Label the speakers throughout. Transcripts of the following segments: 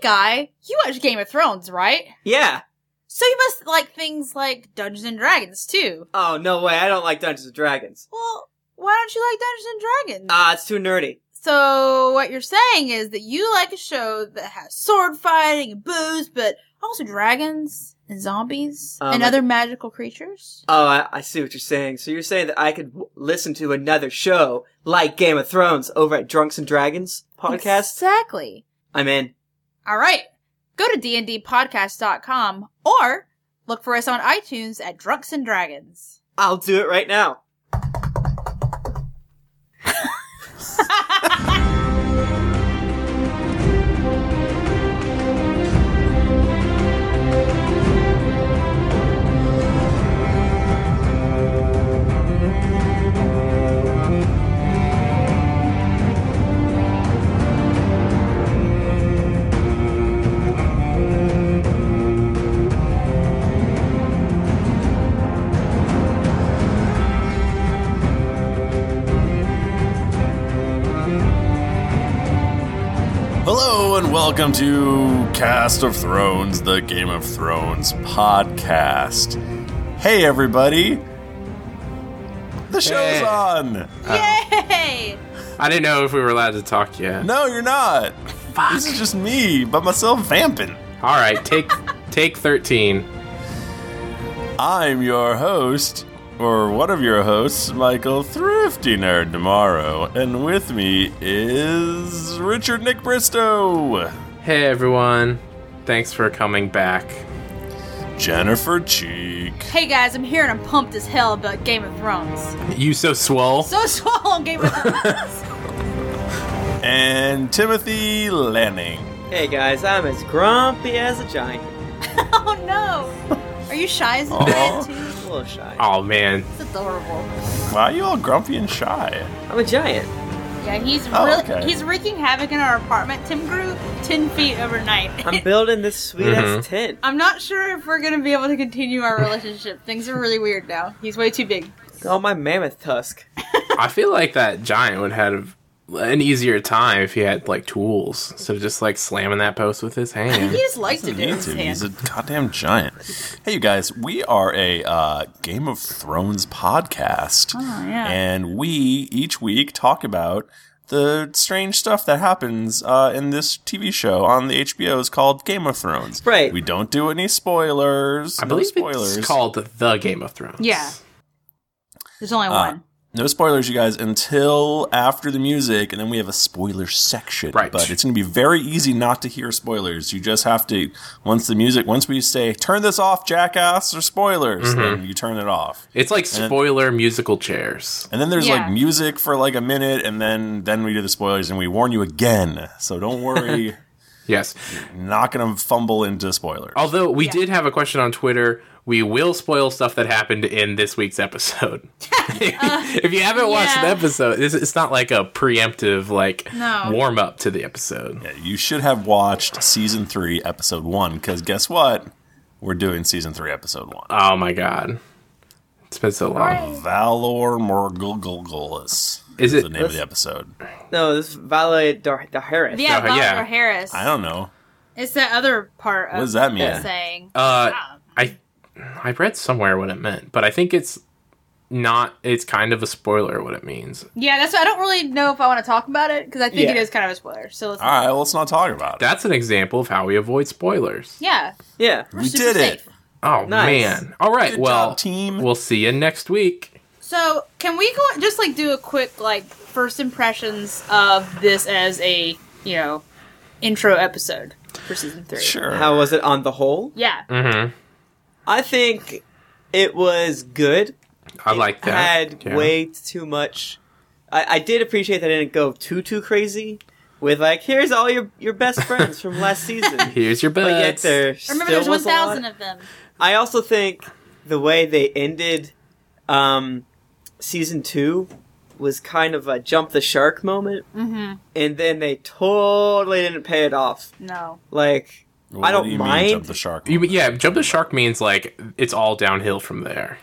Speaker 1: guy, you watch Game of Thrones, right?
Speaker 2: Yeah.
Speaker 1: So you must like things like Dungeons and Dragons too.
Speaker 2: Oh, no way. I don't like Dungeons and Dragons.
Speaker 1: Well, why don't you like Dungeons and Dragons?
Speaker 2: Ah, it's too nerdy.
Speaker 1: so what you're saying is that you like a show that has sword fighting and booze, but also dragons and zombies
Speaker 2: Um,
Speaker 1: and
Speaker 2: I-
Speaker 1: other magical creatures.
Speaker 2: Oh, I, I see what you're saying. So you're saying that I could w- listen to another show like Game of Thrones over at Drunks and Dragons podcast?
Speaker 1: Exactly.
Speaker 2: I'm in.
Speaker 1: All right. Go to dndpodcast.com or look for us on iTunes at Drunks and Dragons.
Speaker 2: I'll do it right now.
Speaker 3: Hello and welcome to Cast of Thrones, the Game of Thrones podcast. Hey everybody. The show's
Speaker 4: Hey.
Speaker 3: on.
Speaker 2: Uh,
Speaker 1: Yay!
Speaker 4: I didn't know if we were allowed to talk yet.
Speaker 3: No, you're not.
Speaker 4: Fuck.
Speaker 3: This is just me by myself vamping.
Speaker 4: All right, take take thirteen.
Speaker 3: I'm your host, or one of your hosts, Michael Thrifty Nerd tomorrow, and with me is Richard Nick Bristow,
Speaker 4: Hey everyone, thanks for coming back.
Speaker 3: Jennifer Cheek,
Speaker 1: Hey guys, I'm here and I'm pumped as hell about Game of Thrones.
Speaker 4: You so swole.
Speaker 1: So swallow Game of Thrones.
Speaker 3: and Timothy Lanning.
Speaker 2: Hey guys, I'm as grumpy as a giant.
Speaker 1: oh no! Are you shy as a
Speaker 3: Aw.
Speaker 1: bit too?
Speaker 2: A little shy.
Speaker 4: Oh man,
Speaker 1: It's adorable.
Speaker 3: Why are you all grumpy and shy?
Speaker 2: I'm a giant.
Speaker 1: Yeah, he's
Speaker 3: Oh,
Speaker 1: really
Speaker 3: okay.
Speaker 1: he's wreaking havoc in our apartment. Tim grew ten feet overnight.
Speaker 2: I'm building this sweet ass tent.
Speaker 1: I'm not sure if we're gonna be able to continue our relationship. Things are really weird now. He's way too big.
Speaker 2: Oh, my mammoth tusk.
Speaker 4: I feel like that giant would have an easier time if he had like tools. So just like slamming that post with his
Speaker 1: He
Speaker 4: hand.
Speaker 1: just likes to do
Speaker 3: Need
Speaker 1: his
Speaker 3: to.
Speaker 1: hand.
Speaker 3: He's a goddamn giant. Hey, you guys, we are a uh, Game of Thrones podcast,
Speaker 1: yeah.
Speaker 3: and we each week talk about the strange stuff that happens uh, in this TV show on the HBO's called Game of Thrones.
Speaker 2: Right.
Speaker 3: We don't do any spoilers.
Speaker 4: I believe
Speaker 3: no spoilers.
Speaker 4: it's called the Game of Thrones.
Speaker 1: Yeah. There's only
Speaker 3: Uh,
Speaker 1: one.
Speaker 3: no spoilers, you guys, until after the music, and then we have a spoiler section.
Speaker 4: Right.
Speaker 3: But it's going to be very easy not to hear spoilers. You just have to, once the music, once we say, turn this off, jackass, or spoilers, then you turn it off.
Speaker 4: It's like spoiler musical chairs.
Speaker 3: And then there's
Speaker 1: Yeah.
Speaker 3: like music for like a minute, and then then we do the spoilers, and we warn you again. So don't worry,
Speaker 4: Yes.
Speaker 3: not going to fumble into spoilers.
Speaker 4: Although we did have a question on Twitter, we will spoil stuff that happened in this week's episode. if you haven't watched
Speaker 1: Uh, yeah.
Speaker 4: the episode, this, it's not like a preemptive like
Speaker 1: No.
Speaker 4: warm up to the episode.
Speaker 3: Yeah, you should have watched season three, episode one, because guess what? We're doing season three, episode one.
Speaker 4: Oh my god, it's been so long.
Speaker 3: Valor Morgulgulgulus is,
Speaker 4: Is it-
Speaker 3: the name of the episode.
Speaker 2: No, this is Violet Dar- Daharis.
Speaker 1: yeah,
Speaker 4: uh,
Speaker 1: Barbara
Speaker 4: yeah.
Speaker 1: Harris.
Speaker 3: I don't know.
Speaker 1: It's the other part of
Speaker 3: What does that mean?
Speaker 1: the saying.
Speaker 4: Uh, I I read somewhere what it meant, but I think it's not. It's kind of a spoiler what it means.
Speaker 1: Yeah, that's. I don't really know if I want to talk about it because I think it
Speaker 2: Yeah.
Speaker 1: is kind of a spoiler. So let's,
Speaker 3: All right, well, let's not talk about it.
Speaker 4: That's an example of how we avoid spoilers.
Speaker 1: yeah,
Speaker 2: Yeah.
Speaker 1: we're
Speaker 3: We
Speaker 1: super
Speaker 3: did it.
Speaker 1: safe.
Speaker 4: Oh
Speaker 2: Nice.
Speaker 4: man! All right,
Speaker 3: Good
Speaker 4: well,
Speaker 3: job, team.
Speaker 4: we'll see you next week.
Speaker 1: So can we go just like do a quick like first impressions of this as a you know intro episode for season three?
Speaker 3: sure.
Speaker 2: How was it on the whole?
Speaker 1: Yeah.
Speaker 4: Mm-hmm.
Speaker 2: I think it was good.
Speaker 4: I like that.
Speaker 2: had
Speaker 4: Yeah.
Speaker 2: way too much. I, I did appreciate that I didn't go too too crazy with like here's all your your best friends from last season.
Speaker 4: Here's your
Speaker 2: But yet
Speaker 4: butts.
Speaker 2: there
Speaker 1: Remember,
Speaker 2: still
Speaker 1: there's one
Speaker 2: was a
Speaker 1: thousand
Speaker 2: lot.
Speaker 1: of them.
Speaker 2: I also think the way they ended um, season two was kind of a jump the shark moment,
Speaker 1: Mhm.
Speaker 2: and then they totally didn't pay it off.
Speaker 1: No.
Speaker 2: Like
Speaker 3: What
Speaker 2: I don't
Speaker 3: do you
Speaker 2: mind.
Speaker 3: Mean, jump the shark.
Speaker 4: You, yeah, jump the shark means like it's all downhill from there.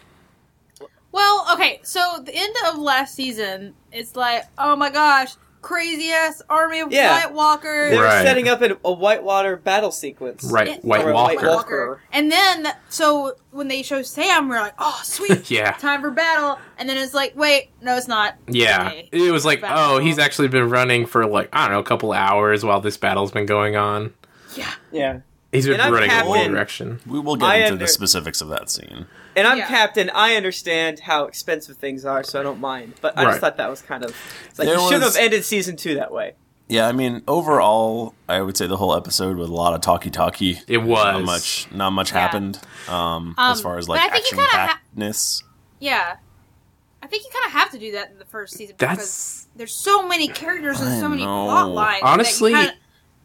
Speaker 1: Well, okay. So the end of last season, it's like, oh my gosh, crazy ass army of
Speaker 2: Yeah.
Speaker 1: White Walkers.
Speaker 2: They were
Speaker 4: Right.
Speaker 2: setting up an, a Whitewater battle sequence.
Speaker 4: Right,
Speaker 1: It-
Speaker 4: White
Speaker 2: Or
Speaker 4: Walker.
Speaker 2: White Walker.
Speaker 1: And then, so when they show Sam, we're like, oh, sweet.
Speaker 4: Yeah.
Speaker 1: Time for battle. And then it's like, wait, no, it's not.
Speaker 4: Yeah.
Speaker 1: Okay.
Speaker 4: It was like,
Speaker 1: Battle.
Speaker 4: oh, he's actually been running for like, I don't know, a couple hours while this battle's been going on.
Speaker 1: Yeah.
Speaker 2: Yeah.
Speaker 4: He's been
Speaker 2: And I'm
Speaker 4: running in one
Speaker 2: captain.
Speaker 4: direction.
Speaker 3: We will get
Speaker 2: I
Speaker 3: into
Speaker 2: under-
Speaker 3: the specifics of that scene.
Speaker 2: And I'm
Speaker 1: Yeah.
Speaker 2: captain. I understand how expensive things are, so I don't mind. But I
Speaker 4: Right.
Speaker 2: just thought that was kind of it's like
Speaker 3: There
Speaker 2: you should
Speaker 3: was-
Speaker 2: have ended season two that way.
Speaker 3: Yeah, I mean, overall, I would say the whole episode with a lot of talkie talkie.
Speaker 4: It was.
Speaker 3: not much. Not much happened. Um, as
Speaker 1: Um,
Speaker 3: far as
Speaker 1: but
Speaker 3: like
Speaker 1: I think you
Speaker 3: action
Speaker 1: kinda ha-
Speaker 3: packedness.
Speaker 1: Yeah. I think you kind of have to do that in the first season because
Speaker 4: That's
Speaker 1: there's so many characters and
Speaker 3: I
Speaker 1: so many
Speaker 3: know.
Speaker 1: plot lines. that you
Speaker 4: Honestly,
Speaker 1: kinda-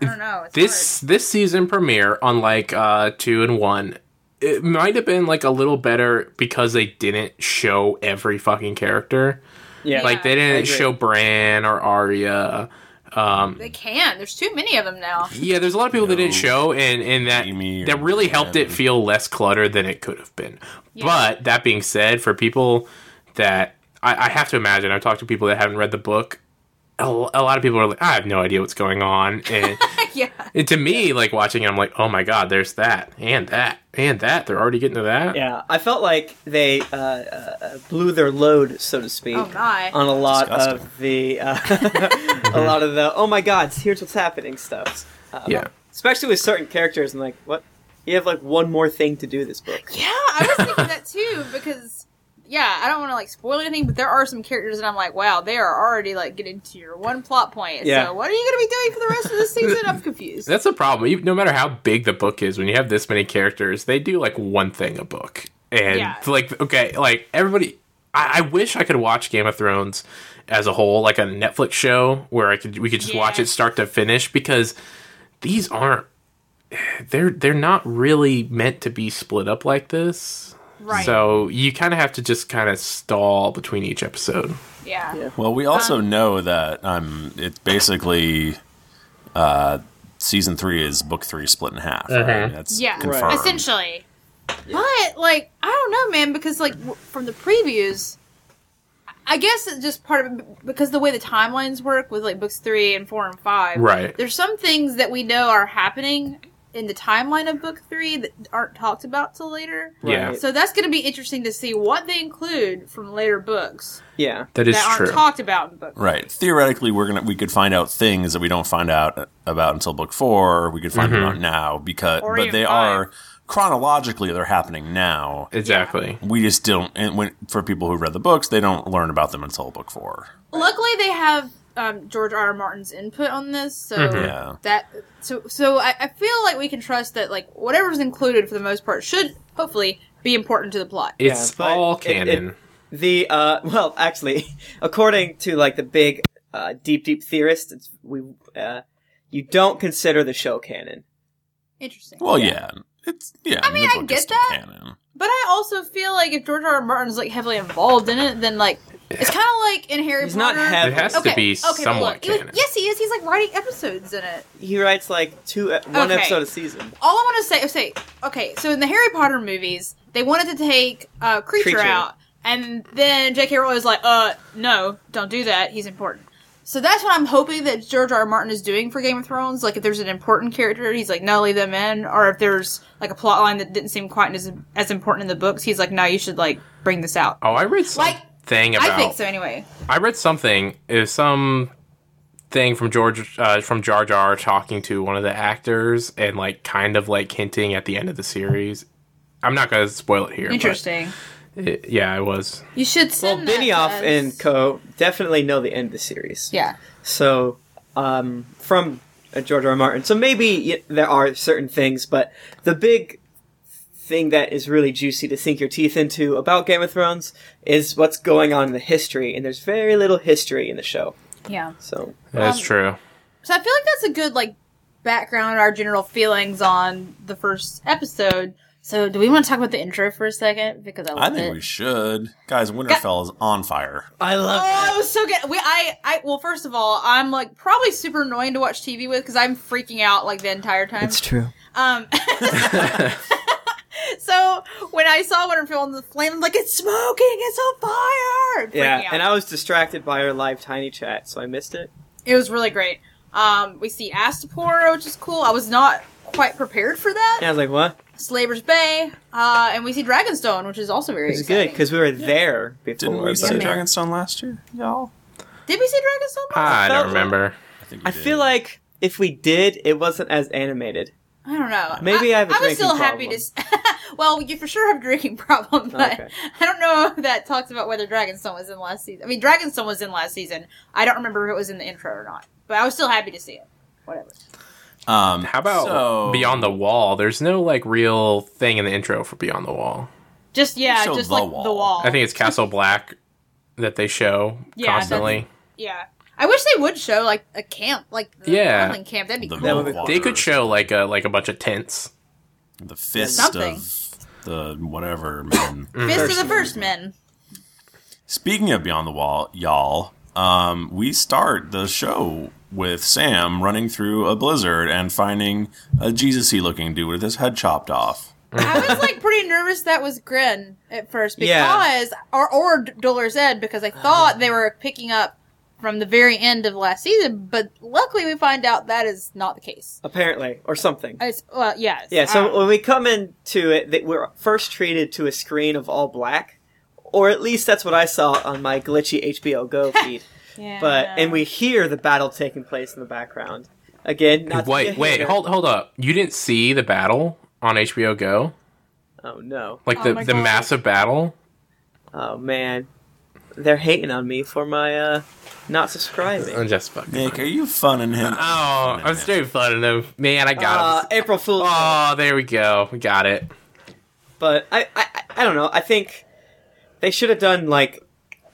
Speaker 1: I don't know. It's
Speaker 4: this this season premiere on like uh two and one it might have been like a little better because they didn't show every fucking character
Speaker 2: Yeah.
Speaker 1: Like-
Speaker 4: like they
Speaker 2: I
Speaker 4: didn't
Speaker 2: agree.
Speaker 4: show bran or arya um
Speaker 1: hard. they can't. There's too many of them now.
Speaker 4: yeah there's a lot of people that didn't
Speaker 3: No.
Speaker 4: show and and that
Speaker 3: Jamie or
Speaker 4: that really helped it
Speaker 3: Gavin.
Speaker 4: feel less cluttered than it could have been
Speaker 1: Yeah.
Speaker 4: but that being said for people that I, I have to imagine i've talked to people that haven't read the book a, l- a lot of people are like i have no idea what's going on and
Speaker 1: yeah.
Speaker 4: And to me, like watching it, I'm like, oh my god, there's that and that and that. They're already getting to that.
Speaker 2: Yeah, I felt like they uh, uh, uh, blew their load, so to speak,
Speaker 1: Oh, my.
Speaker 4: um,
Speaker 2: on a lot
Speaker 3: Disgusting.
Speaker 2: of the uh, a
Speaker 4: Mm-hmm.
Speaker 2: lot of the oh my god, here's what's happening stuff. Uh,
Speaker 4: Yeah.
Speaker 2: especially with certain characters and like what you have like one more thing to do this book.
Speaker 1: Yeah, I was thinking that too because yeah, I don't want to like spoil anything, but there are some characters that I'm like, wow, they are already like getting to your one plot point.
Speaker 2: Yeah.
Speaker 1: So what are you going to be doing for the rest of this season? I'm confused.
Speaker 4: That's the problem. You, no matter how big the book is, when you have this many characters, they do like one thing a book. And
Speaker 1: Yeah.
Speaker 4: like, okay, like everybody, I, I wish I could watch Game of Thrones as a whole, like a Netflix show where I could we could just watch
Speaker 1: Yeah.
Speaker 4: it start to finish because these aren't they're they're not really meant to be split up like this.
Speaker 1: Right.
Speaker 4: So you kind of have to just kind of stall between each episode.
Speaker 1: yeah.
Speaker 2: Yeah.
Speaker 3: Well, we also know that um, it's basically uh, season three is book three split in half. right?
Speaker 4: Mhm.
Speaker 3: That's
Speaker 1: Yeah.
Speaker 3: confirmed.
Speaker 1: Essentially. But like, I don't know, man, because like w- from the previews, I guess it's just part of because the way the timelines work with like books three and four and five.
Speaker 4: Right.
Speaker 1: There's some things that we know are happening in the timeline of book three that aren't talked about till later.
Speaker 4: Yeah.
Speaker 2: Right.
Speaker 1: So that's going to be interesting to see what they include from later books
Speaker 2: Yeah,
Speaker 4: That is
Speaker 1: that aren't
Speaker 4: true.
Speaker 1: talked about in book.
Speaker 3: Right. Theoretically, we're gonna we could find out things that we don't find out about until book four. Or we could find them out now because,
Speaker 1: Or
Speaker 3: but
Speaker 1: even
Speaker 3: they
Speaker 1: five.
Speaker 3: are chronologically they're happening now.
Speaker 4: exactly.
Speaker 3: We just don't. And when, for people who read the books, they don't learn about them until book four.
Speaker 1: Luckily, they have um, George R. R. Martin's input on this, so
Speaker 3: Yeah.
Speaker 1: that so so I, I feel like we can trust that like whatever's included for the most part should hopefully be important to the plot.
Speaker 4: It's
Speaker 2: but
Speaker 4: all
Speaker 2: it-
Speaker 4: canon.
Speaker 2: it- the uh, well, actually, according to like the big uh, deep deep theorists, it's, we uh, you don't consider the show canon.
Speaker 1: Interesting,
Speaker 3: Well, yeah. It's yeah. I
Speaker 1: mean,
Speaker 3: the
Speaker 1: I
Speaker 3: book
Speaker 1: get
Speaker 3: is still
Speaker 1: that.
Speaker 3: Canon.
Speaker 1: but I also feel like if George R. R. Martin's like heavily involved in it, then like it's kind of like in Harry
Speaker 2: He's not
Speaker 1: Potter.
Speaker 2: heavy.
Speaker 4: it has
Speaker 1: okay,
Speaker 4: to be
Speaker 1: okay, but
Speaker 4: somewhat
Speaker 1: look, he was-
Speaker 4: canon.
Speaker 1: yes, he is. He's like writing episodes in it.
Speaker 2: He writes like two uh, one
Speaker 1: Okay.
Speaker 2: episode a season.
Speaker 1: all I want to say, oh, say, okay, so in the Harry Potter movies, they wanted to take uh, Creature,
Speaker 2: Creature.
Speaker 1: out, and then J.K. Rowling was like, uh, no, don't do that. He's important. So that's what I'm hoping that George R. R. Martin is doing for Game of Thrones. Like, if there's an important character, he's like, no, leave them in. Or if there's like a plot line that didn't seem quite as, as important in the books, he's like, no, you should like bring this out.
Speaker 4: oh, I read
Speaker 1: Like,
Speaker 4: something about.
Speaker 1: I think so anyway.
Speaker 4: I read something. It was some thing from George uh, from Jar Jar talking to one of the actors and like kind of like hinting at the end of the series. I'm not gonna spoil it here. but
Speaker 1: Interesting.
Speaker 4: it- yeah, I was.
Speaker 1: You should
Speaker 2: Well,
Speaker 1: send that to
Speaker 2: Benioff
Speaker 1: us.
Speaker 2: and Co. definitely know the end of the series.
Speaker 1: Yeah.
Speaker 2: So, um, from uh, George R. R. Martin. So maybe y- there are certain things, but the big thing that is really juicy to sink your teeth into about Game of Thrones is what's going on in the history, and there's very little history in the show.
Speaker 1: Yeah.
Speaker 2: So,
Speaker 4: That's
Speaker 1: Um,
Speaker 4: true.
Speaker 1: So I feel like that's a good like background our general feelings on the first episode. So do we want to talk about the intro for a second because I
Speaker 3: I
Speaker 1: love
Speaker 3: think
Speaker 1: it.
Speaker 3: we should, guys. Winterfell is on fire.
Speaker 2: I love
Speaker 1: Oh, so good. We, I, I, well, first of all, I'm like probably super annoying to watch TV with because I'm freaking out like the entire time.
Speaker 2: true.
Speaker 1: Um, so when I saw Winterfell on the flame, I'm like, it's smoking, it's on fire. Freaking
Speaker 2: Yeah,
Speaker 1: out.
Speaker 2: and I was distracted by our live tiny chat, so I missed it.
Speaker 1: It was really great. Um, we see Astapor, which is cool. I was not quite prepared for that.
Speaker 2: And I was like, what?
Speaker 1: Slaver's Bay, uh, and we see Dragonstone, which is also very
Speaker 2: It's
Speaker 1: exciting.
Speaker 2: good because we were there before.
Speaker 3: Didn't we
Speaker 2: but-
Speaker 3: see
Speaker 1: Yeah.
Speaker 3: Dragonstone last year, y'all?
Speaker 1: Did we see Dragonstone?
Speaker 4: Ah,
Speaker 2: felt
Speaker 4: I don't
Speaker 2: like-
Speaker 4: remember.
Speaker 3: think we
Speaker 2: I
Speaker 3: did.
Speaker 2: feel like if we did, it wasn't as animated.
Speaker 1: I don't know.
Speaker 2: Maybe I have a
Speaker 1: was
Speaker 2: drinking
Speaker 1: still happy to. s- well, you for sure have a drinking problem, but
Speaker 2: Okay.
Speaker 1: I don't know if that talks about whether Dragonstone was in last season. I mean, Dragonstone was in last season. I don't remember if it was in the intro or not, but I was still happy to see it. Whatever.
Speaker 3: Um,
Speaker 4: How about
Speaker 3: so-
Speaker 4: Beyond the Wall? There's no like real thing in the intro for Beyond the Wall.
Speaker 1: Just yeah,
Speaker 3: So
Speaker 1: just
Speaker 3: the
Speaker 1: like the
Speaker 3: wall.
Speaker 1: wall.
Speaker 4: I think it's Castle Black that they show
Speaker 1: Yeah, that's-
Speaker 4: constantly.
Speaker 1: yeah. I wish they would show like a camp, like the
Speaker 4: Yeah.
Speaker 1: Goblin camp. That'd be
Speaker 3: The
Speaker 1: cool.
Speaker 2: That would be-
Speaker 3: Mole
Speaker 4: They
Speaker 3: Walker,
Speaker 4: could show like a like a bunch of tents.
Speaker 3: the fist
Speaker 1: Something.
Speaker 3: of the whatever man.
Speaker 1: Fist of
Speaker 2: First
Speaker 1: the First Men.
Speaker 3: Speaking of Beyond the Wall, y'all, um, we start the show with Sam running through a blizzard and finding a Jesus-y looking dude with his head chopped off.
Speaker 1: I was like pretty nervous that was Grin at first because
Speaker 2: Yeah.
Speaker 1: or or D- Dolores Ed because I thought they were picking up from the very end of last season, but luckily we find out that is not the case.
Speaker 2: Apparently, or something.
Speaker 1: It's well, yeah, it's-
Speaker 2: Yeah, so
Speaker 1: uh,
Speaker 2: when we come into it, that we're first treated to a screen of all black, or at least that's what I saw on my glitchy HBO Go feed.
Speaker 1: yeah.
Speaker 2: But and we hear the battle taking place in the background. Again, not to be
Speaker 4: Wait,
Speaker 2: a
Speaker 4: wait,
Speaker 2: hater.
Speaker 4: hold hold up. You didn't see the battle on HBO Go?
Speaker 2: Oh no!
Speaker 4: Like
Speaker 1: Oh
Speaker 4: the,
Speaker 1: my
Speaker 4: the
Speaker 1: God.
Speaker 4: massive battle?
Speaker 2: Oh man, they're hating on me for my uh not subscribing.
Speaker 4: I'm just fucking.
Speaker 3: Nick, are you funning him?
Speaker 4: Oh, I was doing fun though. Man, I
Speaker 2: Uh,
Speaker 4: got it.
Speaker 2: April Fool's.
Speaker 4: Oh, there we go. We got it.
Speaker 2: but I, I I- I don't know. I think they should have done like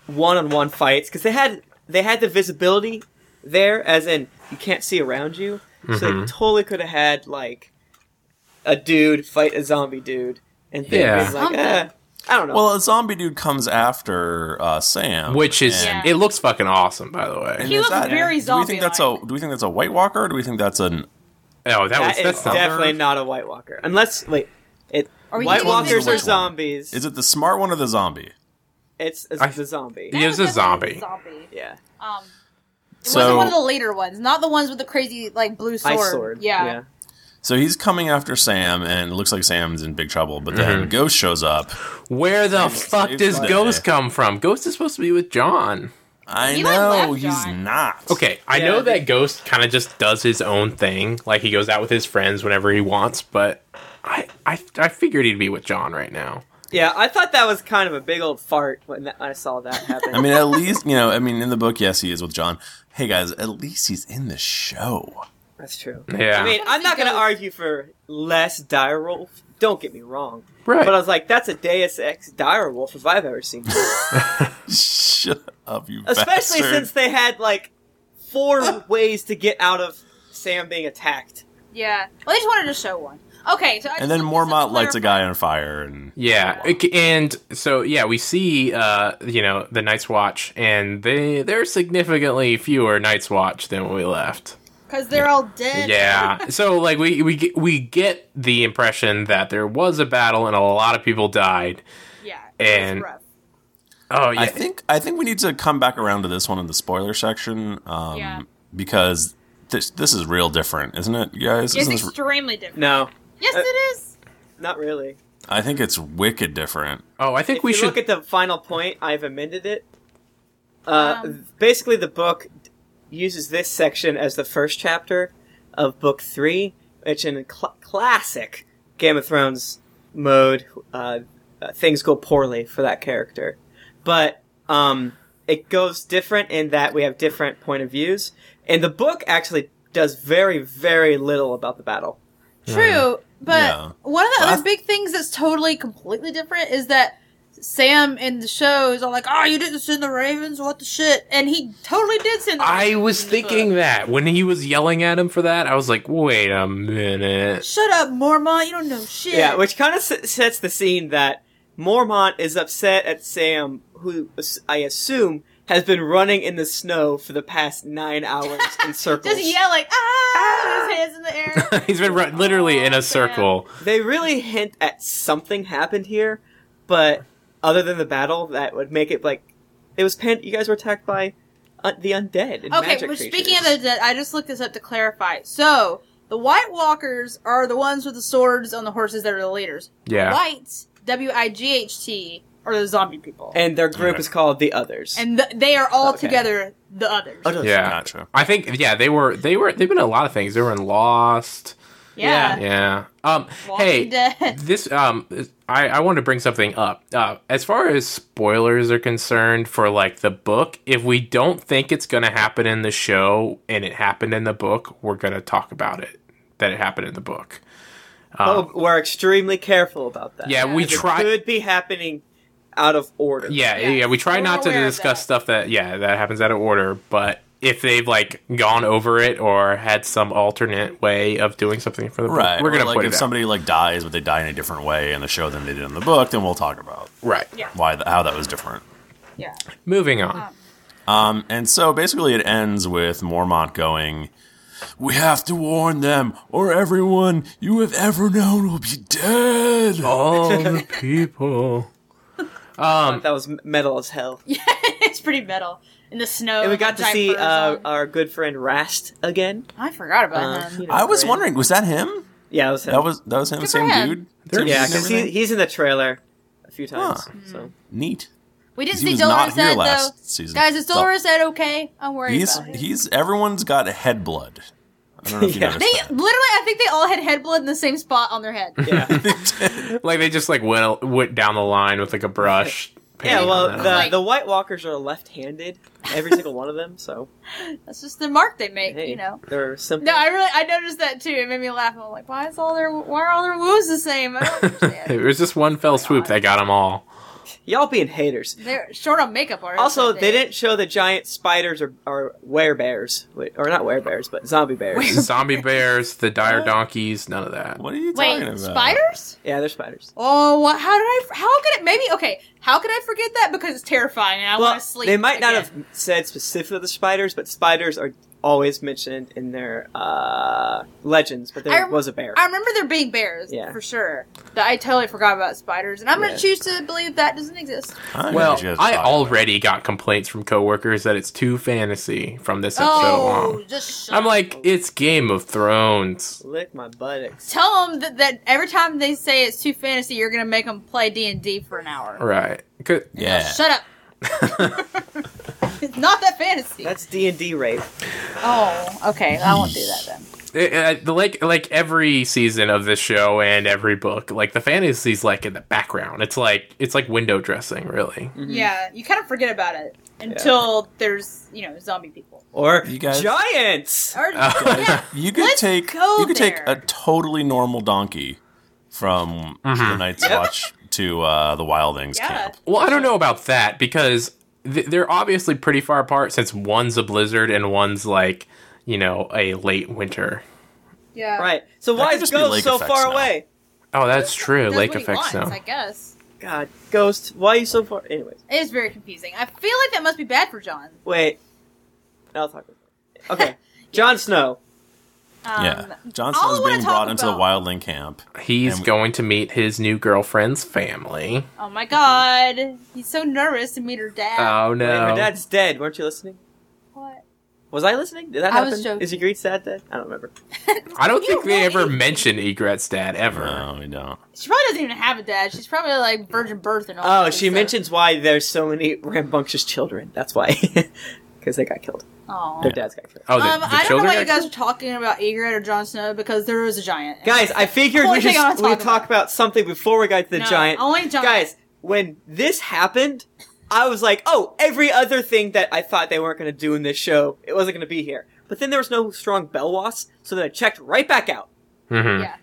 Speaker 2: one on one fights because they had they had the visibility there, as in you can't see around you, so
Speaker 4: Mm-hmm.
Speaker 2: they totally could have had like a dude fight a zombie dude, and then
Speaker 4: Yeah.
Speaker 2: been like
Speaker 1: Something.
Speaker 2: eh, I don't know.
Speaker 3: Well, a zombie dude comes after uh,
Speaker 2: Oh,
Speaker 3: Sam,
Speaker 4: Which is
Speaker 3: and-
Speaker 1: Yeah.
Speaker 4: it looks fucking awesome, by the way.
Speaker 1: He
Speaker 3: is
Speaker 1: looks very
Speaker 3: Do we think that's a
Speaker 1: zombie-like.
Speaker 3: Do we think that's a White Walker? or Do we think that's an
Speaker 4: Oh, that,
Speaker 2: that
Speaker 4: was
Speaker 2: is
Speaker 4: that's not
Speaker 2: definitely not a White Walker, unless wait. It,
Speaker 1: Are we
Speaker 2: White
Speaker 1: using
Speaker 2: Walkers
Speaker 1: the-
Speaker 2: are zombies.
Speaker 3: Is it the smart one or the zombie?
Speaker 2: It's, it's
Speaker 4: I-
Speaker 2: the zombie.
Speaker 1: That
Speaker 4: He is
Speaker 1: was
Speaker 4: a
Speaker 1: definitely
Speaker 4: zombie.
Speaker 1: zombie.
Speaker 2: Yeah.
Speaker 1: Um, it
Speaker 3: So-
Speaker 1: wasn't one of the later ones, not the ones with the crazy like blue sword.
Speaker 2: Ice sword.
Speaker 1: Yeah.
Speaker 3: So he's coming after Sam, and it looks like Sam's in big trouble. But
Speaker 4: Mm-hmm.
Speaker 3: then Ghost shows up.
Speaker 4: Where the fuck
Speaker 3: saved
Speaker 4: does
Speaker 3: by-
Speaker 4: Ghost come from? Ghost is supposed to be with John.
Speaker 3: I
Speaker 1: He, like,
Speaker 3: know
Speaker 1: left
Speaker 3: he's
Speaker 1: John.
Speaker 3: not.
Speaker 4: Okay, I
Speaker 2: Yeah,
Speaker 4: know
Speaker 2: they-
Speaker 4: that Ghost kind of just does his own thing. Like he goes out with his friends whenever he wants, but I I, I figured he'd be with John right now.
Speaker 2: Yeah, I thought that was kind of a big old fart when that, I saw that happen.
Speaker 3: I mean, at least you know. I mean, in the book, yes, he is with John. Hey guys, at least he's in the show.
Speaker 2: That's true.
Speaker 4: Yeah.
Speaker 2: I mean, I'm not going to
Speaker 1: Ghost.
Speaker 2: argue for less direwolf. Don't get me wrong.
Speaker 4: Right.
Speaker 2: But I was like, that's a Deus Ex direwolf if I've ever seen one.
Speaker 3: Shut up, you
Speaker 2: Especially
Speaker 3: bastard.
Speaker 2: since they had, like, four ways to get out of Sam being attacked.
Speaker 1: Yeah. Well, they just wanted to show one. Okay, so I
Speaker 3: and then Mormont lights a guy on fire, and
Speaker 4: Yeah, it- and so yeah, we see uh, you know the Night's Watch, and they they're significantly fewer Night's Watch than when we left.
Speaker 1: because they're all dead.
Speaker 4: Yeah, so like we we get- we get the impression that there was a battle and a lot of people died.
Speaker 1: Yeah.
Speaker 4: And-
Speaker 1: it's rough.
Speaker 4: Oh yeah,
Speaker 3: I think I think we need to come back around to this one in the spoiler section, um,
Speaker 1: Yeah.
Speaker 3: because this this is real different, isn't it, guys?
Speaker 1: it's
Speaker 3: Isn't this-
Speaker 1: extremely different.
Speaker 2: No,
Speaker 1: Yes,
Speaker 2: Uh,
Speaker 1: it is.
Speaker 2: not really.
Speaker 3: I think it's wicked different.
Speaker 4: oh I think
Speaker 2: If
Speaker 4: we
Speaker 2: you
Speaker 4: should
Speaker 2: look at the final point, I've amended it. Uh,
Speaker 1: Um.
Speaker 2: basically, the book uses this section as the first chapter of book three, which in cl- classic Game of Thrones mode, uh, uh, things go poorly for that character. But um, it goes different in that we have different point of views, and the book actually does very, very little about the battle.
Speaker 1: True, but
Speaker 3: Yeah.
Speaker 1: one of the
Speaker 3: Well, I-
Speaker 1: other big things that's totally completely different is that Sam in the show is all like, "Oh, you didn't send the Ravens? What the shit?" And he totally did send. the
Speaker 4: I
Speaker 1: Ravens
Speaker 4: was
Speaker 1: in the
Speaker 4: thinking
Speaker 1: book.
Speaker 4: that when he was yelling at him for that, I was like, wait a minute.
Speaker 1: Shut up, Mormont. You don't know shit.
Speaker 2: Yeah, which kind of s- sets the scene that Mormont is upset at Sam, who s- I assume has been running in the snow for the past nine hours in circles.
Speaker 1: just yelling, ah, with his hands in the air.
Speaker 4: He's been run- literally in
Speaker 1: Oh,
Speaker 4: a circle.
Speaker 2: They really hint at something happened here, but other than the battle, that would make it like it was. Pan- you guys were attacked by uh, the undead. And
Speaker 1: Okay,
Speaker 2: magic
Speaker 1: but
Speaker 2: creatures.
Speaker 1: speaking of the dead, I just looked this up to clarify. So the White Walkers are the ones with the swords on the horses that are the leaders.
Speaker 4: Yeah.
Speaker 1: Whites, W I G H T, are the zombie people, and,
Speaker 2: and their group
Speaker 3: Okay.
Speaker 2: is called the Others. Oh,
Speaker 1: th- they are all
Speaker 2: Okay.
Speaker 1: together the others.
Speaker 2: Others.
Speaker 4: Yeah.
Speaker 3: Gotcha.
Speaker 4: I think yeah, they were they were they've been in a lot of things. They were in Lost.
Speaker 1: Yeah.
Speaker 4: Yeah. Um
Speaker 1: Walking
Speaker 4: hey,
Speaker 1: Dead.
Speaker 4: this um I I wanted to bring something up. Uh as far as spoilers are concerned for like the book, if we don't think it's going to happen in the show and it happened in the book, we're going to talk about it that it happened in the book.
Speaker 2: oh, we're extremely careful about that.
Speaker 4: Yeah, we
Speaker 2: Because
Speaker 4: try
Speaker 2: It could be happening out of order.
Speaker 4: Yeah,
Speaker 1: Yeah,
Speaker 4: yeah, we try
Speaker 1: we're
Speaker 4: not to
Speaker 1: aware of
Speaker 4: discuss
Speaker 1: that.
Speaker 4: stuff that yeah, that happens out of order, but if they've like gone over it or had some alternate way of doing something for the book,
Speaker 3: Right.
Speaker 4: we're
Speaker 3: or
Speaker 4: gonna
Speaker 3: like
Speaker 4: put
Speaker 3: if
Speaker 4: it out.
Speaker 3: somebody like dies, but they die in a different way in the show than they did in the book, then we'll talk about
Speaker 4: right.
Speaker 1: Yeah. Uh,
Speaker 3: why th- how that was different.
Speaker 1: Yeah.
Speaker 4: Moving on.
Speaker 3: Um, and so basically, it ends with Mormont going, "We have to warn them, or everyone you have ever known will be dead."
Speaker 4: All the people. Um,
Speaker 2: That was m- metal as hell.
Speaker 1: it's pretty metal in the snow.
Speaker 2: And we
Speaker 1: with
Speaker 2: got
Speaker 1: the
Speaker 2: to
Speaker 1: giant
Speaker 2: see
Speaker 1: furs
Speaker 2: uh,
Speaker 1: on. Uh-huh.
Speaker 2: our good friend Rast again.
Speaker 1: I forgot about
Speaker 2: Uh,
Speaker 1: him.
Speaker 2: you know,
Speaker 3: I was
Speaker 2: friend.
Speaker 3: wondering, was that him?
Speaker 2: Yeah, it was him.
Speaker 3: That was that was him,
Speaker 1: Good for
Speaker 3: same
Speaker 1: him.
Speaker 3: dude.
Speaker 4: There's-
Speaker 3: Same
Speaker 2: yeah,
Speaker 3: dude and
Speaker 2: because he,
Speaker 3: everything?
Speaker 2: he's in the trailer a few times.
Speaker 1: Hmm.
Speaker 2: So
Speaker 3: neat.
Speaker 1: We didn't
Speaker 3: He
Speaker 1: see
Speaker 3: was not
Speaker 1: Dolores
Speaker 3: here
Speaker 1: Ed though.
Speaker 3: last season.
Speaker 1: Guys, is
Speaker 3: So-
Speaker 1: Dolores Ed okay? I'm worried
Speaker 3: He's
Speaker 1: about it.
Speaker 3: he's everyone's got head blood. I don't know if you
Speaker 2: Yeah.
Speaker 1: They
Speaker 3: noticed. that.
Speaker 1: literally, I think they all had head blood in the same spot on their head.
Speaker 2: yeah,
Speaker 4: Like they just like went went down the line with like a brush.
Speaker 2: yeah.
Speaker 4: painting
Speaker 2: Well,
Speaker 4: on
Speaker 2: the
Speaker 4: that.
Speaker 1: Like-
Speaker 2: the White Walkers are left-handed, every single one of them. So
Speaker 1: That's just the mark they make,
Speaker 2: hey,
Speaker 1: you know.
Speaker 2: they're simple.
Speaker 1: No, I really, I noticed that too. It made me laugh. I'm like, why is all their, why are all their woos the same? I don't
Speaker 4: it
Speaker 1: understand.
Speaker 4: was just one
Speaker 2: Oh
Speaker 4: fell swoop that got them all.
Speaker 2: Y'all being haters.
Speaker 1: They're short on makeup artists.
Speaker 2: Also,
Speaker 1: aren't
Speaker 2: they didn't show the giant spiders or, or werebears, Wait, or not werebears, but zombie bears.
Speaker 4: Zombie bears, the dire donkeys, none of that.
Speaker 3: What are you talking
Speaker 1: Wait,
Speaker 3: about?
Speaker 1: spiders?
Speaker 2: Yeah, they're spiders.
Speaker 1: Oh, what, how did I? How could it? Maybe okay. How could I forget that? Because it's terrifying, and I
Speaker 2: Well,
Speaker 1: want to sleep.
Speaker 2: they might not
Speaker 1: again.
Speaker 2: have said specifically the spiders, but spiders are always mentioned in their uh, legends. But there
Speaker 1: I-
Speaker 2: was a bear.
Speaker 1: I remember there being bears,
Speaker 2: Yeah.
Speaker 1: for sure. That I totally forgot about spiders, and I'm
Speaker 2: Yeah.
Speaker 1: gonna choose to believe that doesn't exist.
Speaker 3: I don't know
Speaker 4: Well,
Speaker 3: what you guys are
Speaker 4: I
Speaker 3: talking
Speaker 4: already got complaints from coworkers that it's too fantasy from this episode
Speaker 1: oh,
Speaker 4: alone.
Speaker 1: just shut
Speaker 4: I'm like, it's Game of Thrones.
Speaker 2: Lick my buttocks.
Speaker 1: tell them that, that every time they say it's too fantasy, you're gonna make them play D and D for an hour.
Speaker 4: Right. 'Cause-
Speaker 3: about. Yeah.
Speaker 1: Shut up. it's not that fantasy.
Speaker 2: That's D and D rape.
Speaker 1: oh, okay. I won't do that then.
Speaker 4: it- it- uh, the- like like every season of this show and every book, like the fantasy's like in the background. It's like it's like window dressing, really.
Speaker 1: Mm.
Speaker 2: Mm-hmm.
Speaker 1: Yeah, you kind of forget about it until there's you know zombie people.
Speaker 2: Or
Speaker 3: You guys-
Speaker 2: giants.
Speaker 1: Or,
Speaker 4: Oh.
Speaker 1: yeah.
Speaker 3: You could
Speaker 1: Let's
Speaker 3: take
Speaker 1: go
Speaker 3: you could take
Speaker 1: there.
Speaker 3: a totally normal donkey from
Speaker 4: Mm-hmm.
Speaker 3: the Night's Watch to uh, the Wildlings
Speaker 1: Yeah.
Speaker 3: camp.
Speaker 4: Well, I don't know about that because th- they're obviously pretty far apart since one's a blizzard and one's like you know a late winter.
Speaker 1: yeah.
Speaker 2: Right. So
Speaker 3: That
Speaker 2: why
Speaker 3: could
Speaker 2: is
Speaker 3: just be
Speaker 2: Ghost
Speaker 3: lake
Speaker 2: so
Speaker 3: effects
Speaker 2: far
Speaker 3: now.
Speaker 2: away?
Speaker 4: Oh, that's true.
Speaker 1: Does
Speaker 4: Lake
Speaker 1: what he wants,
Speaker 4: effects now.
Speaker 1: I guess
Speaker 2: God, Ghost, why are you so far? Anyways,
Speaker 1: it is very confusing. I feel like that must be bad for John.
Speaker 2: wait. I'll talk about it. Okay. Jon Snow.
Speaker 1: Um,
Speaker 3: yeah, Jon
Speaker 1: all I
Speaker 3: Snow's
Speaker 1: wanna
Speaker 3: being
Speaker 1: talk
Speaker 3: brought into the
Speaker 1: about-
Speaker 3: Wildling camp.
Speaker 4: He's
Speaker 3: And-
Speaker 4: going to meet his new girlfriend's family.
Speaker 1: Oh my god, he's so nervous to meet her dad.
Speaker 4: Oh
Speaker 2: Wait,
Speaker 4: no!
Speaker 2: her dad's dead. Weren't you listening?
Speaker 1: what?
Speaker 2: Was I listening? Did that
Speaker 1: I
Speaker 2: happen?
Speaker 1: was joking.
Speaker 2: Is Ygritte's dad dead? I don't remember.
Speaker 4: I don't think
Speaker 1: You
Speaker 4: they
Speaker 1: won't
Speaker 4: ever
Speaker 1: eat-
Speaker 4: mention Egret's dad ever.
Speaker 3: No, we don't.
Speaker 1: She probably doesn't even have a dad. She's probably like virgin birth and all.
Speaker 2: Oh,
Speaker 1: that
Speaker 2: she
Speaker 1: stuff.
Speaker 2: mentions why there's so many rambunctious children. That's why. Because they got killed.
Speaker 1: Aw.
Speaker 2: Their dads got killed.
Speaker 4: Oh, the,
Speaker 1: um,
Speaker 4: the
Speaker 1: I don't know
Speaker 4: children
Speaker 1: why you
Speaker 4: are-
Speaker 1: guys are talking about Egret or Jon Snow because there is a giant.
Speaker 2: Guys, I figured
Speaker 1: Only
Speaker 2: we
Speaker 1: thing I wanna
Speaker 2: just we
Speaker 1: talk
Speaker 2: talk
Speaker 1: about.
Speaker 2: about something before we got to the
Speaker 1: No,
Speaker 2: giant.
Speaker 1: only giant.
Speaker 2: Guys, when this happened, I was like, oh, every other thing that I thought they weren't going to do in this show, it wasn't going to be here. But then there was no strong bell wasp, so then I checked right back out.
Speaker 4: Mhm.
Speaker 1: yeah,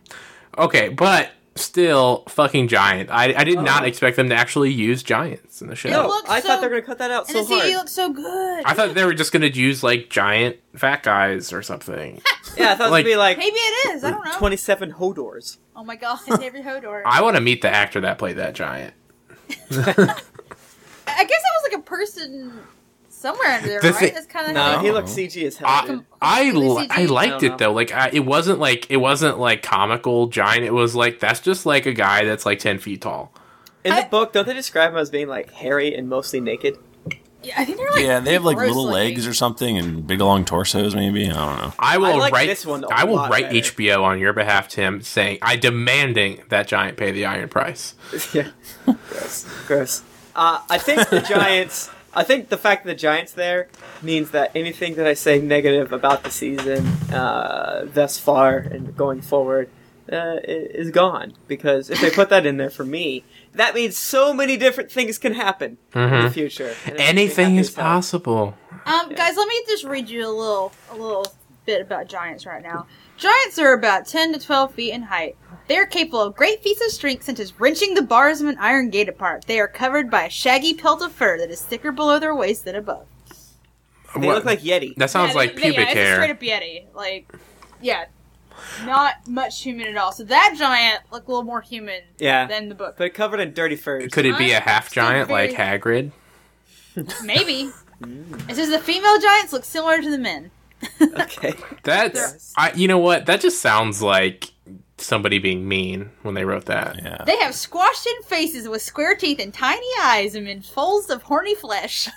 Speaker 4: Okay, but still, fucking giant. I, I did not
Speaker 2: Oh.
Speaker 4: expect them to actually use giants in the show.
Speaker 1: It
Speaker 2: No,
Speaker 1: looks
Speaker 2: I
Speaker 1: so-
Speaker 2: thought they were going to cut that out
Speaker 1: and
Speaker 2: so
Speaker 1: the CD
Speaker 2: hard.
Speaker 1: looks so good.
Speaker 4: I thought they were just gonna use like giant fat guys or something.
Speaker 2: Yeah, I thought
Speaker 4: like-
Speaker 2: it would be like
Speaker 1: Maybe it is. I don't know.
Speaker 2: 27 Hodors.
Speaker 1: Oh my god, every Hodor. I-,
Speaker 4: I want to meet the actor that played that giant.
Speaker 1: I guess that was like a person somewhere under there,
Speaker 4: The
Speaker 1: right?
Speaker 4: thi-
Speaker 1: That's kind of
Speaker 2: No,
Speaker 3: he
Speaker 2: he
Speaker 3: looked
Speaker 2: looked CG as hell.
Speaker 4: I I,
Speaker 1: Completely
Speaker 4: li- I
Speaker 1: CG.
Speaker 4: liked
Speaker 2: I don't
Speaker 4: it though. Like I, it wasn't like it wasn't like comical giant. It was like that's just like a guy that's like ten feet tall.
Speaker 2: In
Speaker 1: I-
Speaker 2: the book, don't they describe him as being like hairy and mostly naked?
Speaker 1: Yeah, I think they're like
Speaker 3: Yeah, they have like
Speaker 1: gross
Speaker 3: little
Speaker 1: looking.
Speaker 3: legs or something and big long torsos, maybe. I don't know.
Speaker 4: I will
Speaker 2: like
Speaker 4: write
Speaker 2: this one a
Speaker 4: I will
Speaker 2: lot
Speaker 4: write
Speaker 2: better.
Speaker 4: HBO on your behalf, Tim, saying I demanding that Giant pay the iron price.
Speaker 2: yeah. Gross. Gross. Uh, I think the Giants. I think the fact that the Giants there means that anything that I say negative about the season uh, thus far and going forward uh, i- is gone. Because if they put that in there for me, that means so many different things can happen in the future. And I'm
Speaker 4: Mm-hmm. Anything
Speaker 2: happy
Speaker 4: is
Speaker 2: as hell.
Speaker 4: possible.
Speaker 1: Um, guys, let me just read you a little, a little bit about giants right now. Giants are about ten to twelve feet in height. They are capable of great feats of strength, such as wrenching the bars of an iron gate apart. They are covered by a shaggy pelt of fur that is thicker below their waist than above.
Speaker 2: They
Speaker 4: What-
Speaker 2: look like Yeti.
Speaker 4: that sounds like pubic
Speaker 1: Yeah, it's a straight
Speaker 4: hair.
Speaker 1: up yeti. Like, yeah, not much human at all. So that giant looked a little more human
Speaker 2: Yeah.
Speaker 1: than the book.
Speaker 2: But covered in dirty furs.
Speaker 4: Could it be a
Speaker 1: I'm
Speaker 4: half
Speaker 1: still
Speaker 4: giant
Speaker 1: very-
Speaker 4: like Hagrid?
Speaker 1: Maybe. It says the female giants look similar to the men.
Speaker 2: okay.
Speaker 4: That's I. You know what? That just sounds like somebody being mean when they wrote that.
Speaker 3: Yeah.
Speaker 1: They have squashed in faces with square teeth and tiny eyes amid folds of horny flesh.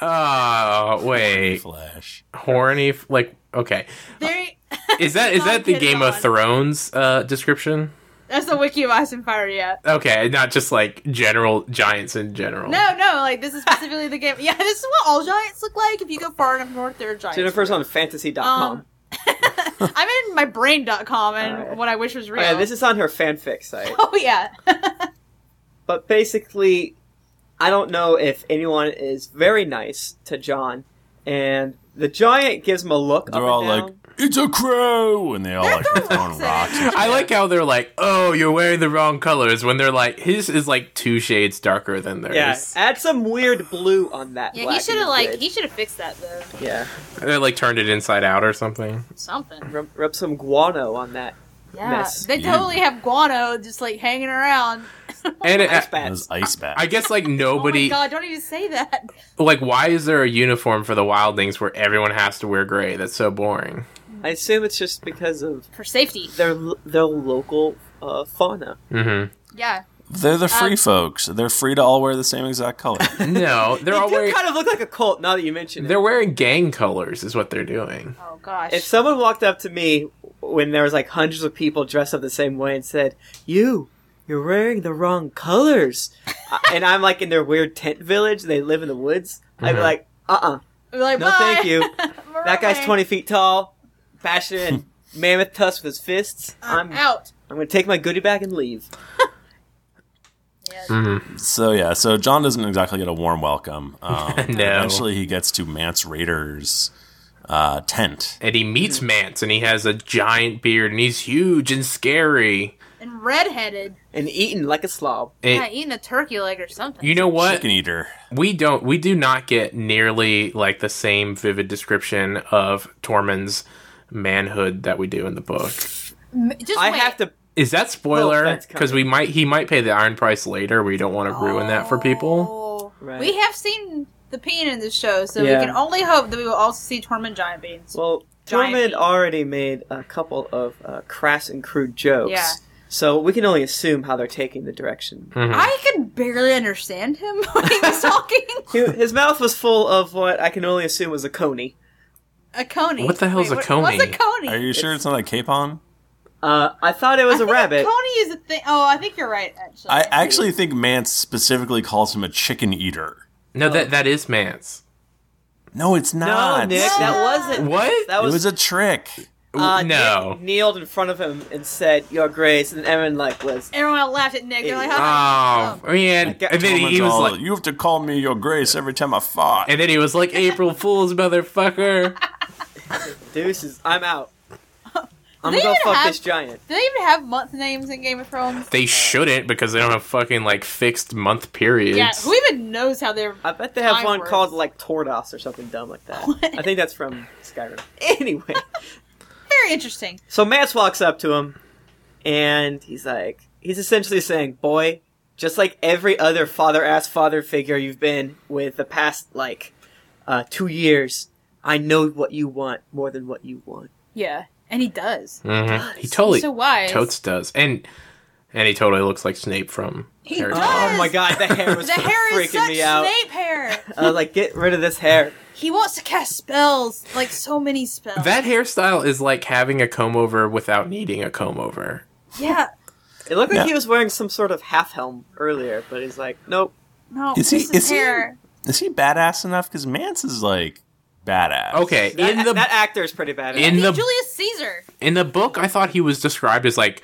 Speaker 4: Oh wait,
Speaker 3: Flash.
Speaker 4: horny. f- Like okay,
Speaker 1: They-
Speaker 4: is that is
Speaker 1: Don't
Speaker 4: that the
Speaker 1: get
Speaker 4: Game of
Speaker 1: on.
Speaker 4: Thrones uh, description?
Speaker 1: That's the wiki of Ice and Fire, yeah.
Speaker 4: Okay, not just like general giants in general.
Speaker 1: No, no, like this is specifically the game. Yeah, this is what all giants look like. If you go far enough north, they're giants.
Speaker 2: Jennifer's on fantasy.com.
Speaker 1: Um, I'm in my brain.com and
Speaker 2: Alright.
Speaker 1: what I wish was real.
Speaker 2: Oh, yeah, this is on her fanfic site.
Speaker 1: oh yeah.
Speaker 2: but basically, I don't know if anyone is very nice to John, and the giant gives him a look.
Speaker 3: They're
Speaker 2: up
Speaker 3: all
Speaker 2: and
Speaker 3: like,
Speaker 2: down.
Speaker 3: "It's a crow," and they all like
Speaker 1: throwing
Speaker 3: throwing
Speaker 1: rocks at
Speaker 3: rocks.
Speaker 4: I like how they're like, "Oh, you're wearing the wrong colors." When they're like, his is like two shades darker than theirs.
Speaker 2: "Yeah, add some weird blue on that."
Speaker 1: Yeah, he
Speaker 2: black
Speaker 1: should
Speaker 2: and
Speaker 1: have like
Speaker 2: red."
Speaker 1: he should have fixed that though.
Speaker 2: yeah,
Speaker 4: They like turned it inside out or something.
Speaker 1: Something.
Speaker 2: rub, rub some guano on that.
Speaker 1: Yeah.
Speaker 2: Mess.
Speaker 1: They
Speaker 3: Yeah.
Speaker 1: totally have guano just like hanging around.
Speaker 4: And
Speaker 2: Ice
Speaker 4: it,
Speaker 2: bats.
Speaker 3: Those ice bats.
Speaker 4: I guess like
Speaker 1: oh my
Speaker 4: nobody
Speaker 1: god, don't even say that.
Speaker 4: like why is there a uniform for the wildlings where everyone has to wear gray? That's so boring.
Speaker 2: I assume it's just because of
Speaker 1: For safety.
Speaker 2: their lo- their local uh, fauna.
Speaker 4: hmm
Speaker 2: Mm-hmm.
Speaker 1: Yeah.
Speaker 3: They're the free
Speaker 1: Um,
Speaker 3: folks. They're free to all wear the same exact color.
Speaker 4: No, they're
Speaker 2: They
Speaker 4: all
Speaker 2: do
Speaker 4: wearing
Speaker 2: kind of look like a cult. Now that you mention it,
Speaker 4: they're wearing gang colors is what they're doing.
Speaker 1: Oh gosh.
Speaker 2: if someone walked up to me when there was like hundreds of people dressed up the same way and said, "You, you're wearing the wrong colors," I- and I'm like in their weird tent village, they live in the woods, I'd be
Speaker 4: Mhm.
Speaker 2: like, "Uh-uh,
Speaker 1: We're like,
Speaker 2: no,
Speaker 1: "Bye."
Speaker 2: thank you.
Speaker 1: We're
Speaker 2: that guy's
Speaker 1: away.
Speaker 2: 20 feet tall, bashing in mammoth tusks with his fists. I'm,
Speaker 1: I'm out.
Speaker 2: I'm gonna take my goodie bag and leave."
Speaker 3: so yeah, so John doesn't exactly get a warm welcome. Um,
Speaker 4: No.
Speaker 3: Eventually, he gets to Mance Raider's uh, tent.
Speaker 4: And he meets
Speaker 2: Mm-hmm.
Speaker 4: Mance and he has a giant beard and he's huge and scary.
Speaker 1: And redheaded.
Speaker 2: And eaten like a slob.
Speaker 4: And
Speaker 1: Yeah, eating a turkey leg or something.
Speaker 4: you know what?
Speaker 3: Chicken eater.
Speaker 4: We don't we do not get nearly like the same vivid description of Tormund's manhood that we do in the book.
Speaker 1: M- Just
Speaker 2: I
Speaker 1: wait.
Speaker 2: have to.
Speaker 4: Is that
Speaker 2: Oh,
Speaker 4: spoiler?
Speaker 2: that's coming.
Speaker 4: Because we might he might pay the iron price later. We don't want to ruin that for people.
Speaker 1: Oh.
Speaker 2: Right.
Speaker 1: We have seen the peen in this show, so
Speaker 2: Yeah.
Speaker 1: we can only hope that we will also see Tormund Giant Beans.
Speaker 2: Well,
Speaker 1: Giant
Speaker 2: Tormund
Speaker 1: meat.
Speaker 2: already made a couple of uh, crass and crude jokes.
Speaker 1: Yeah.
Speaker 2: So we can only assume how they're taking the direction.
Speaker 4: Mm-hmm.
Speaker 1: I could barely understand him when he was talking.
Speaker 2: He- his mouth was full of what I can only assume was a coney.
Speaker 1: a coney.
Speaker 4: What the hell's a
Speaker 1: what-
Speaker 4: coney?
Speaker 1: What's a coney?
Speaker 3: Are you sure
Speaker 2: It's-
Speaker 3: it's not a capon?
Speaker 2: Uh, I thought it was
Speaker 1: I
Speaker 2: a
Speaker 1: think
Speaker 2: rabbit.
Speaker 1: Coney is a thing. Oh, I think you're right. Actually,
Speaker 3: I actually think Mance specifically calls him a chicken eater.
Speaker 4: No,
Speaker 2: Oh.
Speaker 4: that that is Mance.
Speaker 3: No, it's
Speaker 2: no,
Speaker 3: not.
Speaker 2: Uh, Nick, that wasn't.
Speaker 4: What?
Speaker 2: That
Speaker 3: it
Speaker 2: was,
Speaker 3: was a trick.
Speaker 2: uh,
Speaker 4: no.
Speaker 2: Nick kneeled in front of him and said, "Your Grace," and Erin like was.
Speaker 1: everyone laughed at Nick. They're like, "How
Speaker 4: Oh man!
Speaker 2: got
Speaker 4: And then he was
Speaker 3: All,
Speaker 4: like,
Speaker 3: you have to call me your grace every time I fart.
Speaker 4: and then he was like, April Fools, motherfucker.
Speaker 2: Deuces, I'm out. I'm
Speaker 1: They
Speaker 2: gonna go
Speaker 1: even
Speaker 2: fuck
Speaker 1: have-
Speaker 2: this giant.
Speaker 1: do they even have month names in Game of Thrones?
Speaker 4: They shouldn't because they don't have fucking like fixed month periods.
Speaker 1: yeah, who even knows how they're?
Speaker 2: I bet they have
Speaker 1: Time
Speaker 2: one
Speaker 1: words.
Speaker 2: called like Tordos or something dumb like that. I think that's from Skyrim. Anyway,
Speaker 1: Very interesting.
Speaker 2: so Mance walks up to him, and he's like, he's essentially saying, "Boy, just like every other father-ass father figure you've been with the past like uh, two years, I know what you want more than what you want."
Speaker 1: Yeah, and he does.
Speaker 4: Mhm. Mm-hmm. He totally
Speaker 1: So wise.
Speaker 4: totes does, and and he totally looks like Snape from
Speaker 1: He
Speaker 4: Harry
Speaker 1: does.
Speaker 4: Potter.
Speaker 2: Oh my god, the hair was
Speaker 1: The hair
Speaker 2: freaking
Speaker 1: is such
Speaker 2: me out.
Speaker 1: Snape hair.
Speaker 2: I was like, get rid of this hair.
Speaker 1: He wants to cast spells, like so many spells.
Speaker 4: That hairstyle is like having a comb over without needing a comb over.
Speaker 1: yeah,
Speaker 2: It looked like
Speaker 3: Yeah.
Speaker 2: he was wearing some sort of half helm earlier, but he's like, nope.
Speaker 1: no,
Speaker 3: Is he-
Speaker 1: just his
Speaker 3: is he-
Speaker 1: hair.
Speaker 3: Is he badass enough? Because Mance is like badass.
Speaker 4: Okay,
Speaker 2: That,
Speaker 4: in the
Speaker 2: that actor is pretty bad.
Speaker 4: in
Speaker 1: He's
Speaker 4: the
Speaker 1: Julius Caesar.
Speaker 4: in the book, I thought he was described as like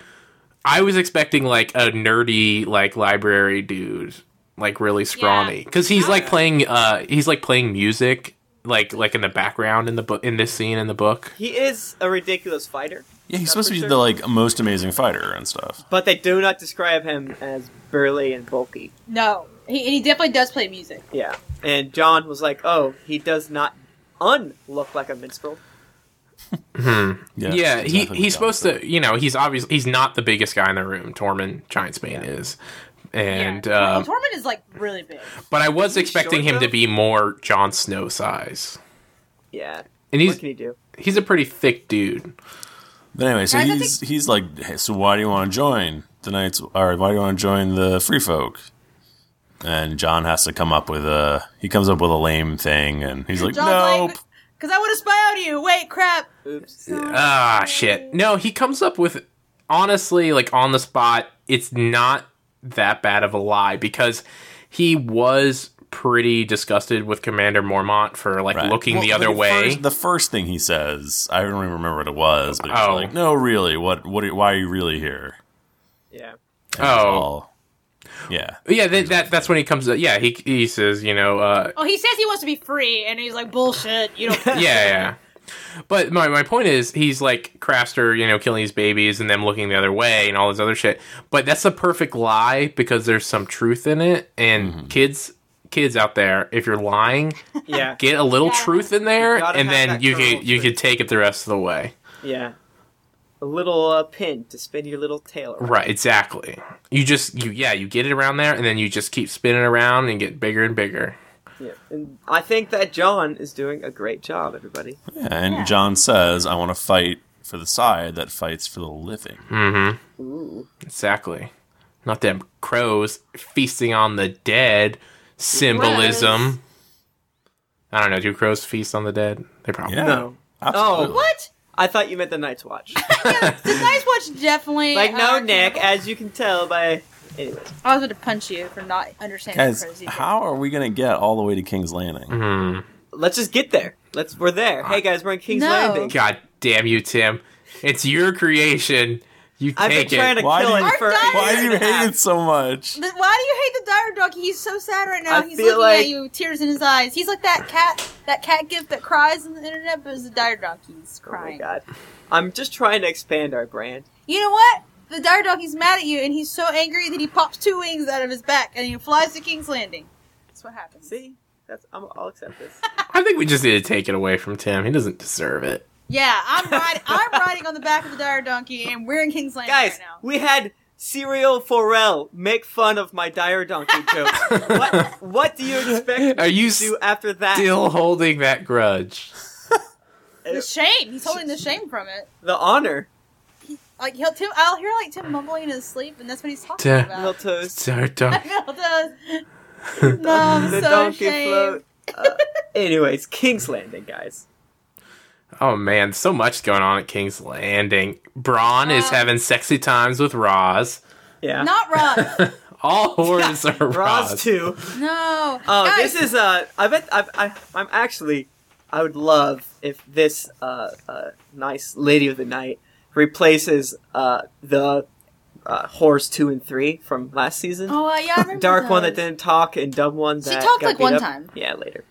Speaker 4: I was expecting like a nerdy like library dude, like really scrawny,
Speaker 1: Yeah.
Speaker 4: because he's like playing uh he's like playing music like like in the background in the book in this scene in the book.
Speaker 2: he is a ridiculous fighter,
Speaker 3: Yeah, he's
Speaker 2: That's
Speaker 3: supposed
Speaker 2: for
Speaker 3: to be
Speaker 2: sure.
Speaker 3: the like most amazing fighter and stuff.
Speaker 2: but they do not describe him as burly and bulky.
Speaker 1: No, he and he definitely does play music.
Speaker 2: Yeah. And John was like, oh, he does not un look like a minstrel.
Speaker 3: Yeah,
Speaker 4: yeah,
Speaker 3: that's
Speaker 4: he
Speaker 3: exactly
Speaker 4: he's
Speaker 3: what John
Speaker 4: supposed to you know he's obviously he's not the biggest guy in the room. Tormund Giantsbane is, and
Speaker 1: yeah.
Speaker 4: um,
Speaker 1: Tormund is like really big.
Speaker 4: but I was
Speaker 2: he
Speaker 4: expecting
Speaker 2: short,
Speaker 4: him to
Speaker 2: though?
Speaker 4: be more Jon Snow size,
Speaker 2: Yeah. What
Speaker 4: and he's
Speaker 2: can he do?
Speaker 4: he's a pretty thick dude.
Speaker 3: But anyway, so
Speaker 1: Guys, I
Speaker 3: he's he's like, hey, so why do you want to join the knights? Or why do you want to join the free folk? And John has to come up with a he comes up with a lame thing, and he's like, nope.
Speaker 1: Because I want to spy on you. Wait, crap.
Speaker 2: Oops.
Speaker 4: Ah, shit. No, he comes up with honestly, like on the spot. It's not that bad of a lie because he was pretty disgusted with Commander Mormont for like
Speaker 3: Right.
Speaker 4: looking
Speaker 3: Well,
Speaker 4: the other way.
Speaker 3: First, the first thing he says, I don't even remember what it was, but he's
Speaker 4: Oh.
Speaker 3: like, no, really, what, what? Are, you- why are you really here?
Speaker 2: Yeah.
Speaker 3: And it's
Speaker 4: Oh.
Speaker 3: all- yeah.
Speaker 4: yeah, that, that that's when he comes. Yeah, he he says, you know, uh,
Speaker 1: Oh, he says he wants to be free, and he's like, bullshit. You don't.
Speaker 4: yeah, yeah. But my, my point is, he's like Craster, you know, killing his babies and them looking the other way and all this other shit. But that's a perfect lie because there's some truth in it. And kids, kids out there, if you're lying,
Speaker 2: Yeah.
Speaker 4: get a little
Speaker 1: Yeah.
Speaker 4: truth in there,
Speaker 2: Gotta
Speaker 4: and
Speaker 2: have
Speaker 4: then
Speaker 2: that
Speaker 4: you
Speaker 2: kernel
Speaker 4: could you
Speaker 2: truth.
Speaker 4: could take it the rest of the way.
Speaker 2: Yeah. A little uh, pin to spin your little tail around.
Speaker 4: Right, exactly. You just you yeah, you get it around there, and then you just keep spinning around and get bigger and bigger.
Speaker 2: Yeah. And I think that John is doing a great job, everybody.
Speaker 3: Yeah, and John says, I want to fight for the side that fights for the living.
Speaker 4: Hmm. Exactly. Not them crows feasting on the dead symbolism. I don't know. Do crows feast on the dead? They probably.
Speaker 3: Yeah.
Speaker 2: No.
Speaker 3: absolutely.
Speaker 1: Oh, what?
Speaker 2: I thought you meant the Night's Watch.
Speaker 1: The Night's Watch definitely.
Speaker 2: like,
Speaker 1: uh,
Speaker 2: no, Nick, as you can tell by. Anyways.
Speaker 1: I was going to punch you for not understanding
Speaker 3: Guys,
Speaker 1: crazy.
Speaker 3: how are we going to get all the way to King's Landing?
Speaker 4: Mm-hmm. Hmm.
Speaker 2: Let's just get there. Let's. We're there. Hey, guys, we're in King's
Speaker 1: No.
Speaker 2: Landing.
Speaker 4: God damn you, Tim! It's your creation. You
Speaker 2: I've been
Speaker 4: take
Speaker 2: trying
Speaker 4: it.
Speaker 2: to
Speaker 3: Why
Speaker 2: kill
Speaker 3: do you-
Speaker 2: it for.
Speaker 1: Our
Speaker 3: Why do
Speaker 1: Iron
Speaker 3: you hate it so much?
Speaker 1: Th- Why do you hate the dire dog? He's so sad right now.
Speaker 2: I
Speaker 1: He's
Speaker 2: feel
Speaker 1: looking
Speaker 2: like-
Speaker 1: at you, with tears in his eyes. He's like that cat, that cat gift that cries on the internet, but it's a dire dog. He's
Speaker 2: Oh my
Speaker 1: crying.
Speaker 2: god. I'm just trying to expand our brand.
Speaker 1: you know what? The dire dog. He's mad at you, and he's so angry that he pops two wings out of his back, and he flies to King's Landing. That's what happens.
Speaker 2: See, that's I'm, I'll accept this.
Speaker 4: I think we just need to take it away from Tim. He doesn't deserve it.
Speaker 1: Yeah, I'm riding. I'm riding on the back of the dire donkey, and we're in King's Landing
Speaker 2: Guys,
Speaker 1: right now.
Speaker 2: we had Serial Forel make fun of my dire donkey joke. what What do you expect me
Speaker 4: Are you
Speaker 2: to do after that?
Speaker 4: still holding that grudge?
Speaker 2: uh,
Speaker 1: the shame. He's holding the shame from it.
Speaker 2: The honor,
Speaker 1: Like he'll Tim, I'll hear like Tim mumbling in his sleep, and that's what he's talking
Speaker 4: Duh.
Speaker 1: about.
Speaker 2: Miltos,
Speaker 4: Sorry, don't.
Speaker 1: Phil does. No, Oh, I'm
Speaker 2: the
Speaker 1: so
Speaker 2: donkey
Speaker 1: ashamed.
Speaker 2: float. Uh, anyways, King's Landing, guys.
Speaker 4: Oh man, so much going on at King's Landing. Braun is having sexy times with Roz.
Speaker 2: Yeah,
Speaker 1: Not rough.
Speaker 4: All horns are Roz.
Speaker 2: Roz too.
Speaker 1: No.
Speaker 2: Oh,
Speaker 1: Guys,
Speaker 2: this is uh, I bet I, I I'm actually I would love if this uh, uh nice lady of the night replaces uh the uh, horse two and three from last season.
Speaker 1: Oh, uh, yeah, I remember
Speaker 2: Dark one
Speaker 1: those.
Speaker 2: that didn't talk and dumb one
Speaker 1: She
Speaker 2: that
Speaker 1: talked,
Speaker 2: got
Speaker 1: like,
Speaker 2: beat
Speaker 1: one
Speaker 2: up.
Speaker 1: time.
Speaker 2: Yeah, later.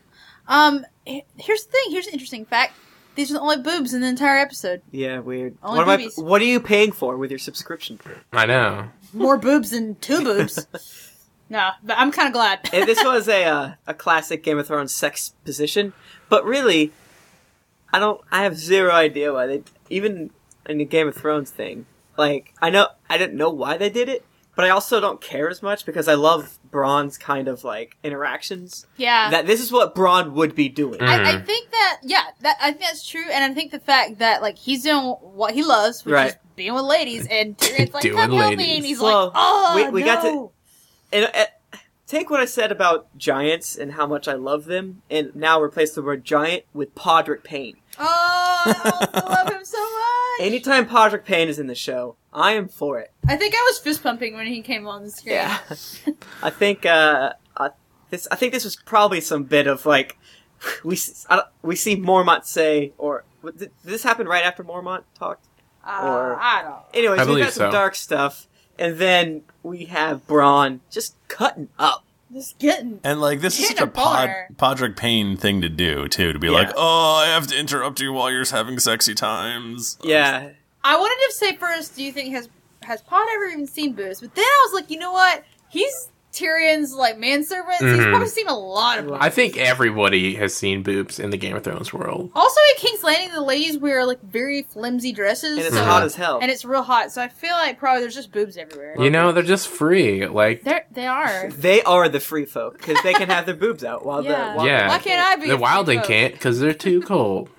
Speaker 1: Um, he- here's the thing. Here's an interesting fact. These are the only boobs in the entire episode.
Speaker 2: Yeah, weird.
Speaker 1: Only
Speaker 2: what am I?
Speaker 1: boobies.
Speaker 2: What are you paying for with your subscription?
Speaker 4: I know.
Speaker 1: More boobs than two boobs. no, but I'm kind of glad.
Speaker 2: And this was a uh, a classic Game of Thrones sex position, but really, I don't. I have zero idea why they even in the Game of Thrones thing. Like I know I didn't know why they did it, but I also don't care as much because I love Braun's kind of like interactions.
Speaker 1: yeah.
Speaker 2: That this is what Braun would be doing.
Speaker 1: I,
Speaker 4: Hmm.
Speaker 1: I think that yeah, that I think that's true, and I think the fact that like he's doing what he loves, which
Speaker 2: Right.
Speaker 1: is being with ladies, and Tyrion's like,
Speaker 4: Doing
Speaker 1: "Come help
Speaker 4: ladies.
Speaker 1: me," and he's
Speaker 2: Well,
Speaker 1: like, "Oh,
Speaker 2: we- we
Speaker 1: no.
Speaker 2: got to- and uh, take what I said about giants and how much I love them, and now replace the word giant with Podrick Payne.
Speaker 1: Oh, I also love him so much.
Speaker 2: Anytime Podrick Payne is in the show, I am for it.
Speaker 1: I think I was fist pumping when he came on the screen.
Speaker 2: I think uh, I, this. I think this was probably some bit of like we s- I don't- we see Mormont say or what- did this happened right after Mormont talked.
Speaker 1: Uh,
Speaker 2: Or-
Speaker 1: I don't.
Speaker 2: Anyways,
Speaker 4: I
Speaker 2: we
Speaker 4: believe
Speaker 2: got some
Speaker 4: so.
Speaker 2: dark stuff, and then we have Braun just cutting up.
Speaker 1: Just getting.
Speaker 3: And like this is
Speaker 1: Hit
Speaker 3: such a
Speaker 1: a
Speaker 3: pod,
Speaker 1: bar.
Speaker 3: Podrick Payne thing to do too, to be like,
Speaker 2: Yeah.
Speaker 3: oh, I have to interrupt you while you're having sexy times.
Speaker 2: Yeah,
Speaker 1: I wanted to say first, do you think has has Pod ever even seen Booze? But then I was like, you know what? He's Tyrion's like manservant. so He's
Speaker 4: Mhm.
Speaker 1: probably seen a lot of. Them.
Speaker 4: I think everybody has seen boobs in the Game of Thrones world.
Speaker 1: Also, at King's Landing, the ladies wear like very flimsy dresses,
Speaker 2: and it's
Speaker 1: so-
Speaker 2: hot as hell.
Speaker 1: and it's real hot. So I feel like probably there's just boobs everywhere.
Speaker 4: You know, they're just free. Like,
Speaker 1: They're, they are.
Speaker 2: they are the free folk because they can have their boobs out while
Speaker 1: Yeah.
Speaker 2: the while
Speaker 4: Yeah.
Speaker 1: Why can't I be?
Speaker 4: the
Speaker 1: a
Speaker 4: wildling
Speaker 1: freak?
Speaker 4: can't because they're too cold.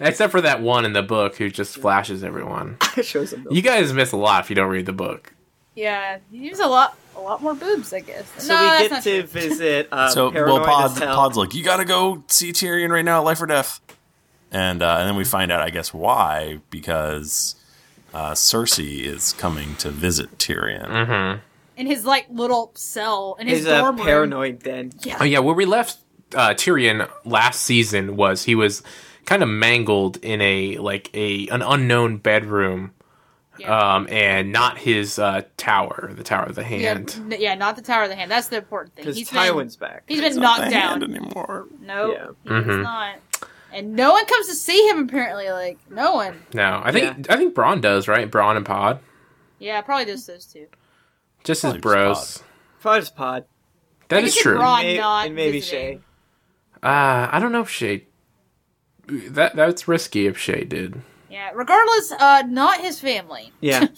Speaker 4: Except for that one in the book who just flashes everyone.
Speaker 2: shows them.
Speaker 4: You guys miss a lot if you don't read the book.
Speaker 1: Yeah, he needs a lot, a lot more boobs, I guess.
Speaker 2: So
Speaker 1: no,
Speaker 2: we
Speaker 1: that's
Speaker 2: get
Speaker 1: not
Speaker 2: to
Speaker 1: true.
Speaker 2: visit. Uh,
Speaker 3: So
Speaker 2: paranoid
Speaker 3: well, Pod,
Speaker 2: as hell.
Speaker 3: Pod's like, you gotta go see Tyrion right now, life or death. And uh, and then
Speaker 2: Mm-hmm.
Speaker 3: we find out, I guess, why because uh, Cersei is coming to visit Tyrion.
Speaker 2: Mm-hmm.
Speaker 1: in his like little cell in his
Speaker 2: is a
Speaker 1: dorm room.
Speaker 2: uh, paranoid then.
Speaker 1: Yeah.
Speaker 4: Oh yeah, where we left uh, Tyrion last season was he was kind of mangled in a like a an unknown bedroom,
Speaker 1: Yeah.
Speaker 4: um, and not his uh, tower, the Tower of the
Speaker 1: yeah,
Speaker 4: Hand.
Speaker 1: n- yeah, not the Tower of the Hand. That's the important thing.
Speaker 2: Because
Speaker 1: He's
Speaker 2: Tywin's back.
Speaker 1: been, he's been
Speaker 3: It's not
Speaker 1: knocked
Speaker 3: the hand
Speaker 1: down.
Speaker 3: anymore.
Speaker 1: No,
Speaker 2: Yeah.
Speaker 1: he's
Speaker 4: Mm-hmm.
Speaker 1: not. And no one comes to see him. Apparently, like no one.
Speaker 4: No, I think I think Braun does right. Braun and Pod,
Speaker 1: Yeah, probably just those two.
Speaker 4: just his
Speaker 3: Probably just
Speaker 4: bros.
Speaker 2: Probably just Pod.
Speaker 4: That
Speaker 1: I
Speaker 4: is
Speaker 1: could see
Speaker 4: true.
Speaker 1: Bronn
Speaker 2: May-
Speaker 1: not
Speaker 2: and maybe
Speaker 1: visiting.
Speaker 2: Shay.
Speaker 4: Uh, I don't know if Shay. That that's risky if Shay did.
Speaker 1: Yeah. Regardless, uh, not his family,
Speaker 2: Yeah.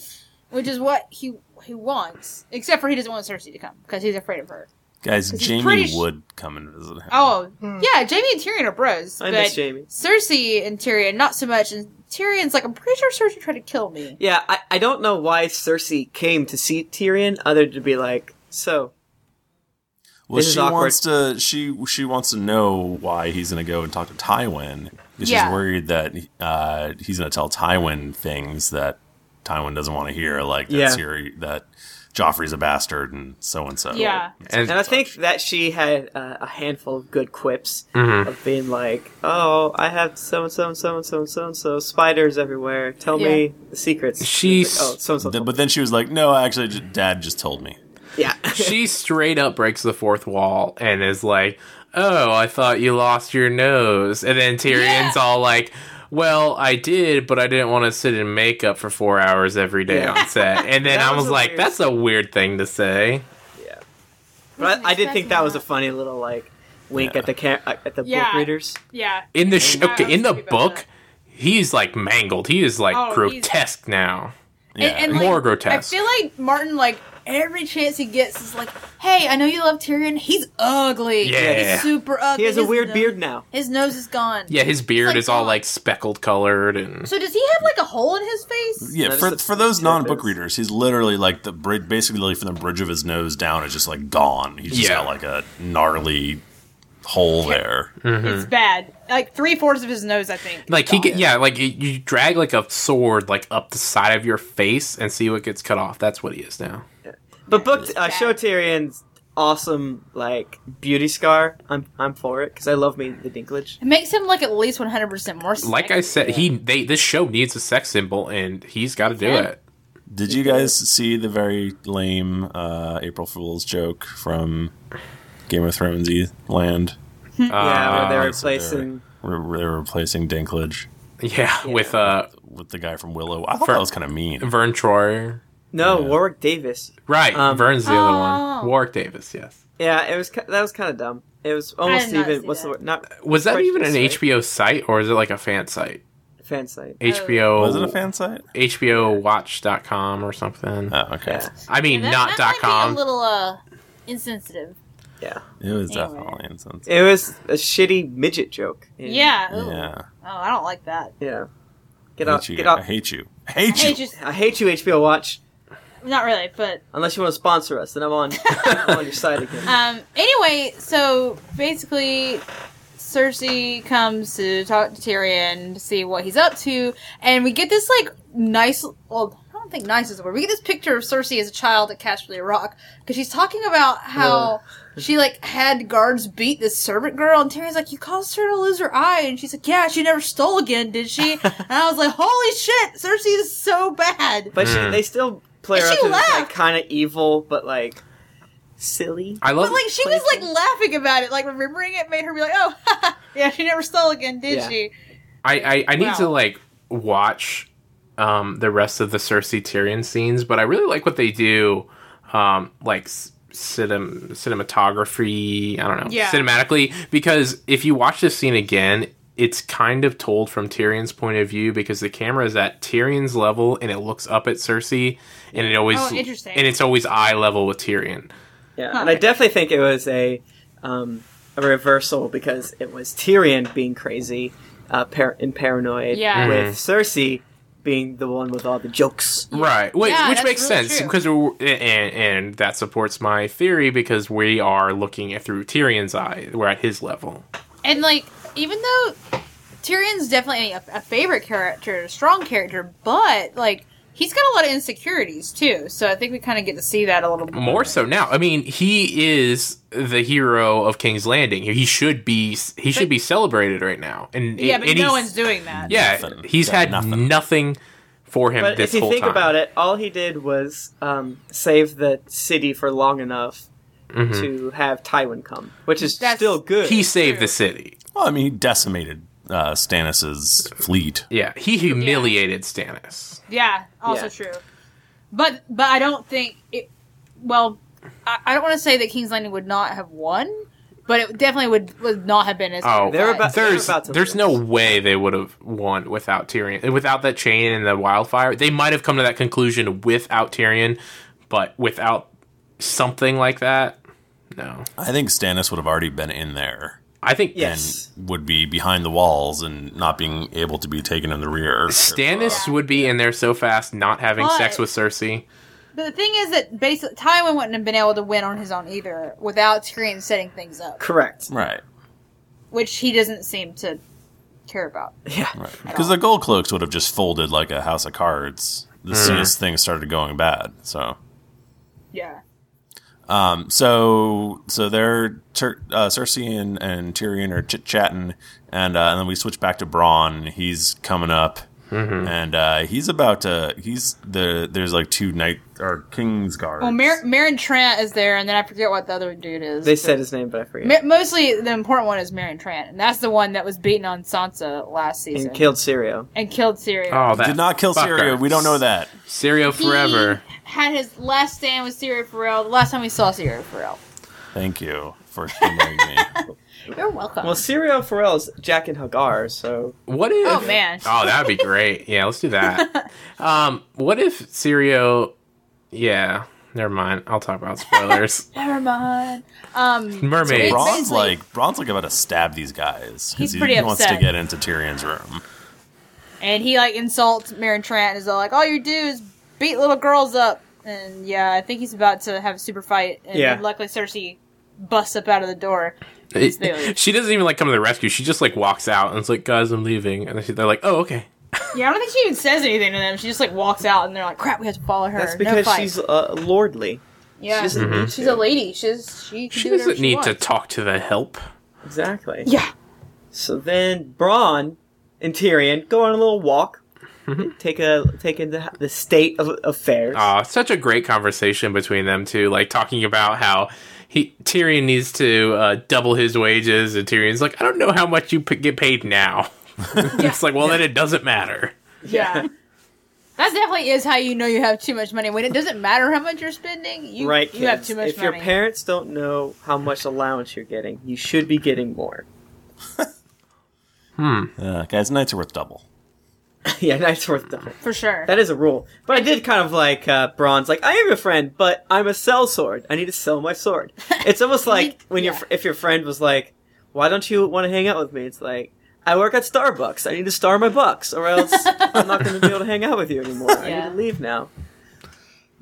Speaker 1: which is what he he wants. Except for he doesn't want Cersei to come because he's afraid of her.
Speaker 3: Guys,
Speaker 1: he's
Speaker 3: Jamie
Speaker 1: pretty sh-
Speaker 3: would come and visit him.
Speaker 1: Oh, yeah, Jamie and Tyrion are bros.
Speaker 2: Hmm. I
Speaker 1: but
Speaker 2: miss Jamie.
Speaker 1: Cersei and Tyrion, not so much. And Tyrion's like, I'm pretty sure Cersei tried to kill me.
Speaker 2: yeah, I, I don't know why Cersei came to see Tyrion other than to be like, so.
Speaker 3: well,
Speaker 2: this is
Speaker 3: she
Speaker 2: awkward.
Speaker 3: wants to she she wants to know why he's gonna go and talk to Tywin because
Speaker 1: Yeah.
Speaker 3: she's worried that uh, he's gonna tell Tywin things that Tywin doesn't want to hear, like that
Speaker 2: Yeah.
Speaker 3: Tyr- that Joffrey's a bastard and so and so.
Speaker 1: Yeah.
Speaker 4: And,
Speaker 2: And I think that she had uh, a handful of good quips of being like, oh, I have so and so and so and so and so and so spiders everywhere. Tell me
Speaker 1: Yeah.
Speaker 2: the secrets.
Speaker 4: She's-
Speaker 2: Like, oh, so and so.
Speaker 3: Th- But then she was like, "No, actually, j- Dad just told me."
Speaker 2: Yeah.
Speaker 4: she straight up breaks the fourth wall and is like, "Oh, I thought you lost your nose." And then Tyrion's
Speaker 1: Yeah.
Speaker 4: all like, "Well, I did, but I didn't want to sit in makeup for 4 hours every day
Speaker 2: Yeah.
Speaker 4: on set." And then
Speaker 2: That
Speaker 4: I
Speaker 2: was
Speaker 4: was
Speaker 2: a
Speaker 4: like,
Speaker 2: weird-
Speaker 4: "That's a weird thing to say."
Speaker 2: yeah. But I, I did think that was a funny little, like, wink at the ca- at the book
Speaker 1: Yeah.
Speaker 2: readers.
Speaker 1: Yeah.
Speaker 4: In the sh-
Speaker 1: Yeah, I
Speaker 4: okay,
Speaker 1: was
Speaker 4: in the
Speaker 1: thinking about
Speaker 4: book,
Speaker 1: that.
Speaker 4: he's like mangled. He is like
Speaker 1: Oh, he's-
Speaker 4: grotesque now.
Speaker 3: Yeah.
Speaker 4: More grotesque.
Speaker 1: I feel like Martin, like, every chance he gets is like, hey, I know you love Tyrion. He's ugly.
Speaker 4: Yeah.
Speaker 1: He's super ugly.
Speaker 2: He has a
Speaker 1: His
Speaker 2: weird
Speaker 1: nose-
Speaker 2: beard now.
Speaker 1: His nose is gone.
Speaker 4: Yeah, his beard
Speaker 1: like
Speaker 4: is all
Speaker 1: gone.
Speaker 4: like speckled colored and
Speaker 1: So does he have, like, a hole in his face?
Speaker 3: yeah,
Speaker 2: That is
Speaker 3: for
Speaker 2: the-
Speaker 3: for those
Speaker 2: the
Speaker 3: non book
Speaker 2: purpose.
Speaker 3: readers, he's literally like the bridge, basically from the bridge of his nose down is just like gone. He's just
Speaker 4: Yeah.
Speaker 3: got like a gnarly hole there.
Speaker 1: It's bad. Like, three fourths of his nose, I think.
Speaker 4: like he get, yeah, like you- you drag like a sword like up the side of your face and see what gets cut off. That's what he is now.
Speaker 2: But book uh,
Speaker 1: bad.
Speaker 2: show Tyrion's awesome like beauty scar. I'm I'm for it because I love me the Dinklage.
Speaker 1: It makes him, like, at least 100% more sexy.
Speaker 4: Like I said, he they this show needs a sex symbol, and he's got to do
Speaker 1: Yeah.
Speaker 4: it.
Speaker 3: Did you guys see the very lame uh, April Fool's joke from Game of Thronesy land?
Speaker 2: yeah,
Speaker 4: Ah,
Speaker 2: where they're
Speaker 3: Uh, so
Speaker 2: replacing.
Speaker 3: Re- re- They're replacing Dinklage
Speaker 4: Yeah, with uh,
Speaker 3: with the guy from Willow. I thought that was kind of mean.
Speaker 4: Vern Troyer.
Speaker 2: No, Warwick Davis.
Speaker 4: Right,
Speaker 2: Um,
Speaker 4: Vern's the other
Speaker 1: Oh.
Speaker 4: one. Warwick Davis, yes.
Speaker 2: Yeah, it was ki- that was kind of dumb. It was almost
Speaker 1: did not
Speaker 2: even
Speaker 1: see
Speaker 2: what's the
Speaker 1: that.
Speaker 2: word? Not
Speaker 4: Was that even an
Speaker 2: prejudice,
Speaker 4: HBO site or is it like a fan site?
Speaker 2: right? fan site?
Speaker 1: Uh,
Speaker 4: HBO
Speaker 3: Was it a fan site?
Speaker 4: HBO Watch.com or something.
Speaker 3: Oh, okay.
Speaker 2: Yeah,
Speaker 4: I mean,
Speaker 1: That-
Speaker 4: not
Speaker 1: that
Speaker 4: dot
Speaker 1: might be
Speaker 4: com.
Speaker 1: a little, uh, insensitive.
Speaker 2: yeah.
Speaker 3: It was
Speaker 1: Anyway.
Speaker 3: definitely insensitive.
Speaker 2: It was a shitty midget joke.
Speaker 1: Yeah. ooh.
Speaker 3: Yeah.
Speaker 1: Oh, I don't like that.
Speaker 2: yeah. Get
Speaker 3: I
Speaker 2: out!
Speaker 3: hate you.
Speaker 2: Get
Speaker 3: I
Speaker 2: out!
Speaker 3: hate you. Hate
Speaker 1: Hey,
Speaker 3: you.
Speaker 1: just
Speaker 2: I hate you, HBO Watch.
Speaker 1: not really, but
Speaker 2: Unless you want to sponsor us, then I'm on, I'm on your side again.
Speaker 1: um. Anyway, so basically, Cersei comes to talk to Tyrion to see what he's up to, and we get this like nice. Well, I don't think nice is the word. We get this picture of Cersei as a child at Casterly Rock because she's talking about how. She like had guards beat this servant girl, and Tyrion's like, "You caused her to lose her eye," and she's like, "Yeah, she never stole again, did she?" and I was like, "Holy shit, Cersei is so bad."
Speaker 2: But she, they still play her
Speaker 1: And
Speaker 2: up
Speaker 1: she
Speaker 2: to this, like
Speaker 1: left.
Speaker 2: kind of evil, but like silly.
Speaker 4: I love
Speaker 1: But like she was like laughing about it, like remembering it made her be like, "Oh, yeah, she never stole again, did
Speaker 2: Yeah.
Speaker 1: she?"
Speaker 4: I, I, I need to
Speaker 1: Wow.
Speaker 4: like watch um, the rest of the Cersei Tyrion scenes, but I really like what they do, um, like s- cinem- cinematography. I don't know,
Speaker 1: Yeah.
Speaker 4: cinematically, because if you watch this scene again, it's kind of told from Tyrion's point of view because the camera is at Tyrion's level and it looks up at Cersei, and it always
Speaker 1: Oh, interesting.
Speaker 4: and it's always eye level with Tyrion.
Speaker 2: Yeah,
Speaker 1: Huh.
Speaker 2: and I definitely think it was a um, a reversal because it was Tyrion being crazy uh, par- and paranoid,
Speaker 1: Yeah.
Speaker 2: with Cersei being the one with all the jokes.
Speaker 4: Right. Wait,
Speaker 1: Yeah,
Speaker 4: which
Speaker 1: that's
Speaker 4: makes
Speaker 1: really
Speaker 4: sense
Speaker 1: true.
Speaker 4: because we're, and and that supports my theory because we are looking at through Tyrion's eye. We're at his level.
Speaker 1: And like, even though Tyrion's definitely a, a favorite character, a strong character, but like he's got a lot of insecurities too. So I think we kind of get to see that a little bit
Speaker 4: More so now. I mean, he is the hero of King's Landing. He should be he should be celebrated right now. And
Speaker 1: Yeah, but
Speaker 4: and
Speaker 1: no
Speaker 4: he's-
Speaker 1: one's doing that.
Speaker 4: Yeah,
Speaker 3: Nothing.
Speaker 4: he's
Speaker 3: Yeah,
Speaker 4: had
Speaker 3: nothing.
Speaker 4: nothing. for him
Speaker 2: But
Speaker 4: this
Speaker 2: if you
Speaker 4: whole
Speaker 2: think
Speaker 4: time.
Speaker 2: about it, all he did was um, save the city for long enough to have Tywin come, which is
Speaker 1: That's-
Speaker 2: still good.
Speaker 4: he saved the city.
Speaker 3: Well, I mean, he decimated uh, Stannis's fleet.
Speaker 4: Yeah, he humiliated Stannis.
Speaker 1: Yeah, also
Speaker 2: Yeah.
Speaker 1: true. But but I don't think it. Well, I, I don't want to say that King's Landing would not have won, but it definitely would would not have been as.
Speaker 4: Oh,
Speaker 2: They're about- they're
Speaker 4: there's
Speaker 2: about to
Speaker 4: there's
Speaker 2: lose.
Speaker 4: no way they would have won without Tyrion, without that chain and the wildfire. They might have come to that conclusion without Tyrion, but without something like that, no.
Speaker 3: I think Stannis would have already been in there
Speaker 4: I think
Speaker 2: yes,
Speaker 3: and would be behind the walls and not being able to be taken in the rear.
Speaker 4: Stannis would be in there so fast, not having sex
Speaker 1: But-
Speaker 4: with Cersei.
Speaker 1: But the thing is that basically Tywin wouldn't have been able to win on his own either without Tyrion setting things up,
Speaker 2: correct.
Speaker 3: Right.
Speaker 1: which he doesn't seem to care about.
Speaker 2: Yeah,
Speaker 3: Right. Because the gold cloaks would have just folded like a house of cards as soon as things started going bad. So,
Speaker 1: Yeah.
Speaker 3: um, so, so they're Cer- uh, Cersei and, and Tyrion are chit chatting, and uh, and then we switch back to Braun. He's coming up, and uh, he's about to. He's the there's like two knight or king's guards.
Speaker 1: Well, Mar- Marin Trant is there, and then I forget what the other dude is.
Speaker 2: they said his name, but I forget.
Speaker 1: Ma- mostly the important one is Marin Trant, and that's the one that was beaten on Sansa last season
Speaker 2: and killed Sirio.
Speaker 1: and killed Tyrion.
Speaker 4: Oh, that
Speaker 3: did not kill
Speaker 4: fucker.
Speaker 3: Syria. We don't know that.
Speaker 4: Syrio
Speaker 1: He
Speaker 4: forever.
Speaker 1: had his last stand with Syria Pharrell. The last time we saw Syria Pharrell.
Speaker 3: Thank you for humoring me.
Speaker 1: You're welcome.
Speaker 2: Well, Sirio Pharrell's Jack and Hagar, so
Speaker 4: What if?
Speaker 1: Oh, man.
Speaker 4: Oh, that'd be great. Yeah, let's do that. Um, what if Syrio? Yeah, never mind. I'll talk about spoilers.
Speaker 1: Never mind. Um,
Speaker 4: Mermaids.
Speaker 1: Bronn-
Speaker 3: Braun's
Speaker 1: basically-
Speaker 3: like Braun's like about to stab these guys. 'cause
Speaker 1: He's
Speaker 3: he
Speaker 1: pretty
Speaker 3: wants
Speaker 1: upset.
Speaker 3: to get into Tyrion's room.
Speaker 1: and he like insults Marin Trant and is all like, "All you do is beat little girls up." And yeah, I think he's about to have a super fight. And
Speaker 2: Yeah.
Speaker 1: luckily, Cersei busts up out of the door.
Speaker 4: It- she doesn't even like come to the rescue. She just like walks out and it's like, guys, I'm leaving. And they're like, oh, okay.
Speaker 1: Yeah, I don't think she even says anything to them. She just like walks out, and they're like, "Crap, we have to follow her."
Speaker 2: that's
Speaker 1: No
Speaker 2: because
Speaker 1: fight."
Speaker 2: she's uh, lordly.
Speaker 1: yeah,
Speaker 2: She doesn't need
Speaker 1: she's
Speaker 2: to.
Speaker 1: a lady. She's she. Can
Speaker 4: She
Speaker 1: do whatever
Speaker 4: doesn't need to
Speaker 1: wants.
Speaker 4: talk to the help.
Speaker 2: Exactly.
Speaker 1: Yeah,
Speaker 2: So then Braun and Tyrion go on a little walk, take a take in the, the state of affairs.
Speaker 4: Uh, such a great conversation between them two, like talking about how he Tyrion needs to uh, double his wages, and Tyrion's like, I don't know how much you p- get paid now. it's like, well, then it doesn't matter.
Speaker 1: yeah. That definitely is how you know you have too much money. When it doesn't matter how much you're spending, you
Speaker 2: right,
Speaker 1: you have
Speaker 2: kids?
Speaker 1: too much
Speaker 2: if
Speaker 1: money.
Speaker 2: your parents don't know how much allowance you're getting, you should be getting more.
Speaker 3: Uh, guys, knights are worth double.
Speaker 2: yeah, that's worth double.
Speaker 1: for sure.
Speaker 2: That is a rule. But I did kind of like uh, Braun's like, I am your friend, but I'm a sell sword. I need to sell my sword. It's almost like when your
Speaker 1: Yeah.
Speaker 2: if your friend was like, Why don't you want to hang out with me? It's like, I work at Starbucks. I need to star my bucks, or else I'm not going to be able to hang out with you anymore. I
Speaker 1: Yeah.
Speaker 2: need to leave now.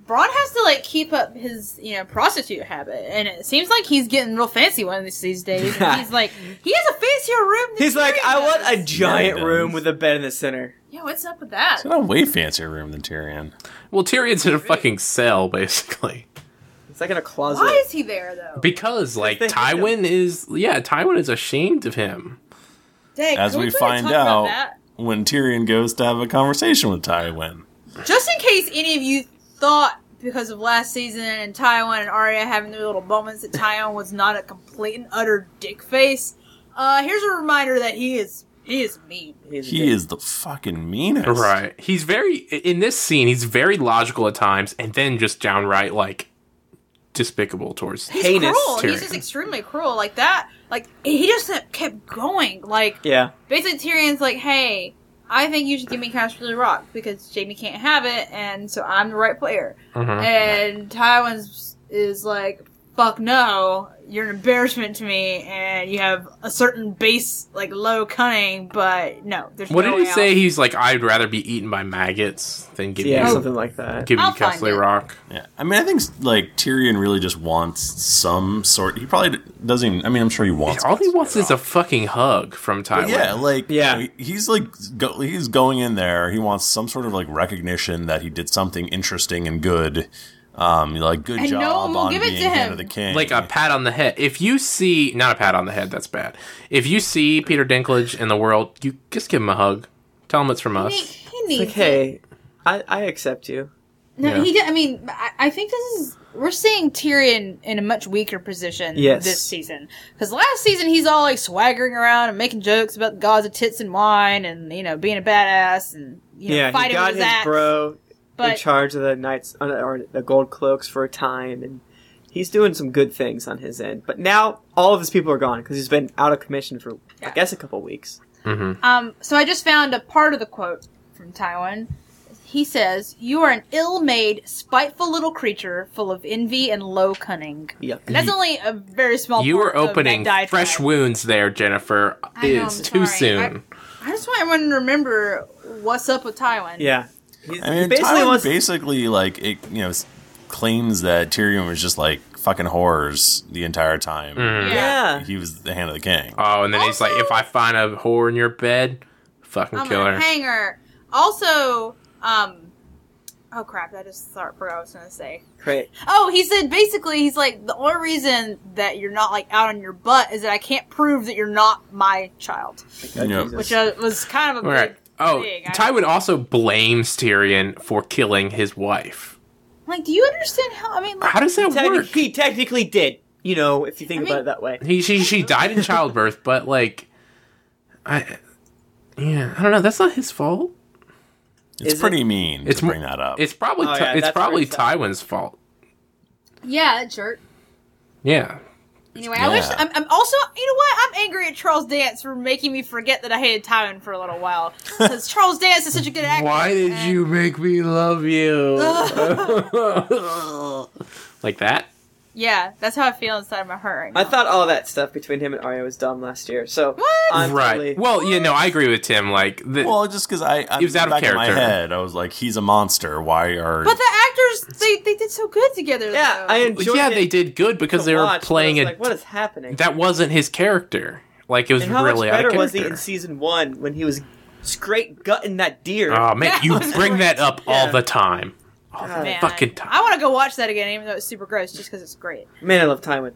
Speaker 1: Braun has to like keep up his you know prostitute habit, and it seems like he's getting real fancy one of these, these days. And he's like, he has a fancier room. Than
Speaker 2: He's like,
Speaker 1: Tyrion
Speaker 2: I want a
Speaker 1: does."
Speaker 2: giant
Speaker 3: Yeah, he
Speaker 2: room
Speaker 3: does.
Speaker 2: with a bed in the center.
Speaker 1: yeah, what's up with that?
Speaker 3: It's not a way fancier room than Tyrion.
Speaker 4: Well, Tyrion's in a fucking cell, basically.
Speaker 2: It's like in a closet.
Speaker 1: Why is he there though?
Speaker 4: Because, like,
Speaker 2: they hate him.
Speaker 4: Tywin is, yeah, Tywin is ashamed of him.
Speaker 1: Dang,
Speaker 3: As
Speaker 1: can
Speaker 3: we
Speaker 1: please
Speaker 3: find
Speaker 1: talk about
Speaker 3: out
Speaker 1: that?
Speaker 3: when Tyrion goes to have a conversation with Tywin.
Speaker 1: just in case any of you thought because of last season and Tywin and Arya having their little moments that Tywin was not a complete and utter dick face, uh, here's a reminder that he is he is mean.
Speaker 2: He's a
Speaker 3: He
Speaker 2: dick.
Speaker 3: is the fucking meanest.
Speaker 4: Right. He's very, in this scene, he's very logical at times and then just downright, like, despicable towards.
Speaker 1: He's
Speaker 2: Heinous
Speaker 1: cruel.
Speaker 4: Tyrion.
Speaker 1: He's just extremely cruel. Like that. Like he just kept going. Like
Speaker 2: Yeah.
Speaker 1: basically Tyrion's like, hey, I think you should give me Cash for the Rock because Jamie can't have it, and so I'm the right player.
Speaker 4: Mhm.
Speaker 1: And Tywin's is like, fuck no, you're an embarrassment to me, and you have a certain base, like low cunning, but no, there's
Speaker 4: What
Speaker 1: no
Speaker 4: did
Speaker 1: way
Speaker 4: he
Speaker 1: out.
Speaker 4: say? He's like, I'd rather be eaten by maggots than give
Speaker 1: Oh.
Speaker 2: Yeah,
Speaker 4: you,
Speaker 2: something like that.
Speaker 4: give you
Speaker 1: I'll find
Speaker 4: Castle
Speaker 1: it.
Speaker 4: Rock.
Speaker 3: Yeah. I mean, I think like Tyrion really just wants some sort. He probably doesn't. Even, I mean, I'm sure he wants.
Speaker 4: All he wants is a
Speaker 3: Rock.
Speaker 4: fucking hug from Tywin.
Speaker 3: Yeah, like
Speaker 2: Yeah.
Speaker 3: he- he's like go, he's going in there. He wants some sort of like recognition that he did something interesting and good. Um, like good
Speaker 1: And no
Speaker 3: job
Speaker 1: one will
Speaker 3: on
Speaker 1: give it
Speaker 3: being
Speaker 1: to
Speaker 3: hand
Speaker 1: him.
Speaker 3: of the king.
Speaker 4: like a pat on the head. If you see not a pat on the head, that's bad. If you see Peter Dinklage in the world, you just give him a hug. Tell him it's from
Speaker 1: He,
Speaker 4: us.
Speaker 1: he needs
Speaker 2: Like,
Speaker 1: it.
Speaker 2: hey, I, I accept you.
Speaker 1: No,
Speaker 4: Yeah.
Speaker 1: he did. I mean, I, I think this is we're seeing Tyrion in a much weaker position
Speaker 2: Yes.
Speaker 1: this season because last season he's all like swaggering around and making jokes about the gods of tits and wine and you know being a badass and you know,
Speaker 2: yeah,
Speaker 1: fighting
Speaker 2: he got
Speaker 1: with
Speaker 2: his
Speaker 1: his axe.
Speaker 2: bro in
Speaker 1: but
Speaker 2: charge of the knights uh, or the gold cloaks for a time, and he's doing some good things on his end. But now all of his people are gone because he's been out of commission for, I
Speaker 1: Yeah.
Speaker 2: guess, a couple weeks.
Speaker 1: um, so I just found a part of the quote from Tywin. He says, "You are an ill-made, spiteful little creature, full of envy and low cunning."
Speaker 2: Yuck.
Speaker 1: And that's only a very small.
Speaker 4: You
Speaker 1: part
Speaker 4: were
Speaker 1: of that
Speaker 4: opening
Speaker 1: diatribe.
Speaker 4: fresh wounds there, Jennifer.
Speaker 1: I know, I'm
Speaker 4: It's too
Speaker 1: sorry.
Speaker 4: soon.
Speaker 1: I just want everyone to remember what's up with Tywin.
Speaker 2: Yeah. He's,
Speaker 3: I mean,
Speaker 2: he basically
Speaker 3: Tywin
Speaker 2: wants.
Speaker 3: basically like it, you know s- claims that Tyrion was just like fucking whores the entire time.
Speaker 4: Mm-hmm.
Speaker 2: yeah.
Speaker 3: He was the hand of the king.
Speaker 4: oh, and then he's like,
Speaker 1: Also-
Speaker 4: if I find a whore in your bed, fucking
Speaker 1: I'm
Speaker 4: kill her.
Speaker 1: gonna hang her. Also, um, oh crap, I just thought forgot what I was gonna say.
Speaker 2: Great.
Speaker 1: Oh, he said basically he's like the only reason that you're not like out on your butt is that I can't prove that you're not my child,
Speaker 3: Yeah.
Speaker 1: which uh, was kind of a
Speaker 4: All right.
Speaker 1: big.
Speaker 4: Oh,
Speaker 1: thing. I-
Speaker 4: Tywin also blames Tyrion for killing his wife.
Speaker 1: Like, do you understand how? I mean, like,
Speaker 4: How does that
Speaker 2: Techni-
Speaker 4: work?
Speaker 2: he technically did, you know, if you think
Speaker 1: I
Speaker 2: about
Speaker 1: mean-
Speaker 2: it that way.
Speaker 4: He she she died in childbirth, but like, I yeah, I don't know. That's not his fault.
Speaker 3: It's
Speaker 2: Is
Speaker 3: pretty
Speaker 2: it-
Speaker 3: mean
Speaker 4: It's
Speaker 3: to
Speaker 4: mo-
Speaker 3: bring that up.
Speaker 4: It's probably
Speaker 2: Oh,
Speaker 4: Ty
Speaker 2: yeah,
Speaker 4: it's
Speaker 2: that's
Speaker 4: probably
Speaker 2: very sad.
Speaker 4: Tywin's fault.
Speaker 1: yeah, that jerk.
Speaker 4: Yeah.
Speaker 1: Anyway, I wish
Speaker 3: Yeah.
Speaker 1: I'm, I'm also you know what I'm angry at Charles Dance for making me forget that I hated Tywin for a little while because Charles Dance is such a good actor. and-
Speaker 4: make me love you?
Speaker 3: Uh,
Speaker 4: like that?
Speaker 1: Yeah, that's how I feel inside my heart. Right now.
Speaker 2: I thought all that stuff between him and Arya was dumb last year. So
Speaker 1: What?
Speaker 2: I'm
Speaker 4: right.
Speaker 2: totally-
Speaker 4: Well, you know, I agree with Tim. Like, the,
Speaker 3: well, just because I, I
Speaker 4: He was out of
Speaker 3: back In my
Speaker 4: character.
Speaker 3: head, I was like, he's a monster. Why are
Speaker 1: But the actors, they, they did so good together.
Speaker 2: yeah,
Speaker 1: though.
Speaker 2: I enjoyed.
Speaker 4: yeah,
Speaker 2: it
Speaker 4: they did good
Speaker 2: to
Speaker 4: because they were
Speaker 2: watch, but I
Speaker 4: playing
Speaker 2: was
Speaker 4: it.
Speaker 2: Like, what is happening?
Speaker 4: that wasn't his character. Like, it was
Speaker 2: and how
Speaker 4: really
Speaker 2: much
Speaker 4: out
Speaker 2: better
Speaker 4: of character.
Speaker 2: was he in season one when he was straight gutting that deer?
Speaker 4: oh man, you
Speaker 1: That was
Speaker 4: bring
Speaker 1: great. Oh,
Speaker 4: that up all
Speaker 2: Yeah.
Speaker 4: the time. All the
Speaker 1: Man,
Speaker 4: fucking
Speaker 1: I
Speaker 4: time.
Speaker 1: want to go watch that again, even though it's super gross, just because it's great.
Speaker 2: Man, I love Tywin.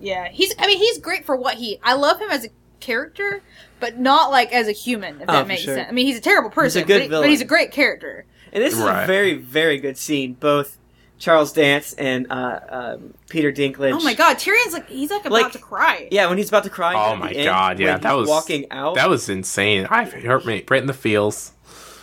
Speaker 1: Yeah, he's. I mean, he's great for what he. I love him as a character, but not like as a human. If
Speaker 2: Oh,
Speaker 1: that
Speaker 2: for
Speaker 1: makes
Speaker 2: sure.
Speaker 1: sense. I mean, he's a terrible person,
Speaker 2: good
Speaker 1: but, he- but
Speaker 2: villain.
Speaker 1: he's a great character.
Speaker 2: And this is
Speaker 4: Right.
Speaker 2: a very, very good scene. Both Charles Dance and uh, um, Peter Dinklage.
Speaker 1: Oh my god, Tyrion's like he's like about
Speaker 2: Like-
Speaker 1: to cry.
Speaker 2: Yeah, when he's about to cry.
Speaker 4: Oh
Speaker 2: at the
Speaker 4: my
Speaker 2: end,
Speaker 4: god, yeah,
Speaker 2: when
Speaker 4: that
Speaker 2: he's
Speaker 4: was
Speaker 2: walking out.
Speaker 4: That was insane. I it hurt me right in the feels.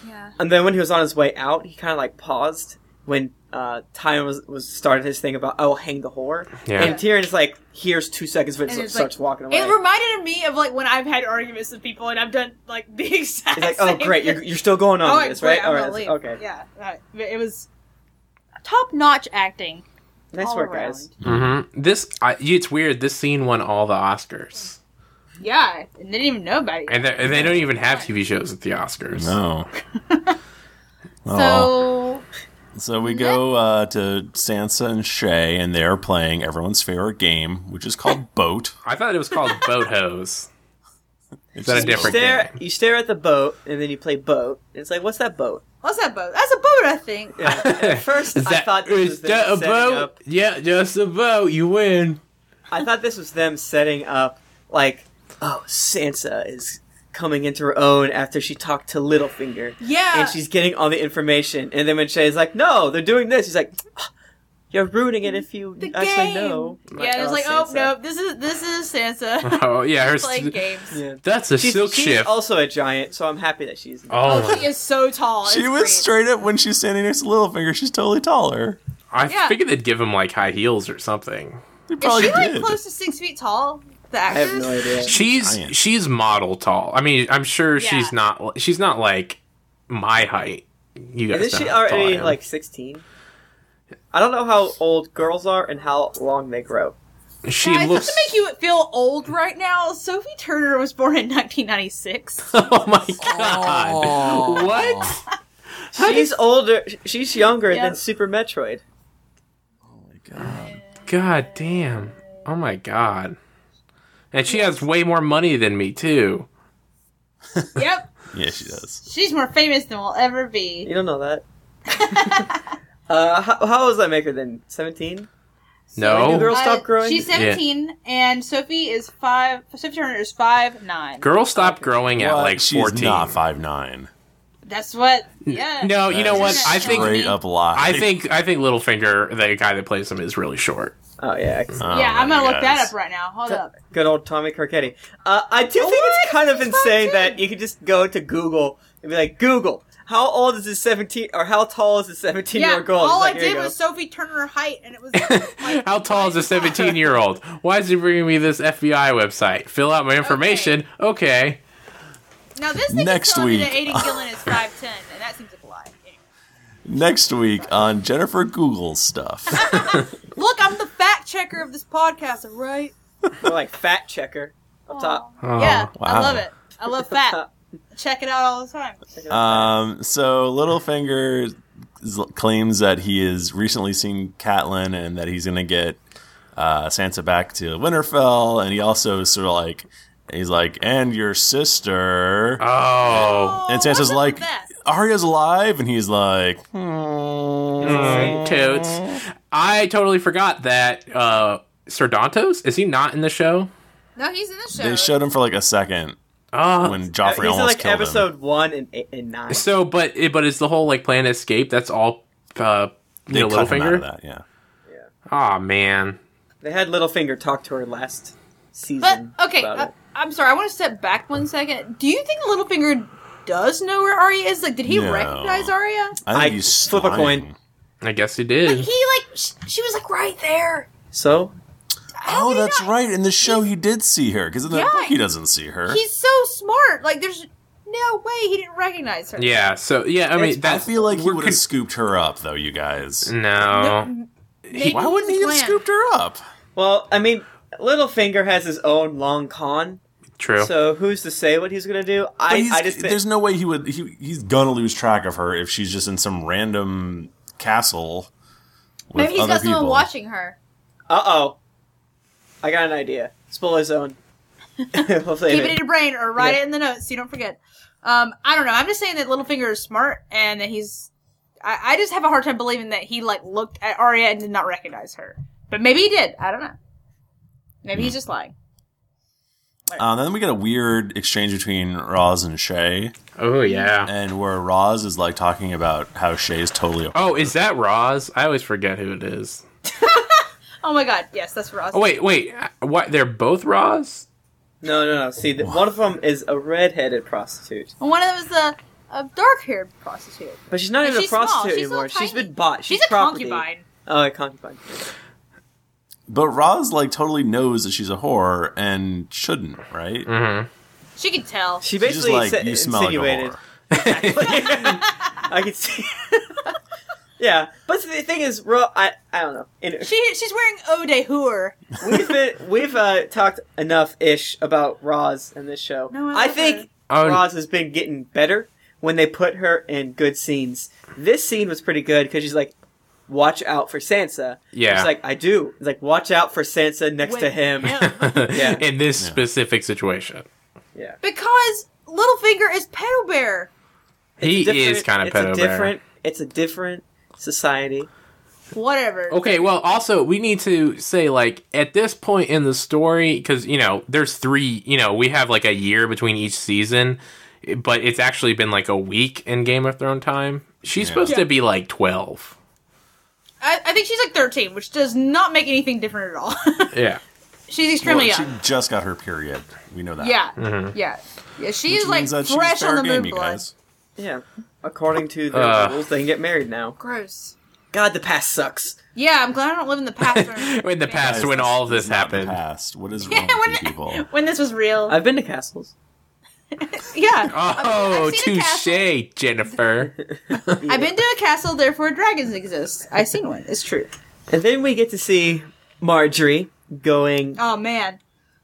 Speaker 1: yeah.
Speaker 2: And then when he was on his way out, he kind of like paused when uh, Tywin was, was started his thing about oh hang the whore.
Speaker 4: Yeah.
Speaker 2: And Tyrion is like, here's two seconds, but
Speaker 1: And it's
Speaker 2: starts
Speaker 1: like-
Speaker 2: walking away.
Speaker 1: It reminded me of like when I've had arguments with people and I've done like the exact.
Speaker 2: He's like, oh
Speaker 1: same
Speaker 2: great,
Speaker 1: thing.
Speaker 2: you're, you're still going on
Speaker 1: Oh,
Speaker 2: with
Speaker 1: it's
Speaker 2: this, right?
Speaker 1: I'm
Speaker 2: All right,
Speaker 1: gonna
Speaker 2: that's-
Speaker 1: leave.
Speaker 2: okay.
Speaker 1: Yeah, alright. it was top notch acting.
Speaker 2: Nice
Speaker 1: all
Speaker 2: work,
Speaker 1: around.
Speaker 2: guys.
Speaker 4: Mm-hmm. hmm This, I, it's weird. This scene won all the Oscars.
Speaker 1: Yeah, and they didn't even know about it.
Speaker 4: and, they- and they don't even have TV shows at the Oscars.
Speaker 3: No.
Speaker 1: so
Speaker 3: Oh, so we go uh, to Sansa and Shay, and they're playing everyone's favorite game, which is called Boat.
Speaker 4: I thought it was called Boat Hose.
Speaker 3: It's
Speaker 4: that a
Speaker 3: just-
Speaker 4: different-
Speaker 2: Stare,
Speaker 4: game.
Speaker 2: you stare at the boat, and then you play boat. It's like, what's that boat?
Speaker 1: what's that boat? That's a boat, I think.
Speaker 2: At first, I thought this was
Speaker 4: is
Speaker 2: them
Speaker 4: that a
Speaker 2: setting
Speaker 4: boat?
Speaker 2: up.
Speaker 4: Yeah, just a boat. You win.
Speaker 2: I thought this was them setting up, like, oh, Sansa is coming into her own after she talked to Littlefinger.
Speaker 1: Yeah.
Speaker 2: and she's getting all the information. And then when Shay's like, "No, they're doing this," she's like, "Ah, "You're ruining it if you
Speaker 1: the
Speaker 2: actually
Speaker 1: game.
Speaker 2: know."
Speaker 1: Yeah,
Speaker 2: I'm like,
Speaker 1: it was
Speaker 2: "Oh,
Speaker 1: like, oh
Speaker 2: Sansa."
Speaker 1: no, this is this is Sansa
Speaker 4: Oh yeah, her
Speaker 1: playing games.
Speaker 2: Yeah.
Speaker 4: that's a
Speaker 2: She's,
Speaker 4: silk
Speaker 2: she's oh,
Speaker 4: shift.
Speaker 2: also a giant, so I'm happy that she's.
Speaker 4: oh,
Speaker 1: Oh,
Speaker 4: my-
Speaker 1: she is so tall.
Speaker 3: She
Speaker 1: It's
Speaker 3: was
Speaker 1: great.
Speaker 3: straight up when she's standing next to Littlefinger. She's totally taller.
Speaker 4: I
Speaker 1: Yeah.
Speaker 4: figured they'd give him like high heels or something.
Speaker 3: They
Speaker 1: Is
Speaker 3: probably
Speaker 1: she like
Speaker 3: did.
Speaker 1: close to six feet tall? The
Speaker 2: I
Speaker 1: actress.
Speaker 2: have no idea.
Speaker 4: She's
Speaker 3: Giant.
Speaker 4: she's model tall. I mean, I'm sure
Speaker 1: Yeah.
Speaker 4: she's not she's not like my height. You guys
Speaker 2: Isn't
Speaker 4: know
Speaker 2: she
Speaker 4: how tall I
Speaker 2: already
Speaker 4: am.
Speaker 2: like 16? I don't know how old girls are and how long they grow.
Speaker 4: she
Speaker 1: Guys,
Speaker 4: looks.
Speaker 1: just to make you feel old right now, Sophie Turner was born in 1996.
Speaker 4: oh my god! What?
Speaker 2: She's older. She's younger
Speaker 1: Yeah.
Speaker 2: than Super Metroid.
Speaker 3: Oh my god.
Speaker 4: God damn! Oh my god! And she has way more money than me too.
Speaker 1: yep,
Speaker 3: Yeah, she does.
Speaker 1: she's more famous than we'll ever be.
Speaker 2: You don't know that. uh, how, how old does that make her then? 17?
Speaker 4: No,
Speaker 2: New Girl stopped growing?
Speaker 1: Uh, She's
Speaker 4: Yeah.
Speaker 1: 17, and Sophie is five. Sophie Turner is five nine.
Speaker 4: Girls stop growing at
Speaker 3: What?
Speaker 4: like
Speaker 3: she's
Speaker 4: 14.
Speaker 3: not five nine.
Speaker 1: That's what. Yeah.
Speaker 4: No, you know what? I think
Speaker 3: straight up lie.
Speaker 4: I think I think Littlefinger, the guy that plays him, is really short.
Speaker 2: Oh, yeah. I can see
Speaker 3: Oh
Speaker 1: Yeah,
Speaker 3: my
Speaker 1: I'm gonna look that
Speaker 3: gosh.
Speaker 1: up right now. Hold
Speaker 2: T-
Speaker 1: up.
Speaker 2: Good old Tommy Carcetti. Uh, I do
Speaker 1: Oh,
Speaker 2: think it's kind of insane that you could just go to Google and be like, Google, how old is this 17 or how tall is this 17 year
Speaker 1: Yeah,
Speaker 2: old girl? It's
Speaker 1: all I
Speaker 2: like, here you
Speaker 1: did
Speaker 2: go.
Speaker 1: was Sophie Turner height, and it was.
Speaker 4: How tall is a 17 year old? Why is he bringing me this FBI website? Fill out my information. Okay.
Speaker 1: Now this thing
Speaker 3: Next
Speaker 1: is telling me that
Speaker 3: week.
Speaker 1: Aiden Gillen is 5'10", and that seems like a lie. Anyway.
Speaker 3: Next week on Jennifer Google's stuff.
Speaker 1: Look, I'm the fact checker of this podcast, right?
Speaker 2: We're like fat checker up top.
Speaker 4: Oh.
Speaker 1: yeah, I
Speaker 3: wow.
Speaker 1: love it. I love fat. Check it out all the time.
Speaker 3: um, so Littlefinger is- claims that he has recently seen Catelyn and that he's going to get uh, Sansa back to Winterfell. And he also is sort of like, he's like, and your sister.
Speaker 4: Uh, Oh.
Speaker 3: and
Speaker 1: what's
Speaker 3: Sansa's
Speaker 1: up
Speaker 3: like,
Speaker 1: with that?
Speaker 3: Arya's alive. And he's like,
Speaker 1: Oh.
Speaker 4: Mm, Totes. I totally forgot that uh, Sir Dantos, is he not in the show?
Speaker 1: No, he's in the show.
Speaker 3: they showed him for like a second
Speaker 4: Oh.
Speaker 3: when
Speaker 2: Uh,
Speaker 3: Joffrey
Speaker 2: These
Speaker 3: almost
Speaker 2: are like
Speaker 3: killed him.
Speaker 2: episode one and, eight and nine.
Speaker 4: so, but it, but is the whole like plan escape? That's all uh,
Speaker 3: They
Speaker 4: you know,
Speaker 3: cut him out of
Speaker 4: Littlefinger?
Speaker 3: that, yeah.
Speaker 4: Oh, man.
Speaker 2: They had Littlefinger talk to her last
Speaker 1: but
Speaker 2: season.
Speaker 1: okay,
Speaker 2: about
Speaker 1: uh,
Speaker 2: it.
Speaker 1: I'm sorry. I want to step back one second. Do you think Littlefinger does know where Arya is? Like, did he
Speaker 3: No.
Speaker 1: recognize Arya?
Speaker 3: I think
Speaker 2: I
Speaker 3: he's
Speaker 2: flip a
Speaker 3: lying. Oh,
Speaker 2: coin.
Speaker 4: I guess he
Speaker 1: But
Speaker 4: did.
Speaker 1: he like sh- she was like right there.
Speaker 2: So
Speaker 1: How
Speaker 3: Oh,
Speaker 1: did he
Speaker 3: that's
Speaker 1: not-
Speaker 3: right. In the show, he did see her because in the
Speaker 1: Yeah.
Speaker 3: book, he doesn't see her.
Speaker 1: He's so smart. Like, there's no way he didn't recognize her.
Speaker 4: yeah, so, yeah, I
Speaker 3: I
Speaker 4: mean, that's.
Speaker 3: feel like he
Speaker 4: we're
Speaker 3: would have
Speaker 4: con-
Speaker 3: scooped her up, though. You guys,
Speaker 4: Mm. No.
Speaker 1: Maybe
Speaker 3: why wouldn't
Speaker 1: it's
Speaker 3: he
Speaker 1: a
Speaker 3: have
Speaker 1: plan.
Speaker 3: scooped her up?
Speaker 2: well, I mean, Littlefinger has his own long con.
Speaker 4: True.
Speaker 2: So who's to say what he's gonna do?
Speaker 3: But
Speaker 2: I,
Speaker 3: he's-
Speaker 2: I just think,
Speaker 3: there's no way he would. He, he's gonna lose track of her if she's just in some random castle. With
Speaker 1: Maybe he's
Speaker 3: other
Speaker 1: got someone
Speaker 3: people.
Speaker 1: watching her.
Speaker 2: Uh oh. I got an idea. Spoiler zone. we'll save
Speaker 1: Keep it
Speaker 2: it.
Speaker 1: in your brain or write
Speaker 2: Yeah.
Speaker 1: it in the notes so you don't forget. Um, I don't know. I'm just saying that Littlefinger is smart and that he's. I, I just have a hard time believing that he like looked at Arya and did not recognize her. But maybe he did. I don't know. Maybe he's just lying.
Speaker 3: Um, then we get a weird exchange between Roz and Shay,
Speaker 4: Oh, yeah.
Speaker 3: and where Roz is like talking about how Shay is totally.
Speaker 4: Oh, is that Roz? I always forget who it is.
Speaker 1: Oh my god! Yes, that's Ross.
Speaker 4: Oh wait, wait. What? They're both Roz?
Speaker 2: No, no, no. See, the, one of them is a red-headed prostitute,
Speaker 1: And one of them is a, a dark-haired prostitute.
Speaker 2: but she's not
Speaker 1: And
Speaker 2: even
Speaker 1: she's
Speaker 2: a prostitute
Speaker 1: small. She's little
Speaker 2: anymore. She's
Speaker 1: tiny.
Speaker 2: been bought. She's,
Speaker 1: She's a
Speaker 2: property.
Speaker 1: concubine.
Speaker 2: Oh, a concubine.
Speaker 3: But Roz like totally knows that she's a whore and shouldn't, right?
Speaker 2: Mm-hmm.
Speaker 1: She can tell.
Speaker 2: She
Speaker 3: She's just
Speaker 2: Mm. basically
Speaker 3: like
Speaker 2: sa-
Speaker 3: you smell like a
Speaker 2: insinuated.
Speaker 3: whore.
Speaker 2: I could see. yeah, but But the thing is, Ro, I I don't know. In-
Speaker 1: She she's wearing eau de hour.
Speaker 2: we've been, we've uh, talked enough ish about Roz in this show.
Speaker 1: No, I
Speaker 2: I,
Speaker 1: love
Speaker 2: think
Speaker 4: her. Oh,
Speaker 2: Roz has been getting better when they put her in good scenes. This scene was pretty good because she's like, "Watch out for Sansa."
Speaker 4: Yeah.
Speaker 2: she's like, "I do." It's like, "Watch out for Sansa next to
Speaker 1: Wait,
Speaker 2: him."
Speaker 1: yeah.
Speaker 2: Yeah.
Speaker 4: in this specific situation.
Speaker 2: Yeah,
Speaker 1: Because Littlefinger is pedo bear.
Speaker 4: he
Speaker 2: Different-
Speaker 4: is kind of
Speaker 2: it's a
Speaker 4: pedo bear.
Speaker 2: different. It's a different society.
Speaker 1: Whatever.
Speaker 4: Okay, well, also we need to say like at this point in the story because you know there's three. You know we have like a year between each season, but it's actually been like a week in Game of Thrones time. She's supposed
Speaker 2: Yeah.
Speaker 4: to be like twelve.
Speaker 1: I, I think she's like thirteen, which does not make anything different at all.
Speaker 4: Yeah.
Speaker 1: she's extremely
Speaker 3: Well,
Speaker 1: young.
Speaker 3: She just got her period. We know that.
Speaker 1: Yeah, yeah, yeah. She is
Speaker 3: Which
Speaker 1: like
Speaker 3: means that she's
Speaker 1: fresh on
Speaker 3: fair
Speaker 1: the
Speaker 3: game,
Speaker 1: moon
Speaker 3: you
Speaker 1: blood.
Speaker 3: guys.
Speaker 2: Yeah, according to the
Speaker 4: Uh.
Speaker 2: rules, they can get married now.
Speaker 1: Gross.
Speaker 2: God, the past sucks.
Speaker 1: Yeah, I'm glad I don't live in the past. When,
Speaker 4: In the past,
Speaker 3: Guys,
Speaker 4: when all of this
Speaker 3: It's not the
Speaker 4: happened.
Speaker 3: Past. What is
Speaker 1: Yeah,
Speaker 3: wrong with
Speaker 1: what-
Speaker 3: you people?
Speaker 1: when this was real.
Speaker 2: I've been to castles.
Speaker 1: yeah.
Speaker 4: Oh,
Speaker 1: I've seen a
Speaker 4: touche, Jennifer.
Speaker 1: I've been to a castle, therefore dragons exist. I've seen one. It's true.
Speaker 2: And then we get to see Marjorie going
Speaker 1: Oh man.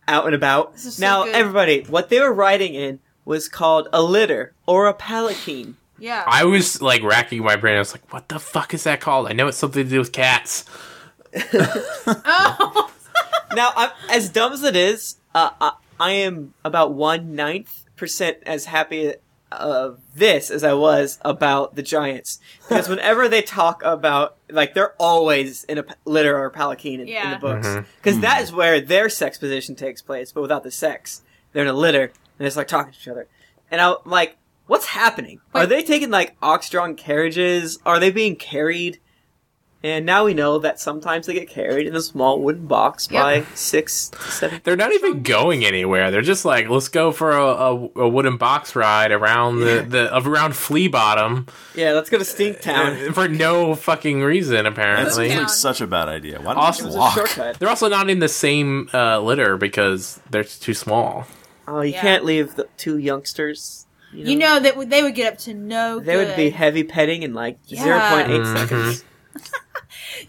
Speaker 2: out and about.
Speaker 1: This is so
Speaker 2: now,
Speaker 1: good.
Speaker 2: everybody, what they were riding in was called a litter or a palanquin.
Speaker 1: Yeah.
Speaker 4: I was like racking my brain. I was like, "What the fuck is that called?" I know it's something to do with cats.
Speaker 1: oh.
Speaker 2: now, I'm, as dumb as it is, uh, I, I am about one ninth percent as happy of this as I was about the Giants because whenever they talk about like they're always in a p- litter or a palanquin in, in
Speaker 1: Yeah.
Speaker 2: the books because is where their sex position takes place, but without the sex, they're in a litter and they're just like talking to each other. And I'm like, what's happening? Are
Speaker 1: Wait.
Speaker 2: they taking like ox-drawn carriages? Are they being carried? And now we know that sometimes they get carried in a small wooden box
Speaker 1: Yep.
Speaker 2: by six, to seven.
Speaker 4: They're not even going anywhere. They're just like, let's go for a, a, a wooden box ride around the, the of around Flea Bottom
Speaker 2: Yeah, let's go to Stink Town.
Speaker 4: for no fucking reason.
Speaker 3: That
Speaker 4: Apparently,
Speaker 3: seems
Speaker 1: down.
Speaker 3: like such a bad idea. Why don't you
Speaker 4: Awesome.
Speaker 2: It's
Speaker 3: just
Speaker 2: a
Speaker 3: walk?
Speaker 2: shortcut.
Speaker 4: they're also not in the same uh, litter because they're too small.
Speaker 2: Oh, you
Speaker 1: Yeah.
Speaker 2: can't leave the two youngsters.
Speaker 1: You know that w- they would get up to no
Speaker 2: They
Speaker 1: good.
Speaker 2: would be heavy petting in like
Speaker 1: Yeah.
Speaker 2: 0.8
Speaker 4: Mhm.
Speaker 2: seconds.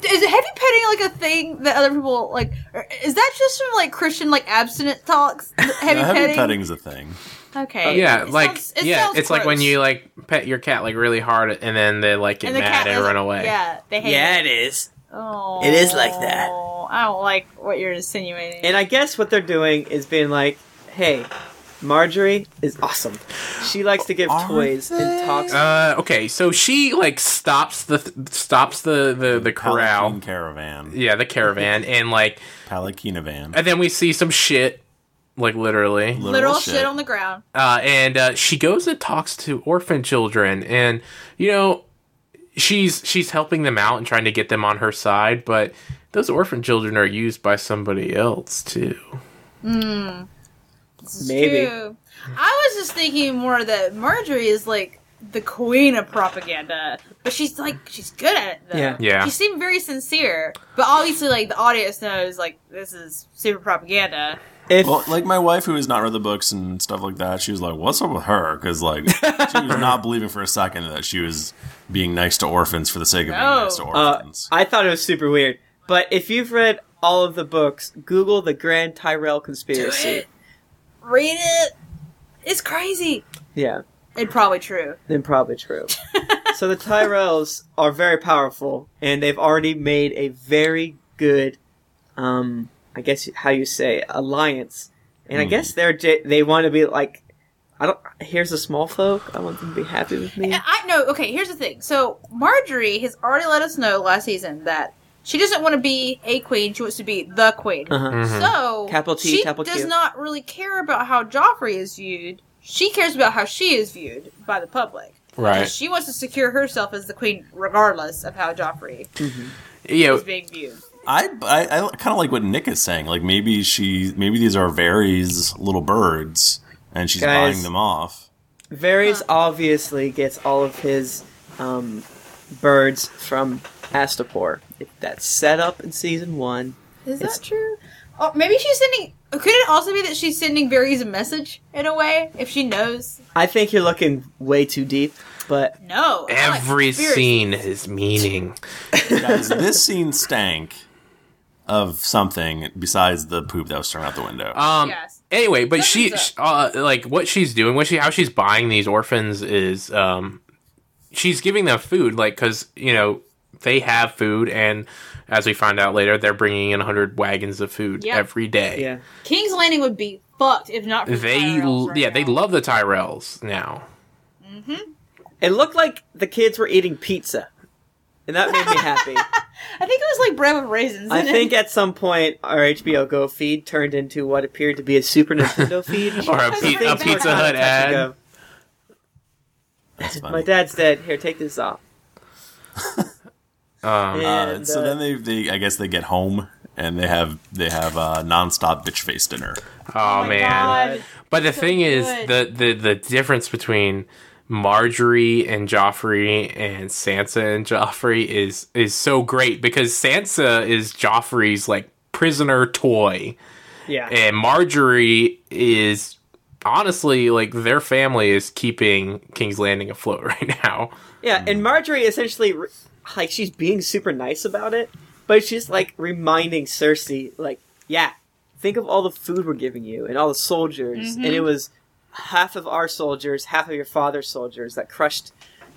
Speaker 1: Is heavy petting like a thing that other people like? or Is that just from like Christian like abstinent talks? Heavy,
Speaker 3: Yeah,
Speaker 1: petting?
Speaker 3: heavy petting's a thing.
Speaker 1: Okay.
Speaker 4: yeah,
Speaker 1: It
Speaker 4: like
Speaker 1: sounds- it
Speaker 4: yeah,
Speaker 1: sounds
Speaker 4: it's like when
Speaker 1: gross.
Speaker 4: you like pet your cat like really hard and then they like get
Speaker 1: And the
Speaker 4: mad
Speaker 1: cat
Speaker 4: and
Speaker 1: is-
Speaker 4: run away.
Speaker 1: Yeah, they hate.
Speaker 2: Yeah,
Speaker 1: it.
Speaker 2: it is.
Speaker 1: Oh,
Speaker 2: It is like that.
Speaker 1: I don't like what you're insinuating.
Speaker 2: And I guess what they're doing is being like, hey, Marjorie is awesome. She likes to give
Speaker 3: Are
Speaker 2: toys and talks.
Speaker 4: Uh, okay, so she like stops the stops the the, the corral.
Speaker 3: Palanquin caravan.
Speaker 4: Yeah, the caravan and like
Speaker 3: Palanquina van.
Speaker 4: and then we see some shit like literally.
Speaker 1: Literal shit on the ground.
Speaker 4: uh, and uh, she goes and talks to orphan children, and you know, she's she's helping them out and trying to get them on her side, but those orphan children are used by somebody else too.
Speaker 1: Hmm. This is
Speaker 2: Maybe.
Speaker 1: true. I was just thinking more that Marjorie is like the queen of propaganda, but she's like she's good at it though.
Speaker 2: Yeah.
Speaker 4: Yeah.
Speaker 1: She seemed very sincere, but obviously, like the audience knows, like this is super propaganda.
Speaker 2: If
Speaker 3: Well, like my wife, who has not read the books and stuff like that, she was like, "What's up with her?" Because like she was not believing for a second that she was being nice to orphans for the sake of being
Speaker 1: No.
Speaker 3: nice to
Speaker 2: uh,
Speaker 3: orphans.
Speaker 2: I thought it was super weird, but if you've read all of the books, Google the Grand Tyrell conspiracy.
Speaker 1: it. Read it. It's crazy.
Speaker 2: Yeah,
Speaker 1: It's probably true.
Speaker 2: then probably true. so the Tyrells are very powerful, and they've already made a very good, um, I guess how you say alliance. And I guess they're j- they want to be like, I don't. Here's the small folk. I want them to be happy with me.
Speaker 1: And I know. Okay, here's the thing. So Marjorie has already let us know last season that she doesn't want to be a queen. She wants to be the queen.
Speaker 2: Uh-huh.
Speaker 1: So
Speaker 2: Capital T,
Speaker 1: she
Speaker 2: capital Q.
Speaker 1: does not really care about how Joffrey is viewed. She cares about how she is viewed by the public. And she wants to secure herself as the queen, regardless of how Joffrey
Speaker 4: You know,
Speaker 1: is being viewed.
Speaker 3: I I, I kind of like what Nick is saying. Like maybe she, maybe these are Varys little birds, and she's
Speaker 2: Guys.
Speaker 3: buying them off.
Speaker 2: Varys obviously gets all of his um, birds from Astapor. That's set up in season one.
Speaker 1: Is
Speaker 2: It's-
Speaker 1: that true? Oh, maybe she's sending. Could it also be that she's sending Varys a message in a way if she knows?
Speaker 2: I think you're looking way too deep. But
Speaker 1: No. I like
Speaker 4: Every
Speaker 1: conspiracy.
Speaker 4: scene is meaning.
Speaker 3: Guys, this scene stank of something besides the poop that was thrown out the window.
Speaker 2: Ah,
Speaker 4: Um.
Speaker 1: Yes.
Speaker 4: Anyway, but she,
Speaker 1: Something's
Speaker 4: sh- uh, like, what she's doing, what she, how she's buying these orphans is, um, she's giving them food, like, because you know they have food, and as we find out later, they're bringing in hundred wagons of food
Speaker 1: Yeah.
Speaker 4: every day.
Speaker 2: yeah,
Speaker 1: King's Landing would be fucked if not for the
Speaker 4: They,
Speaker 1: Tyrells
Speaker 4: l
Speaker 1: right
Speaker 4: yeah, they
Speaker 1: now.
Speaker 4: love the Tyrells now.
Speaker 2: it looked like the kids were eating pizza, and that made me happy.
Speaker 1: I think it was like bread with raisins.
Speaker 2: I
Speaker 1: in it.
Speaker 2: think at some point our HBO Go feed turned into what appeared to be a Super Nintendo feed
Speaker 4: Or a,
Speaker 1: Those
Speaker 4: pi-
Speaker 1: big
Speaker 4: a
Speaker 1: bags.
Speaker 4: Pizza Hut ad.
Speaker 3: That's funny.
Speaker 2: My dad's dead. Here, take this off.
Speaker 4: Um,
Speaker 3: Uh,
Speaker 2: And,
Speaker 3: so
Speaker 2: uh,
Speaker 3: then they, they, I guess they get home and they have they have uh, nonstop bitch face dinner.
Speaker 4: oh
Speaker 1: my
Speaker 4: man.
Speaker 1: God.
Speaker 4: But the
Speaker 1: So
Speaker 4: thing is,
Speaker 1: good.
Speaker 4: the, the the difference between Marjorie and Joffrey and Sansa and Joffrey is is so great because Sansa is Joffrey's like prisoner toy,
Speaker 2: yeah,
Speaker 4: and Marjorie is honestly like their family is keeping King's Landing afloat right now.
Speaker 2: yeah. And Marjorie essentially, re- like, she's being super nice about it, but she's like reminding Cersei, like, yeah, think of all the food we're giving you and all the soldiers, and it
Speaker 1: Mm-hmm.
Speaker 2: was half of our soldiers, half of your father's soldiers that crushed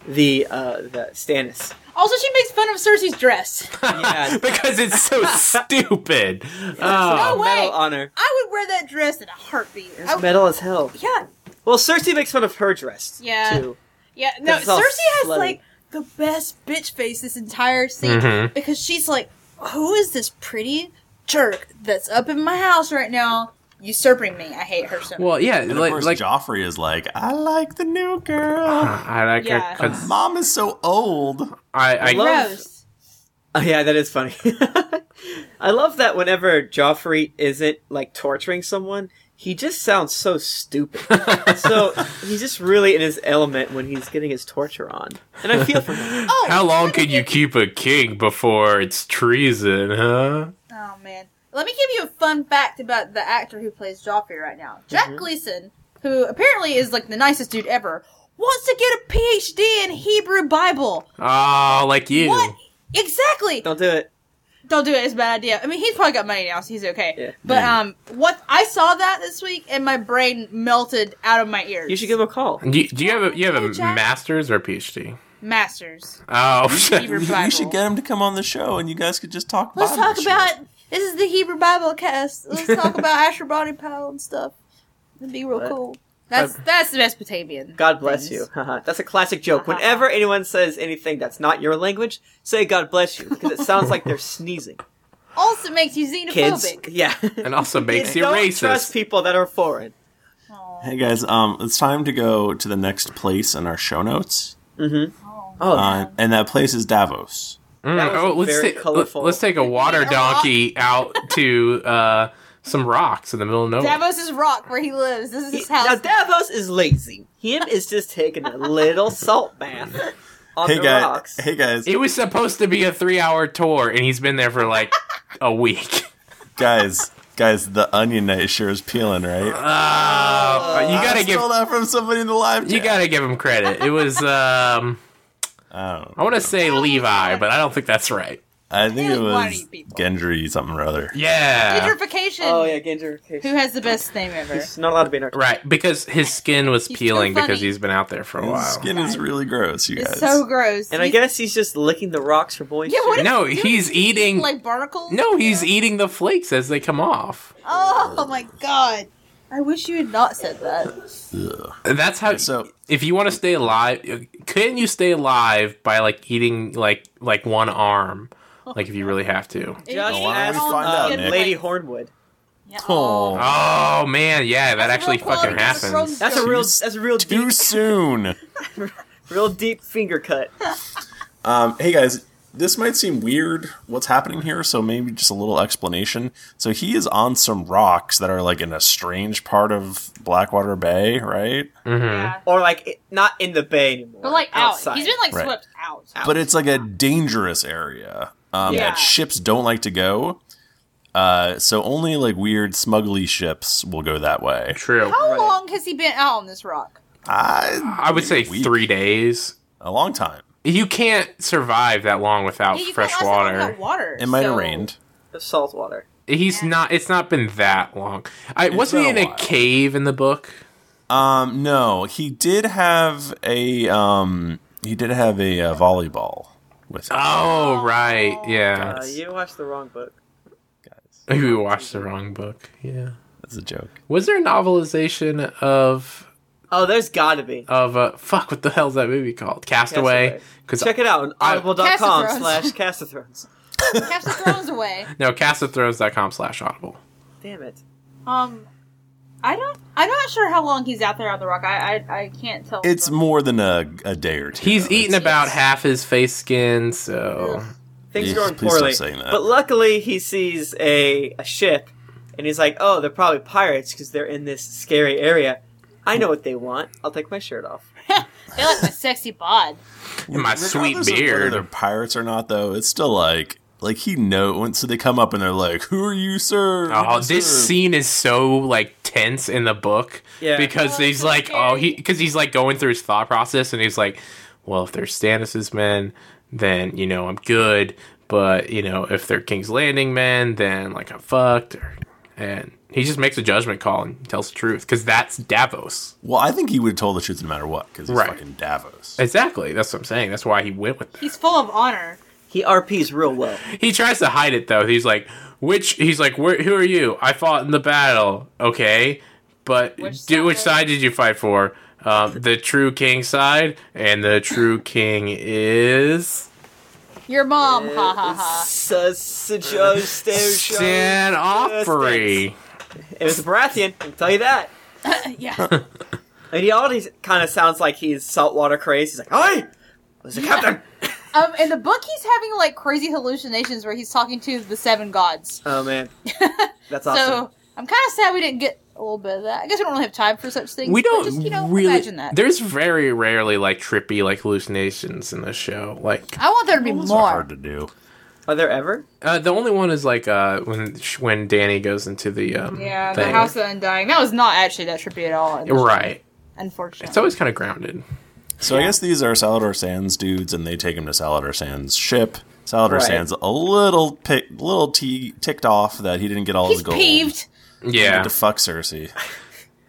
Speaker 2: the uh the Stannis.
Speaker 1: Also, she makes fun of Cersei's dress.
Speaker 2: Yeah,
Speaker 4: because it's so stupid. Oh,
Speaker 1: no way.
Speaker 2: medal honor.
Speaker 1: I would wear that dress in a heartbeat. I would-
Speaker 2: Metal as hell.
Speaker 1: yeah,
Speaker 2: Well, Cersei makes fun of her dress.
Speaker 1: Yeah.
Speaker 2: Too.
Speaker 1: yeah. No,
Speaker 2: It's all
Speaker 1: Cersei has
Speaker 2: slutty.
Speaker 1: like the best bitch face this entire scene
Speaker 2: Mm-hmm.
Speaker 4: Mhm.
Speaker 1: because she's like, "Who is this pretty jerk that's up in my house right now, usurping me? I hate her so." much.
Speaker 4: well, yeah,
Speaker 3: And
Speaker 4: like,
Speaker 3: of course,
Speaker 4: like
Speaker 3: Joffrey is like, I like the new girl.
Speaker 4: I like her
Speaker 1: Yeah.
Speaker 4: 'cause
Speaker 3: Mom is so old.
Speaker 4: I, I
Speaker 2: Love-
Speaker 1: Gross.
Speaker 2: Oh, yeah, that is funny. I love that whenever Joffrey isn't like torturing someone, he just sounds so stupid. so he's just really in his element when he's getting his torture on, and I feel for him.
Speaker 1: Oh,
Speaker 4: How long can you keep a king before it's treason, huh?
Speaker 1: Oh man. Let me give you a fun fact about the actor who plays Joffrey right now. Jack
Speaker 2: Mm-hmm.
Speaker 1: Gleason, who apparently is like the nicest dude ever, wants to get a PhD in Hebrew Bible.
Speaker 4: Oh, like you.
Speaker 1: What? Exactly.
Speaker 2: Don't do it.
Speaker 1: Don't do it. It's a bad idea. I mean, he's probably got money now, so he's okay.
Speaker 2: Yeah.
Speaker 1: But um, what I saw that this week, and my brain melted out of my ears.
Speaker 2: You should give him a call.
Speaker 4: Do you, do you have a you have a
Speaker 1: Hey, Jack.
Speaker 4: master's or PhD?
Speaker 1: masters.
Speaker 4: Oh,
Speaker 1: Hebrew
Speaker 3: You
Speaker 1: Bible.
Speaker 3: should get him to come on the show, and you guys could just talk.
Speaker 1: Let's
Speaker 3: Bible
Speaker 1: talk
Speaker 3: shit.
Speaker 1: about this is the Hebrew Bible cast. Let's talk about Asher Body Pile and stuff. It'd be real
Speaker 2: What?
Speaker 1: cool. That's that's the Mesopotamian.
Speaker 2: God bless
Speaker 1: things.
Speaker 2: you. Haha. that's a classic joke. Whenever anyone says anything that's not your language, say God bless you because it sounds like they're sneezing.
Speaker 1: Also makes you xenophobic.
Speaker 2: Kids, yeah,
Speaker 4: and also makes you
Speaker 2: don't
Speaker 4: racist.
Speaker 2: trust people that are foreign.
Speaker 3: Hey guys, um, it's time to go to the next place in our show notes,
Speaker 2: Oh,
Speaker 3: uh, and that place is Davos.
Speaker 4: Mm,
Speaker 2: That was
Speaker 4: oh,
Speaker 2: a
Speaker 4: let's
Speaker 2: very
Speaker 4: ta-
Speaker 2: colorful-
Speaker 4: let's take a water
Speaker 1: a rock.
Speaker 4: donkey out to uh, some rocks in the middle of nowhere.
Speaker 1: Davos is rock where he lives. This is his house.
Speaker 2: Now Davos is lazy. Him is just taking a little salt bath on
Speaker 3: Hey
Speaker 2: the
Speaker 3: guys,
Speaker 2: rocks.
Speaker 3: hey guys,
Speaker 4: it was supposed to be a three hour tour, and he's been there for like a week.
Speaker 3: guys, guys, the onion night sure is peeling, right?
Speaker 4: Uh, you gotta
Speaker 3: I
Speaker 4: give
Speaker 3: stole that from somebody in the live.
Speaker 4: you
Speaker 3: chat.
Speaker 4: gotta give him credit. It was um,
Speaker 3: I don't know.
Speaker 4: I want to say Levi, but I don't think that's right.
Speaker 3: Oh, I think it
Speaker 1: Really
Speaker 3: was
Speaker 1: whiny people.
Speaker 3: Gendry something or other.
Speaker 4: Yeah,
Speaker 1: Gentrification.
Speaker 2: Oh yeah, gentrification.
Speaker 1: Who has the best name ever?
Speaker 2: It's not allowed to be in our.
Speaker 4: Right, because his skin was
Speaker 1: He's so
Speaker 4: peeling because
Speaker 1: funny.
Speaker 4: he's been out there for a
Speaker 3: His
Speaker 4: while.
Speaker 3: skin is really gross, you
Speaker 1: It's
Speaker 3: guys.
Speaker 1: so gross.
Speaker 2: And I
Speaker 1: He's-
Speaker 2: guess he's just licking the rocks for boys.
Speaker 1: Yeah, what
Speaker 2: shit.
Speaker 1: is
Speaker 4: No,
Speaker 1: he doing?
Speaker 4: he's eating-
Speaker 1: like barnacles.
Speaker 4: No, he's eating the flakes as they come off.
Speaker 1: Oh my god! I wish you had not said that.
Speaker 4: That's how.
Speaker 3: So-
Speaker 4: if you want to stay alive, can you stay alive by like eating like like one arm? Like if you really have to.
Speaker 2: Josh
Speaker 1: It
Speaker 3: why don't
Speaker 2: asked,
Speaker 3: we find
Speaker 2: uh,
Speaker 3: out,
Speaker 1: good
Speaker 3: Nick?
Speaker 2: Lady
Speaker 1: place.
Speaker 2: Hornwood.
Speaker 1: Yeah.
Speaker 3: Oh.
Speaker 4: Oh man, yeah, that
Speaker 1: That's a
Speaker 4: actually
Speaker 1: real quote.
Speaker 4: fucking
Speaker 1: That's a real-
Speaker 4: happens.
Speaker 2: That's a real.
Speaker 3: Too-
Speaker 2: That's a real
Speaker 3: Too
Speaker 2: deep,
Speaker 3: soon.
Speaker 2: real deep finger cut.
Speaker 3: Um, hey guys, this might seem weird what's happening here, so maybe just a little explanation. So he is on some rocks that are like in a strange part of Blackwater Bay, right?
Speaker 4: Mm-hmm.
Speaker 1: Yeah.
Speaker 2: Or like it, not in the bay anymore.
Speaker 1: But like out.
Speaker 2: outside.
Speaker 1: He's been like
Speaker 3: Right.
Speaker 1: swept out.
Speaker 3: But it's like a dangerous area um,
Speaker 1: Yeah.
Speaker 3: that ships don't like to go. Uh, so only like weird smuggly ships will go that way.
Speaker 4: True.
Speaker 1: How
Speaker 2: Right.
Speaker 1: long has he been out on this rock?
Speaker 3: I,
Speaker 4: I would say
Speaker 3: week.
Speaker 4: three days.
Speaker 3: a long time.
Speaker 4: You can't survive that long without
Speaker 1: you
Speaker 4: fresh
Speaker 1: can't last that long
Speaker 4: water.
Speaker 1: without water.
Speaker 3: It might
Speaker 1: so-
Speaker 3: have rained.
Speaker 2: The salt water.
Speaker 4: He's not. It's not been that long. I wasn't he
Speaker 3: been
Speaker 4: in
Speaker 3: a
Speaker 4: a
Speaker 3: while.
Speaker 4: cave in the book.
Speaker 3: Um, no, he did have a um, he did have a uh, volleyball with
Speaker 1: Ah.
Speaker 3: him.
Speaker 4: Oh right,
Speaker 2: Uh,
Speaker 4: yeah.
Speaker 2: you watched the wrong book.
Speaker 4: Maybe we watched the wrong book. Yeah.
Speaker 3: That's a joke.
Speaker 4: Was there a novelization of
Speaker 2: Oh, there's gotta be.
Speaker 4: of uh, fuck? What the hell's that movie called? Castaway.
Speaker 2: Castaway.
Speaker 4: Because
Speaker 2: Check it out on
Speaker 4: I-
Speaker 2: audible.com
Speaker 1: Cast of
Speaker 2: slash
Speaker 1: Thrones.
Speaker 2: Cast of Thrones.
Speaker 1: Cast of Thrones away.
Speaker 4: no, castathrones.com slash audible.
Speaker 2: Damn it.
Speaker 1: Um, I don't. I'm not sure how long he's out there on the rock. I I, I can't tell.
Speaker 3: It's more than a, a day or two.
Speaker 4: He's
Speaker 3: though.
Speaker 4: eaten about half his face skin, so
Speaker 2: Things
Speaker 3: Please-
Speaker 2: are going
Speaker 3: please
Speaker 2: poorly.
Speaker 3: stop saying that.
Speaker 2: But luckily, he sees a, a ship, and he's like, "Oh, they're probably pirates because they're in this scary area. I know what they want. I'll take my shirt off."
Speaker 1: they like my sexy bod.
Speaker 4: and my sweet
Speaker 3: Regardless of Whether
Speaker 4: beard.
Speaker 3: they're pirates or not, though, it's still like like he know. when- So they come up and they're like, "Who are you, sir?" Who
Speaker 4: Oh,
Speaker 3: do you
Speaker 4: this
Speaker 3: serve?"
Speaker 4: scene is so like tense in the book
Speaker 2: Yeah.
Speaker 4: because
Speaker 1: Oh,
Speaker 4: he's
Speaker 1: so
Speaker 4: like, oh, he
Speaker 1: scary.
Speaker 4: because he's like going through his thought process and he's like, well, if they're Stannis's men, then you know I'm good, but you know if they're King's Landing men, then like I'm fucked. Or, and he just makes a judgment call and tells the truth because that's Davos.
Speaker 3: Well, I think he would have told the truth no matter what because he's
Speaker 4: Right.
Speaker 3: fucking Davos.
Speaker 4: Exactly, that's what I'm saying. That's why he went with.
Speaker 1: He's full of honor.
Speaker 2: He RPs real well.
Speaker 4: He tries to hide it though. He's like, which he's like, Where, who are you? I fought in the battle. Okay, but
Speaker 1: Which
Speaker 4: do which
Speaker 1: side?
Speaker 4: side did you fight for? Um, the true king side, and the true king is
Speaker 1: Your mom, ha ha ha.
Speaker 2: Sausage Joe Station.
Speaker 4: Stan Opry.
Speaker 2: It was a Baratheon. I can tell you that.
Speaker 1: Yeah.
Speaker 2: And he already kind of sounds like he's saltwater crazed. He's like, "Hi, was the captain."
Speaker 1: um, in the book, he's having like crazy hallucinations where he's talking to the seven gods.
Speaker 2: Oh man, that's awesome.
Speaker 1: So I'm kind of sad we didn't get a little bit of that. I guess we don't really have time for such things.
Speaker 4: We
Speaker 1: but
Speaker 4: don't
Speaker 1: just, you know,
Speaker 4: really.
Speaker 1: imagine that.
Speaker 4: There's very rarely like trippy like hallucinations in the show. Like
Speaker 1: I want there to be
Speaker 3: Those are
Speaker 1: more.
Speaker 3: hard to do.
Speaker 2: Are there ever?
Speaker 4: uh, the only one is like uh, when sh- when Danny goes into the um,
Speaker 1: Yeah, the
Speaker 4: thing.
Speaker 1: House of Undying. That was not actually that trippy at all. in the show,
Speaker 4: right.
Speaker 1: Unfortunately.
Speaker 4: It's always kind of grounded.
Speaker 3: So I guess these are Salador Sands dudes, and they take him to Salador Sands' ship. Salador
Speaker 2: Right.
Speaker 3: Sands a little pick, little t- ticked off that he didn't get all
Speaker 1: he's
Speaker 3: his gold.
Speaker 1: peeved.
Speaker 4: Yeah,
Speaker 3: To fuck Cersei.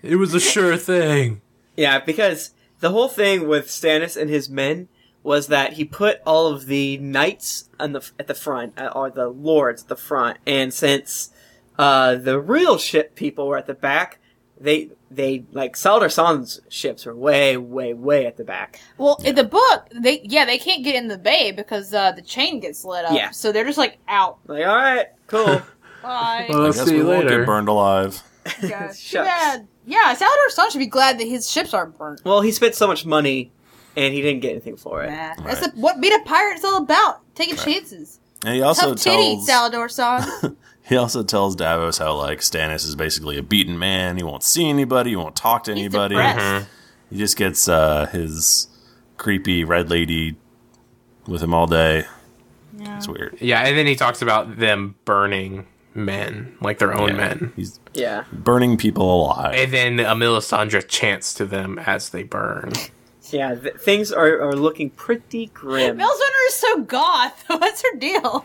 Speaker 4: It was a sure thing.
Speaker 2: Yeah, because the whole thing with Stannis and his men was that he put all of the knights on the at the front, uh, or the lords at the front, and since uh, the real ship people were at the back, they they like Salador San's ships were way, way, way at the back.
Speaker 1: Well, in the book, they yeah they can't get in the bay because uh, the chain gets lit up.
Speaker 2: Yeah.
Speaker 1: So they're just like out.
Speaker 2: Like, all right, cool.
Speaker 1: Bye.
Speaker 4: Well,
Speaker 3: I
Speaker 4: I'll
Speaker 3: guess
Speaker 4: see
Speaker 3: we
Speaker 4: you
Speaker 3: won't
Speaker 4: later.
Speaker 3: get burned alive.
Speaker 1: Guys, Too
Speaker 2: Shucks.
Speaker 1: bad. Yeah, Salador Sun should be glad that his ships aren't burnt.
Speaker 2: well, he spent so much money, and he didn't get anything for it.
Speaker 1: Nah. That's the- what being a pirate's all about. Taking chances.
Speaker 3: And he also
Speaker 1: Tough titty,
Speaker 3: tells
Speaker 1: Salador Sun.
Speaker 3: he also tells Davos how like Stannis is basically a beaten man. He won't see anybody. He won't talk to
Speaker 1: He's
Speaker 3: anybody. Mm-hmm.
Speaker 4: Hmm.
Speaker 1: depressed.
Speaker 3: He just gets uh, his creepy red lady with him all day. It's weird.
Speaker 4: Yeah, and then he talks about them burning men, like their own
Speaker 3: Yeah.
Speaker 4: men.
Speaker 3: He's
Speaker 2: Yeah,
Speaker 3: burning people alive.
Speaker 4: And then uh, Melisandre chants to them as they burn.
Speaker 2: yeah. Th- things are, are looking pretty grim.
Speaker 1: Mel's Runner is so goth. What's her deal?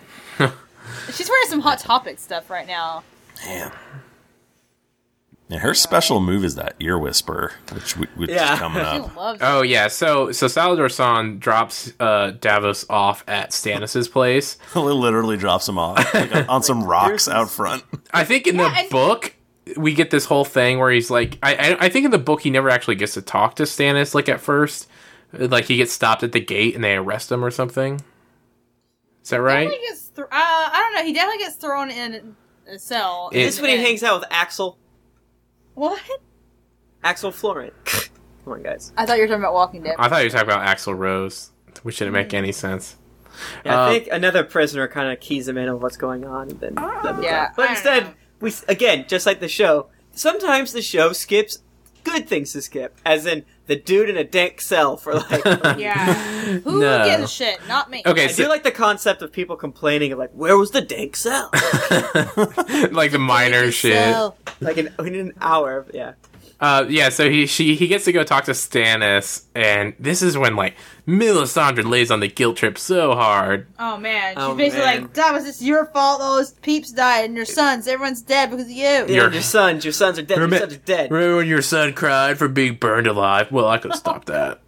Speaker 1: She's wearing some Hot Topic stuff right now.
Speaker 3: Damn. And her special move is that ear whisper, which we, which
Speaker 2: Yeah.
Speaker 3: is coming
Speaker 1: She
Speaker 3: up.
Speaker 1: loves
Speaker 4: Oh yeah, so so Salador San drops uh, Davos off at Stannis's place.
Speaker 3: Literally drops him off like, on some rocks out front.
Speaker 4: I think in the
Speaker 1: and-
Speaker 4: book we get this whole thing where he's like, I, I I think in the book he never actually gets to talk to Stannis. Like at first, like he gets stopped at the gate and they arrest him or something. Is that right?
Speaker 1: Definitely gets thr- uh, I don't know. He definitely gets thrown in a cell.
Speaker 4: It-
Speaker 2: This is when he hangs out with Axel
Speaker 1: What?
Speaker 2: Axel Florent. Come on, guys.
Speaker 1: I thought you were talking about Walking Dead.
Speaker 4: I thought you were talking about Axel Rose, which didn't make any sense.
Speaker 2: Yeah, I
Speaker 4: Uh,
Speaker 2: think another prisoner kind of keys him in on what's going on, and then blah, blah,
Speaker 1: Ah, Yeah,
Speaker 2: blah. But
Speaker 1: I
Speaker 2: instead,
Speaker 1: don't know.
Speaker 2: we s- again, just like the show, sometimes the show skips good things to skip, as in the dude in a dank cell for like. I
Speaker 1: yeah. Who
Speaker 4: No.
Speaker 1: gives a shit? Not me.
Speaker 4: Okay, so
Speaker 2: do like the concept of people complaining of like, where was the dank cell?
Speaker 4: like the minor shit.
Speaker 1: So,
Speaker 2: like in, in an hour, yeah.
Speaker 4: Uh, yeah, so he she he gets to go talk to Stannis, and this is when like Melisandre lays on the guilt trip so hard.
Speaker 1: Oh man, she's
Speaker 2: Oh,
Speaker 1: basically
Speaker 2: man.
Speaker 1: like, Thomas, it's your fault. All those peeps died, and your sons, everyone's dead because of you.
Speaker 4: You're-
Speaker 2: Your sons, your sons are dead.
Speaker 4: Remem-
Speaker 2: your sons are dead.
Speaker 4: Remember when your son cried for being burned alive? Well, I could have stopped that.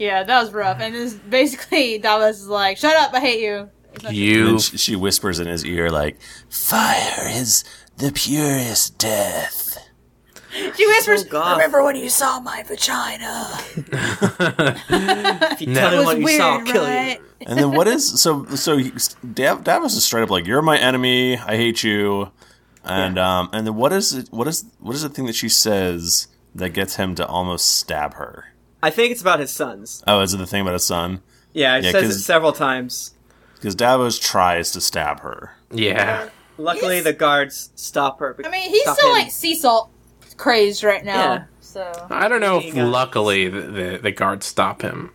Speaker 1: Yeah, that was rough. And this basically, Davos is like, "Shut up, I hate you."
Speaker 3: And
Speaker 4: You
Speaker 3: then she, she whispers in his ear, like, Fire is the purest death.
Speaker 1: She whispers,
Speaker 2: God.
Speaker 1: "Remember when you saw my vagina?"
Speaker 2: If you tell him
Speaker 1: It was
Speaker 2: what you
Speaker 1: weird,
Speaker 2: saw, I'll kill
Speaker 1: right?
Speaker 3: And then what is. So, so he, Dav- Davos is straight up like, You're my enemy. I hate you. And, um, and then what is it? What is, what is the thing that she says that gets him to almost stab her?
Speaker 2: you. I think it's about his sons.
Speaker 3: Oh, is it the thing about his son?
Speaker 2: Yeah, he
Speaker 3: Yeah,
Speaker 2: says it
Speaker 3: 'cause-
Speaker 2: several times.
Speaker 3: Because Davos tries to stab her.
Speaker 4: yeah.
Speaker 2: Luckily,
Speaker 1: He's-
Speaker 2: the guards stop her.
Speaker 1: I mean, he's
Speaker 2: stop
Speaker 1: so
Speaker 2: him.
Speaker 1: like sea salt crazed right now.
Speaker 2: Yeah.
Speaker 1: So
Speaker 4: I don't know if
Speaker 2: Hang on.
Speaker 4: luckily the, the the guards stop him.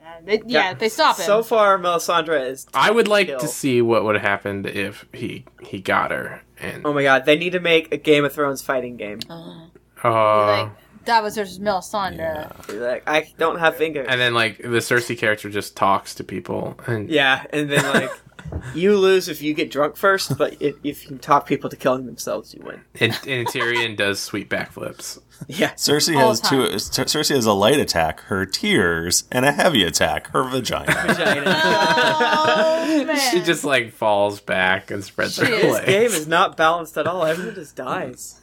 Speaker 1: uh, they, yeah, they stop him.
Speaker 2: So far, Melisandre is.
Speaker 4: I would like
Speaker 2: Kill.
Speaker 4: to see what would have happened if he he got her and
Speaker 2: Oh my god, they need to make a Game of Thrones fighting game.
Speaker 4: uh,
Speaker 1: Uh-huh. like Davos versus Melisandre.
Speaker 2: Like, I don't have fingers.
Speaker 4: and then like the Cersei character just talks to people and
Speaker 2: yeah, and then like. You lose if you get drunk first, but if, if you can talk people to killing themselves, you win.
Speaker 4: and, and Tyrion does sweet backflips.
Speaker 2: Yeah,
Speaker 3: Cersei
Speaker 1: All
Speaker 3: has
Speaker 1: the
Speaker 3: two.
Speaker 1: time.
Speaker 3: Cer- Cersei has a light attack, her tears, and a heavy attack, her vagina.
Speaker 2: vagina.
Speaker 1: Oh man,
Speaker 4: She just like falls back and spreads
Speaker 1: She
Speaker 4: her
Speaker 1: is
Speaker 2: this game
Speaker 4: legs.
Speaker 2: is not balanced at all. Everyone just dies.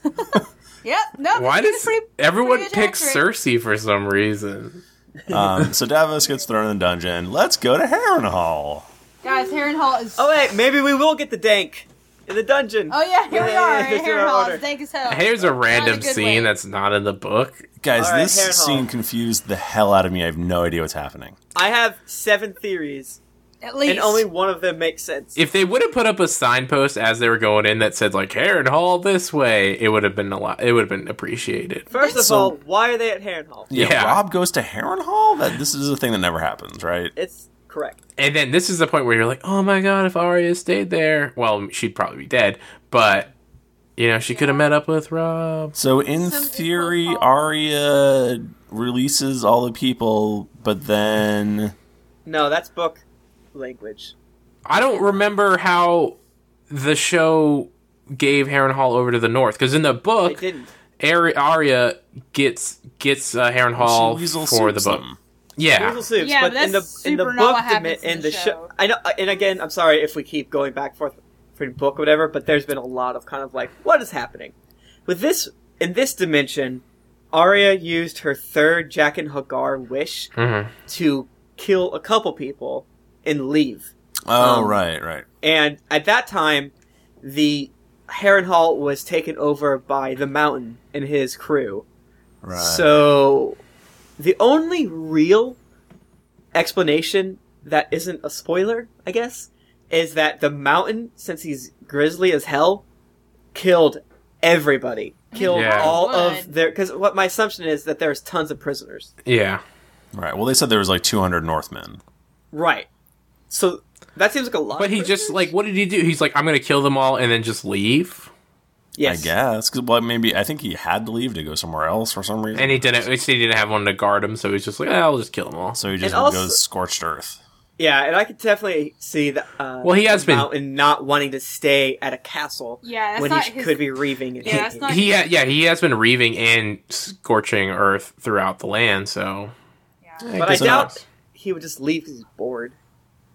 Speaker 1: yep. No,
Speaker 4: Why
Speaker 1: this is
Speaker 4: does
Speaker 1: pretty,
Speaker 4: everyone
Speaker 1: pretty good
Speaker 4: pick
Speaker 1: accurate.
Speaker 4: Cersei for some reason?
Speaker 3: um, so Davos gets thrown in the dungeon. Let's go to Harrenhal.
Speaker 1: Guys, Heron Hall is.
Speaker 2: Oh
Speaker 1: Oh,
Speaker 2: wait, maybe we will get the dank in the dungeon.
Speaker 1: yeah, here we
Speaker 2: Yeah,
Speaker 1: are.
Speaker 2: yeah, yeah,
Speaker 1: Heron
Speaker 2: it's
Speaker 1: Hall
Speaker 2: order.
Speaker 1: is dank as hell.
Speaker 4: Here's a
Speaker 1: a
Speaker 4: random
Speaker 1: good
Speaker 4: scene
Speaker 1: way.
Speaker 4: that's not in the book.
Speaker 3: Guys,
Speaker 2: All right,
Speaker 3: this
Speaker 2: Harrenhal.
Speaker 3: scene confused the hell out of me. I have no idea what's happening.
Speaker 2: I have seven theories,
Speaker 1: At least
Speaker 2: and only one of them makes sense.
Speaker 4: If they would have put up a signpost as they were going in that said like Heron Hall this way, it would have been a lot. It would have been appreciated.
Speaker 2: First of
Speaker 3: So-
Speaker 2: all, why are they at Harrenhal?
Speaker 3: Yeah,
Speaker 4: Yeah.
Speaker 3: Rob goes to Harrenhal. That this is a thing that never happens, right?
Speaker 2: It's correct.
Speaker 4: And then this is the point where you're like, oh my god, if Arya stayed there, well, she'd probably be dead. But you know, she could have met up with Rob.
Speaker 3: So in
Speaker 1: So it's
Speaker 3: theory,
Speaker 1: called-
Speaker 3: Arya releases all the people, but then
Speaker 2: No, that's book language.
Speaker 4: I don't remember how the show gave Harrenhal over to the North because in the
Speaker 2: They
Speaker 4: book,
Speaker 2: didn't.
Speaker 4: Ari- Arya gets gets uh, Harrenhal
Speaker 3: she weasel
Speaker 4: for the
Speaker 3: soups
Speaker 4: book.
Speaker 3: them.
Speaker 4: Yeah,
Speaker 2: Weasel Soups,
Speaker 1: Yeah,
Speaker 2: but
Speaker 1: but
Speaker 2: in the
Speaker 1: that's
Speaker 2: in the
Speaker 1: super
Speaker 2: book,
Speaker 1: not what
Speaker 2: the, mi-
Speaker 1: happens
Speaker 2: in the show, I know. And again, I'm sorry if we keep going back forth for the book, or whatever. But there's been a lot of kind of like, what is happening with this in this dimension? Arya used her third Jack and Hagar wish
Speaker 4: Mhm.
Speaker 2: to kill a couple people and leave.
Speaker 3: Oh,
Speaker 2: Um,
Speaker 3: right, right.
Speaker 2: And at that time, the Harrenhal was taken over by the Mountain and his crew.
Speaker 3: Right.
Speaker 2: So the only real explanation that isn't a spoiler, I guess, is that the Mountain, since he's grizzly as hell, killed everybody. Killed
Speaker 4: Yeah.
Speaker 2: all of
Speaker 1: Would.
Speaker 2: their. Because what my assumption is that there's tons of prisoners.
Speaker 4: yeah.
Speaker 3: right. Well, they said there was like 200 Northmen.
Speaker 2: Right. So that seems like a lot.
Speaker 4: But
Speaker 2: of
Speaker 4: he just
Speaker 2: prisoners?
Speaker 4: like, what did he do? He's like, I'm gonna kill them all and then just leave.
Speaker 2: Yes.
Speaker 3: I guess. 'Cause, well, maybe I think he had to leave to go somewhere else for some reason.
Speaker 4: And he didn't. He didn't have one to guard him, so he's just like, "Ah, I'll just kill them all.
Speaker 3: so he
Speaker 2: And
Speaker 3: just
Speaker 2: also-
Speaker 3: goes scorched earth.
Speaker 2: Yeah, and I could definitely see the uh,
Speaker 4: Well, he has
Speaker 2: the
Speaker 4: been-
Speaker 2: mountain not wanting to stay at a castle
Speaker 1: Yeah, that's
Speaker 2: when
Speaker 1: not
Speaker 2: he
Speaker 1: his-
Speaker 2: could be reaving. And
Speaker 1: Yeah, that's not-
Speaker 4: He ha- yeah, he has been reaving and scorching earth throughout the land. So,
Speaker 1: Yeah.
Speaker 2: but I
Speaker 4: guess it
Speaker 2: doubt
Speaker 4: works.
Speaker 2: he would just leave 'cause he's bored.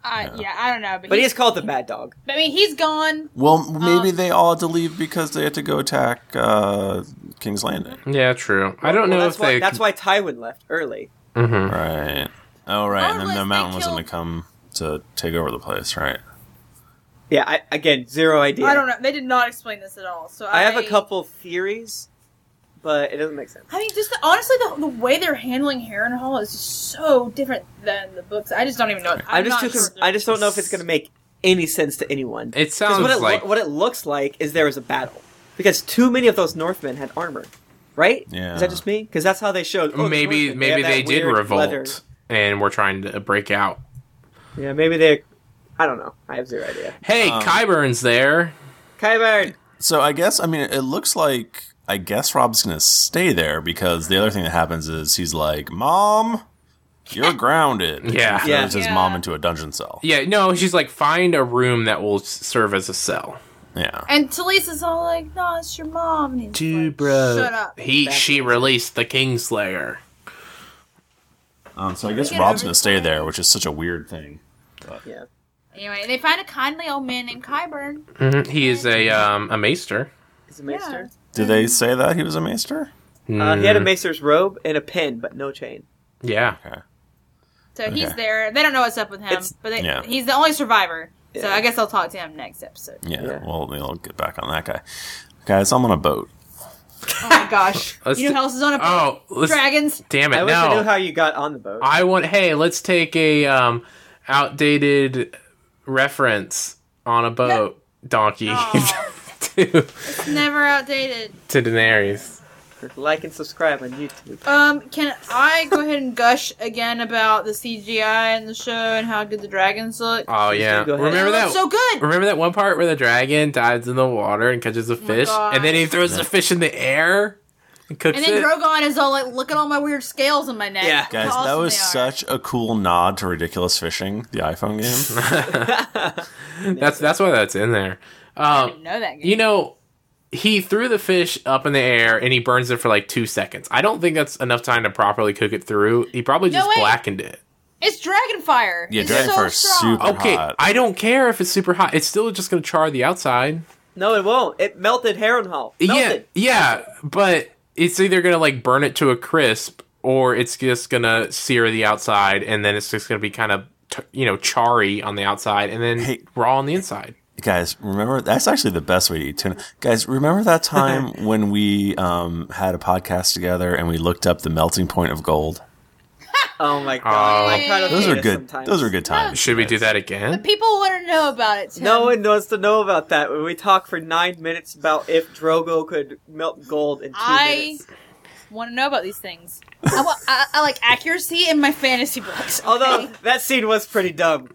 Speaker 1: I, yeah, I don't know, but,
Speaker 2: But
Speaker 1: he's,
Speaker 2: he's called the bad dog.
Speaker 1: I mean, he's gone.
Speaker 3: Well,
Speaker 2: Um,
Speaker 3: maybe they all had to leave because they had to go attack uh, King's Landing.
Speaker 4: Yeah, true. I don't
Speaker 2: Well,
Speaker 4: know
Speaker 2: that's,
Speaker 4: if
Speaker 2: why,
Speaker 4: they.
Speaker 2: that's why Tywin left early.
Speaker 4: Mhm.
Speaker 3: Right. Oh, right. And then
Speaker 1: Unless
Speaker 3: the
Speaker 1: they
Speaker 3: mountain was going
Speaker 1: killed-
Speaker 3: to come to take over the place, right?
Speaker 2: Yeah, I, again, zero idea.
Speaker 1: I don't know. They did not explain this at all. So I,
Speaker 2: I have a couple theories, but it doesn't make sense.
Speaker 1: I mean, just the, honestly, the, the way they're handling Harrenhal is just so different than the books. I just don't even know. I'm,
Speaker 2: I'm, just
Speaker 1: not
Speaker 2: too. con-
Speaker 1: sure
Speaker 2: I just don't know if it's going to make any sense to anyone.
Speaker 4: It
Speaker 2: 'Cause
Speaker 4: sounds
Speaker 2: what it, lo-
Speaker 4: like
Speaker 2: what it looks like is there was a battle because too many of those Northmen had armor, right?
Speaker 3: Yeah.
Speaker 2: Is that just me? Because that's how they showed. oh, the
Speaker 4: maybe
Speaker 2: Northmen,
Speaker 4: maybe
Speaker 2: have
Speaker 4: they
Speaker 2: that
Speaker 4: did
Speaker 2: weird
Speaker 4: revolt
Speaker 2: leather.
Speaker 4: and we're trying to break out.
Speaker 2: Yeah, maybe they. I don't know. I have zero idea.
Speaker 4: Hey,
Speaker 3: Um,
Speaker 4: Kyburn's there.
Speaker 2: Kyburn.
Speaker 3: So I guess, I mean, it looks like I guess Rob's gonna stay there because the other thing that happens is he's like, "Mom, you're grounded."
Speaker 4: Yeah.
Speaker 3: He
Speaker 2: Yeah.
Speaker 3: throws his
Speaker 1: Yeah.
Speaker 3: mom into a dungeon cell.
Speaker 4: Yeah, no, she's like, find a room that will s- serve as a cell.
Speaker 3: Yeah,
Speaker 1: And Talise is all like, "No, it's your mom." And he's like, Shut up.
Speaker 4: He she released the Kingslayer.
Speaker 3: um, so I guess
Speaker 1: Get
Speaker 3: Rob's
Speaker 1: over
Speaker 3: gonna
Speaker 1: the
Speaker 3: stay
Speaker 1: thing.
Speaker 3: there, which is such a weird thing.
Speaker 2: Yeah.
Speaker 1: Anyway, they find a kindly old man named Kyburn.
Speaker 4: Mhm, He is a um, a maester.
Speaker 2: He's a maester.
Speaker 3: Did they say that he was a maester?
Speaker 2: Uh, he had a maester's robe and a pin, but no chain.
Speaker 4: Mm, Yeah.
Speaker 1: So he's
Speaker 3: Okay.
Speaker 1: there. They don't know what's up with him,
Speaker 2: It's-
Speaker 1: but they,
Speaker 3: Yeah.
Speaker 1: he's the only survivor. So
Speaker 2: Yeah.
Speaker 1: I guess I'll talk to him next episode.
Speaker 3: Yeah.
Speaker 2: Yeah.
Speaker 3: Well, we'll get back on that guy. Guys, I'm on a boat.
Speaker 1: Oh my gosh!
Speaker 4: Let's
Speaker 1: you know
Speaker 4: do-
Speaker 1: who else is on a boat?
Speaker 4: Oh, let's,
Speaker 1: Dragons.
Speaker 4: damn
Speaker 2: I
Speaker 4: it!
Speaker 2: wish I
Speaker 4: No,
Speaker 2: knew how you got on the boat.
Speaker 4: I want. Hey, let's take a um, outdated reference on a boat donkey
Speaker 1: Aw.
Speaker 4: to
Speaker 1: It's never outdated.
Speaker 4: to Daenerys.
Speaker 2: like and subscribe on YouTube.
Speaker 1: Um, can I go ahead and gush again about the CGI in the show and how good the dragons look?
Speaker 4: Oh yeah,
Speaker 2: Go ahead.
Speaker 4: remember
Speaker 1: It
Speaker 4: that?
Speaker 1: looks so good.
Speaker 4: Remember that one part where the dragon dives in the water and catches a
Speaker 1: Oh
Speaker 4: fish, and then he throws the fish in the air and cooks
Speaker 1: And then
Speaker 4: it.
Speaker 1: Drogon is all like, "Look at all my weird scales in my neck."
Speaker 2: Yeah.
Speaker 1: Look how
Speaker 3: Guys, that
Speaker 1: awesome
Speaker 3: was
Speaker 1: they are.
Speaker 3: such a cool nod to Ridiculous Fishing, the iPhone game.
Speaker 4: that's that's why that's in there.
Speaker 2: Oh,
Speaker 1: I didn't know that. Game.
Speaker 4: You know, he threw the fish up in the air and he burns it for like two seconds. I don't think that's enough time to properly cook it through. He probably
Speaker 1: No,
Speaker 4: just
Speaker 1: wait.
Speaker 4: blackened it.
Speaker 1: It's dragon fire.
Speaker 3: Yeah,
Speaker 1: it's
Speaker 3: dragon
Speaker 1: so
Speaker 3: fire's
Speaker 1: strong.
Speaker 3: super-
Speaker 4: Okay,
Speaker 3: hot.
Speaker 4: I don't care if it's super hot. It's still just going to char the outside.
Speaker 2: No, it won't. It melted Harrenhal. Melted.
Speaker 4: Yeah, yeah, but it's either going to like burn it to a crisp or it's just going to sear the outside and then it's just going to be kind of t- you know charry on the outside and then
Speaker 3: Hey.
Speaker 4: raw on the inside.
Speaker 3: Guys, remember that's actually the best way to eat tuna. Guys, remember that time when we um, had a podcast together and we looked up the melting point of gold?
Speaker 2: Oh my god.
Speaker 4: Oh.
Speaker 2: I kind of
Speaker 3: Those
Speaker 2: hate
Speaker 3: are
Speaker 2: it
Speaker 3: good.
Speaker 2: sometimes.
Speaker 3: Those are good times.
Speaker 4: Should we do that
Speaker 1: The
Speaker 4: again?
Speaker 1: people want to know about it. Tim.
Speaker 2: No one wants to know about that when we talk for nine minutes about if Drogo could melt gold in two
Speaker 1: I
Speaker 2: minutes.
Speaker 1: want to know about these things. I, want, I, I like accuracy in my fantasy books.
Speaker 2: Although that scene was pretty dumb.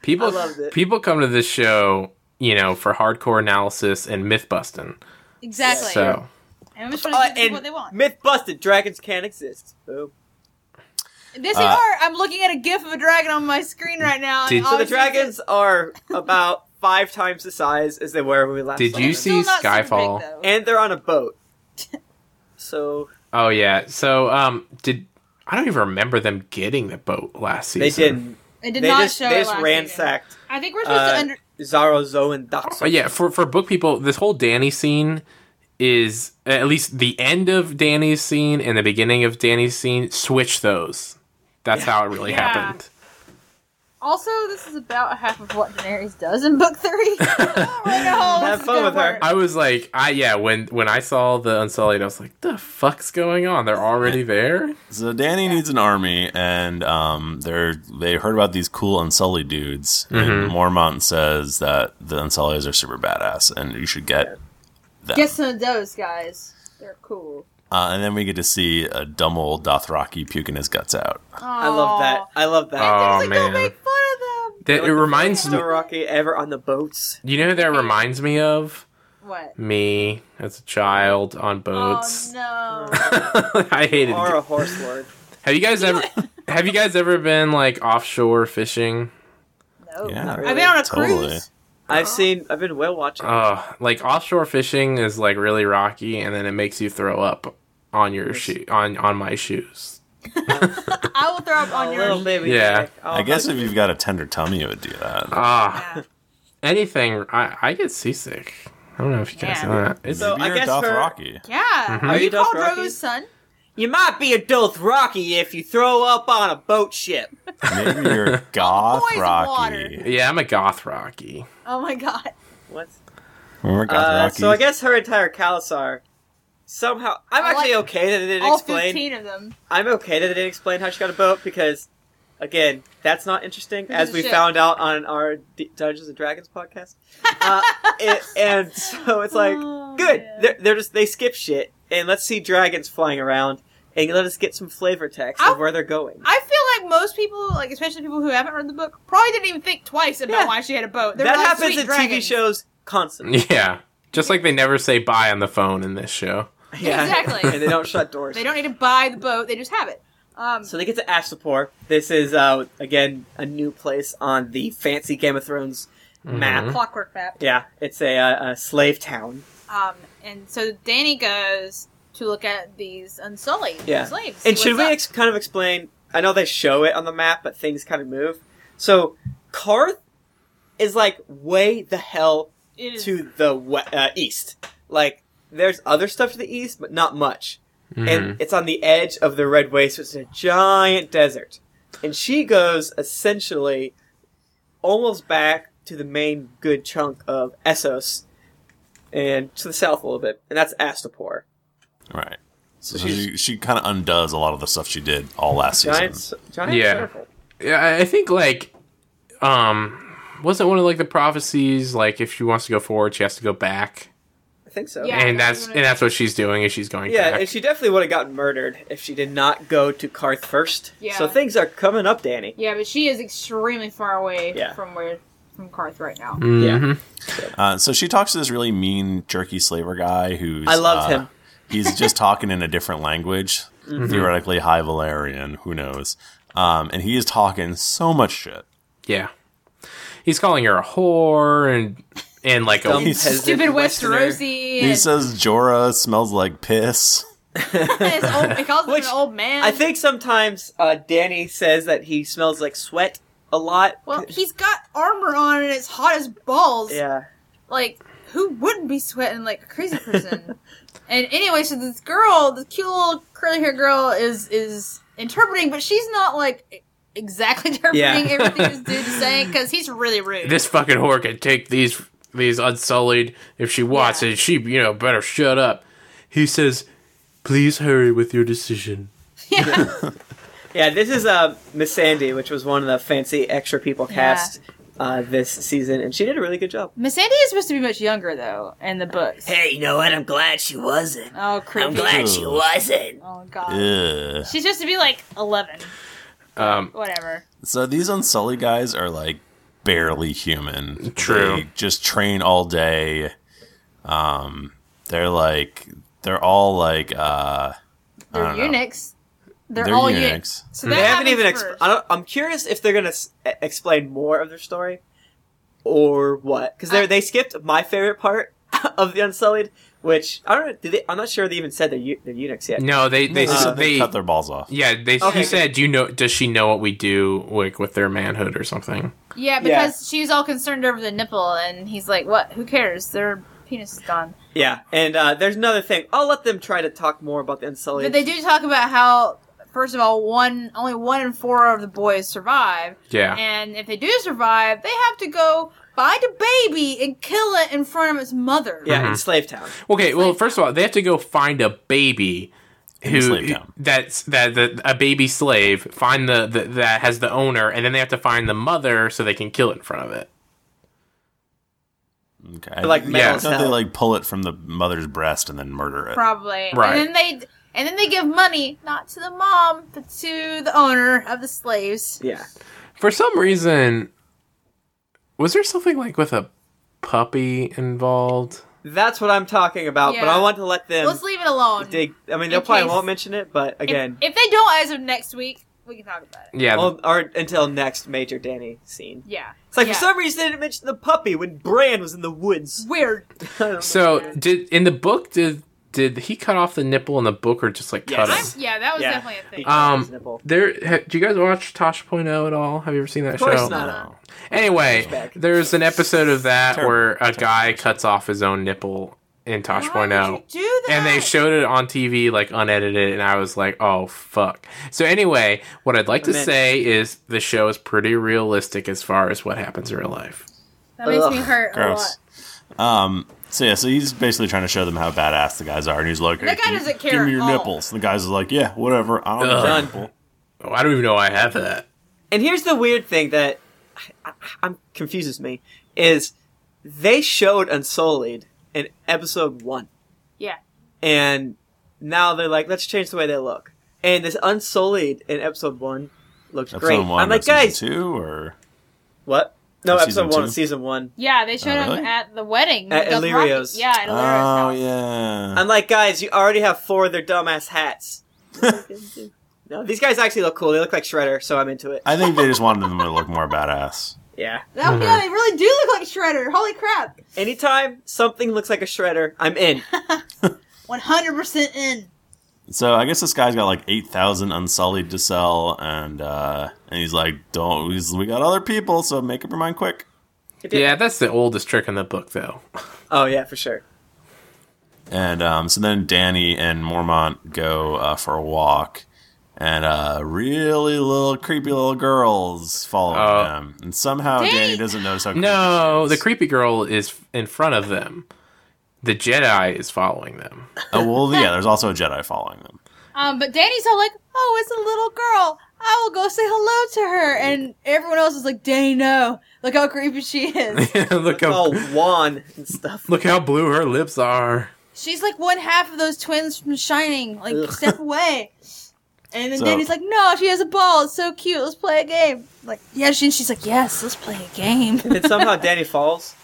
Speaker 4: People
Speaker 2: I loved it.
Speaker 4: people come to this show, you know, for hardcore analysis and myth busting.
Speaker 1: exactly.
Speaker 4: So
Speaker 1: And I'm just
Speaker 2: Uh,
Speaker 1: trying to give
Speaker 2: and
Speaker 1: people what they want.
Speaker 2: myth busted. Dragons can't exist. Boom.
Speaker 1: This
Speaker 3: Uh,
Speaker 1: are. I'm looking at a gif of a dragon on my screen right now. and
Speaker 4: Did-
Speaker 2: So the
Speaker 1: obviously it's-
Speaker 2: dragons are about five times the size as they were when we last.
Speaker 4: Did
Speaker 2: saw
Speaker 4: you
Speaker 2: them.
Speaker 1: it's still
Speaker 4: see
Speaker 1: not super big,
Speaker 4: Skyfall?
Speaker 1: though.
Speaker 2: And they're on a boat. So
Speaker 4: Oh yeah. So um did I don't even remember them getting the boat last season.
Speaker 2: they didn't.
Speaker 1: It did
Speaker 2: they
Speaker 1: not
Speaker 2: just
Speaker 1: show
Speaker 2: they
Speaker 1: it
Speaker 2: just
Speaker 1: last season.
Speaker 2: ransacked
Speaker 1: I think we're supposed
Speaker 2: uh,
Speaker 1: to under.
Speaker 2: Zarozoan
Speaker 4: Oh
Speaker 2: Doxer.
Speaker 4: yeah, for for book people, this whole Danny scene is at least the end of Danny's scene and the beginning of Danny's scene switch those. That's how it really
Speaker 1: Yeah.
Speaker 4: happened.
Speaker 1: Also, this is about half of what Daenerys does in book three. oh, no,
Speaker 2: Have
Speaker 1: this is
Speaker 2: fun
Speaker 1: good
Speaker 2: with her.
Speaker 1: work.
Speaker 4: I was like, I yeah, when when I saw the Unsullied, I was like, the fuck's going on? They're already there?
Speaker 3: So Danny needs an army, and um, they're they heard about these cool Unsullied dudes.
Speaker 2: Mm-hmm.
Speaker 3: And Mormont says that the Unsullieds are super badass, and you should get them.
Speaker 1: Get some of those guys. They're cool.
Speaker 3: Uh, and then we get to see a dumb old Dothraki puking his guts out.
Speaker 2: I love that. I love that.
Speaker 4: Oh,
Speaker 1: Like, Don't
Speaker 4: man.
Speaker 1: make fun of them.
Speaker 4: That, it reminds me
Speaker 2: Rocky ever on the boats.
Speaker 4: you know who that reminds me of?
Speaker 1: What?
Speaker 4: me as a child on boats.
Speaker 1: Oh
Speaker 4: I hated
Speaker 2: Or
Speaker 4: it.
Speaker 2: a horse lord.
Speaker 4: Have you guys ever have you guys ever been like offshore fishing?
Speaker 1: no! no.
Speaker 3: Yeah.
Speaker 2: Oh, Not really.
Speaker 1: I've been on a
Speaker 3: Totally.
Speaker 1: cruise.
Speaker 2: I've seen. I've been whale watching.
Speaker 4: Uh like offshore fishing is like really rocky and then it makes you throw up on your shoe on on my shoes.
Speaker 1: I will throw up on
Speaker 2: a
Speaker 1: your.
Speaker 2: little baby.
Speaker 4: Yeah.
Speaker 2: Jack. Oh,
Speaker 3: I guess if
Speaker 2: honey.
Speaker 3: you've got a tender tummy, it would do that.
Speaker 4: Ah,
Speaker 1: Yeah.
Speaker 4: anything I I get seasick. I don't know if you guys
Speaker 1: Yeah.
Speaker 4: know that. It's
Speaker 2: So-
Speaker 3: Maybe
Speaker 2: I
Speaker 3: you're a
Speaker 2: guess her-
Speaker 3: Dothraki.
Speaker 1: Yeah.
Speaker 2: Are
Speaker 1: Are you
Speaker 2: you
Speaker 1: called
Speaker 2: Dothraki?
Speaker 1: Drogo's son?
Speaker 2: you might be a Dothraki if you throw up on a boat ship.
Speaker 3: Maybe you're a Gothraki.
Speaker 1: water.
Speaker 4: yeah, I'm a goth rocky.
Speaker 1: Oh my god.
Speaker 2: What?
Speaker 3: Remember
Speaker 2: Uh,
Speaker 3: Gothraki?
Speaker 2: so I guess her entire Kalasar. Somehow, I'm
Speaker 1: I like-
Speaker 2: actually okay that they didn't
Speaker 1: All
Speaker 2: explain.
Speaker 1: 15 of them.
Speaker 2: I'm okay that they didn't explain how she got a boat because, again, that's not interesting, as we
Speaker 1: Shit.
Speaker 2: found out on our D- Dungeons and Dragons podcast. Uh, it, and so it's like,
Speaker 1: Oh,
Speaker 2: good.
Speaker 1: man.
Speaker 2: They're, they're just they skip shit and let's see dragons flying around and let us get some flavor text
Speaker 1: I-
Speaker 2: of where they're going.
Speaker 1: I feel like most people, like especially people who haven't read the book, probably didn't even think twice about
Speaker 2: Yeah.
Speaker 1: why she had a boat. They were
Speaker 2: that
Speaker 1: like,
Speaker 2: happens
Speaker 1: "Sweet
Speaker 2: in TV
Speaker 1: dragons."
Speaker 2: shows constantly.
Speaker 4: Yeah. Just like they never say bye on the phone in this show.
Speaker 2: Yeah,
Speaker 1: Exactly.
Speaker 2: and they don't shut doors.
Speaker 1: They don't need to buy the boat; they just have it. Um,
Speaker 2: So they get to Astapor. This is uh, again a new place on the fancy Game of Thrones map.
Speaker 1: clockwork map.
Speaker 2: Yeah, it's a, uh a slave town.
Speaker 1: Um, and so Danny goes to look at these unsullied
Speaker 2: Yeah.
Speaker 1: slaves.
Speaker 2: And
Speaker 1: What's
Speaker 2: should we
Speaker 1: up?
Speaker 2: ex- kind of explain? I know they show it on the map, but things kind of move. So Karth is like way the hell
Speaker 1: It is-
Speaker 2: to the we- uh, east. Like there's other stuff to the east, but not much.
Speaker 4: Mhm.
Speaker 2: And it's on the edge of the Red Waste, which is a giant desert. And she goes essentially almost back to the main good chunk of Essos and to the south a little bit, and that's Astapor.
Speaker 3: Right. So, she, she kind of undoes a lot of the stuff she did all last season.
Speaker 2: Giant, s- giant
Speaker 4: Yeah.
Speaker 2: circle.
Speaker 4: Yeah, I- I think like, um, wasn't one of like the prophecies like if she wants to go forward, she has to go back,
Speaker 2: I think so.
Speaker 1: Yeah.
Speaker 4: and that's
Speaker 1: that's what I-
Speaker 4: and that's what she's doing is she's going
Speaker 2: Yeah,
Speaker 4: back.
Speaker 2: and she definitely would have gotten murdered if she did not go to Karth first.
Speaker 1: Yeah.
Speaker 2: So things are coming up, Danny.
Speaker 1: Yeah, but she is extremely far away
Speaker 2: Yeah.
Speaker 1: from where from Karth right now.
Speaker 2: Yeah.
Speaker 3: Uh, so she talks to this really mean, jerky slaver guy who's.
Speaker 2: I loved
Speaker 3: uh,
Speaker 2: him. Mm-hmm.
Speaker 3: he's just talking in a different language, theoretically High Valerian, who knows? Um, and he is talking so much shit.
Speaker 4: Yeah. He's calling her a whore and and like
Speaker 2: Dumb
Speaker 4: a
Speaker 2: peasant
Speaker 1: Stupid
Speaker 2: Westerner.
Speaker 1: Westerosi.
Speaker 3: He
Speaker 1: and-
Speaker 3: says Jorah smells like piss.
Speaker 1: It's old, he calls him
Speaker 2: Which-
Speaker 1: an old man.
Speaker 2: I think sometimes uh, Danny says that he smells like sweat a lot.
Speaker 1: Well, he's got armor on and it's hot as balls.
Speaker 2: yeah.
Speaker 1: Like, who wouldn't be sweating like a crazy person? and anyway, so this girl, this cute little curly haired girl, is is interpreting, but she's not like e-, exactly interpreting
Speaker 2: Yeah.
Speaker 1: everything this dude is saying because he's really rude.
Speaker 4: this fucking whore can take these these unsullied if she wants
Speaker 1: Yeah.
Speaker 4: and she you know better shut up. He says, "Please hurry with your decision."
Speaker 1: yeah.
Speaker 2: Yeah, this is uh, Miss Sandy, which was one of the fancy extra people cast uh, this season, and she did a really good job.
Speaker 1: Miss Sandy is supposed to be much younger though in the books.
Speaker 2: Hey, you know what? I'm glad she wasn't.
Speaker 1: Oh, creepy.
Speaker 3: she
Speaker 2: wasn't.
Speaker 1: Oh god.
Speaker 3: Ugh.
Speaker 1: She's supposed to be like eleven.
Speaker 4: Um,
Speaker 1: Whatever.
Speaker 3: So these Unsullied guys are like barely human.
Speaker 4: True.
Speaker 3: They just train all day. Um, they're like they're all like uh,
Speaker 1: They're
Speaker 3: don't know.
Speaker 1: eunuchs. They're,
Speaker 3: They're
Speaker 1: all eunuchs.
Speaker 3: eunuchs.
Speaker 1: So
Speaker 2: They
Speaker 1: that
Speaker 2: haven't even.
Speaker 1: happens
Speaker 2: Exp-
Speaker 1: first.
Speaker 2: I don't, I'm curious if they're gonna s- e- explain more of their story, or what? Because they
Speaker 1: I-
Speaker 2: they skipped my favorite part of the Unsullied, which I don't. know, Did they, I'm not sure they even said they're, eu- they're eunuchs yet.
Speaker 4: no, they they
Speaker 3: they,
Speaker 4: s
Speaker 2: Uh,
Speaker 4: they,
Speaker 3: cut their balls off.
Speaker 4: yeah they
Speaker 2: Okay.
Speaker 4: he said, "Do you know? Does she know what we do like with their manhood or something?"
Speaker 1: Yeah, because she's all concerned over the nipple, and he's like, "What? Who cares? Their penis is gone."
Speaker 2: Yeah, and uh, there's another thing. I'll let them try to talk more about the Unsullied.
Speaker 1: But they do talk about how, first of all, one only one in four of the boys survive,
Speaker 4: Yeah,
Speaker 1: and if they do survive, they have to go find a baby and kill it in front of its mother.
Speaker 2: yeah, in Slave Town.
Speaker 4: Okay, well, first of all, they have to go find a baby
Speaker 3: the
Speaker 4: who
Speaker 3: slave town.
Speaker 4: that's that the, a baby slave find the, the that has the owner, and then they have to find the mother so they can kill it in front of it.
Speaker 3: Okay.
Speaker 2: like
Speaker 4: metal
Speaker 3: yeah, don't they
Speaker 2: cell.
Speaker 3: like pull it from the mother's breast and then murder it?
Speaker 1: probably.
Speaker 4: Right.
Speaker 1: And then they and then they give money not to the mom but to the owner of the slaves.
Speaker 2: Yeah,
Speaker 4: For some reason, was there something like with a puppy involved?
Speaker 2: that's what I'm talking about. But
Speaker 1: Yeah.
Speaker 2: I want to let them
Speaker 1: Let's leave it alone.
Speaker 2: dig. I mean, they
Speaker 1: in
Speaker 2: will probably
Speaker 1: case-
Speaker 2: won't mention it, but
Speaker 1: If-
Speaker 2: again,
Speaker 1: if they don't, as of next week, we can talk about it.
Speaker 4: Yeah,
Speaker 2: well, or until next major Danny scene.
Speaker 1: Yeah.
Speaker 2: It's like
Speaker 1: yeah.
Speaker 2: for some reason they didn't mention the puppy when Bran was in the woods.
Speaker 1: weird.
Speaker 4: So did in the book did did he cut off the nipple in the book or just like cut
Speaker 2: Yes.
Speaker 4: it?
Speaker 1: Yeah, that was
Speaker 2: Yeah.
Speaker 1: definitely a thing.
Speaker 2: Uh, His
Speaker 4: Um,
Speaker 2: nipple.
Speaker 4: there. Ha, do you guys watch Tosh.0 at all? Have you ever seen that
Speaker 2: Of course
Speaker 4: show?
Speaker 2: not.
Speaker 4: Anyway,
Speaker 2: Flashback.
Speaker 4: there's an episode of that
Speaker 3: Terrible.
Speaker 4: where a guy cuts off his own nipple in
Speaker 1: Why would
Speaker 4: Tosh.0.
Speaker 1: you do that?
Speaker 4: And they showed it on TV, like unedited, and I was like, oh, fuck. So, anyway, what I'd like to
Speaker 2: Amen.
Speaker 4: say is the show is pretty realistic as far as what happens in real life.
Speaker 1: that makes me
Speaker 2: Ugh,
Speaker 1: hurt a lot.
Speaker 3: Gross. Um. So yeah, so he's basically trying to show them how badass the guys are, and he's like, hey,
Speaker 1: That guy
Speaker 3: give me-
Speaker 1: doesn't care
Speaker 3: Give
Speaker 1: at
Speaker 3: me your
Speaker 1: all."
Speaker 3: nipples." And the guys are like, "Yeah, whatever. I don't
Speaker 2: Done.
Speaker 3: know."
Speaker 4: Oh, I don't even know I have that.
Speaker 2: And here's the weird thing that I, I, I'm confuses me is they showed Unsullied in episode one,
Speaker 1: Yeah.
Speaker 2: and now they're like, let's change the way they look. And this Unsullied in episode one looked
Speaker 3: Episode
Speaker 2: great.
Speaker 3: one,
Speaker 2: I'm like,
Speaker 3: of season
Speaker 2: guys,
Speaker 3: two or
Speaker 2: what? No,
Speaker 3: Of
Speaker 2: episode
Speaker 3: season
Speaker 2: one,
Speaker 3: two?
Speaker 2: season one.
Speaker 1: Yeah, they showed
Speaker 3: Oh,
Speaker 1: up
Speaker 3: really?
Speaker 1: at the wedding.
Speaker 2: At
Speaker 1: with Dothraki.
Speaker 2: Illyrio's.
Speaker 1: Yeah, at Illyrio's
Speaker 3: Oh
Speaker 1: house.
Speaker 3: yeah.
Speaker 2: I'm like, guys, you already have four of their dumbass hats. no, these guys actually look cool. They look like Shredder, so I'm into it.
Speaker 3: I think they just wanted them to look more badass.
Speaker 2: Yeah.
Speaker 1: Oh, yeah, they really do look like Shredder. Holy crap.
Speaker 2: Anytime something looks like a Shredder, I'm in.
Speaker 1: 100% in.
Speaker 3: So I guess this guy's got like eight thousand unsullied to sell, and uh, and he's like, "Don't he's, we got other people? So make up your mind quick."
Speaker 4: Yeah, that's the oldest trick in the book, though.
Speaker 2: Oh yeah, for sure.
Speaker 3: And um, so then Danny and Mormont go uh, for a walk, and uh, really little creepy little girls follow
Speaker 4: Oh.
Speaker 3: them, and somehow
Speaker 1: Danny-
Speaker 3: Danny doesn't notice how. Creepy
Speaker 4: No,
Speaker 3: she
Speaker 4: the
Speaker 3: is.
Speaker 4: creepy girl is in front of them. The Jedi is following them.
Speaker 3: Oh well, yeah. There's also a Jedi following them.
Speaker 1: Um, but Danny's all like, oh, it's a little girl. I will go say hello to her. And everyone else is like, Danny, no. Look how creepy she is.
Speaker 4: look
Speaker 2: All
Speaker 4: how
Speaker 2: Juan and stuff.
Speaker 4: look how blue her lips are.
Speaker 1: She's like one half of those twins from Shining. Like,
Speaker 2: Ugh.
Speaker 1: step away. And then
Speaker 3: So-
Speaker 1: Danny's like, no, she has a ball. It's so cute. Let's play a game. Like, yeah, she, and she's like, yes, let's play a game.
Speaker 2: And then somehow Danny falls.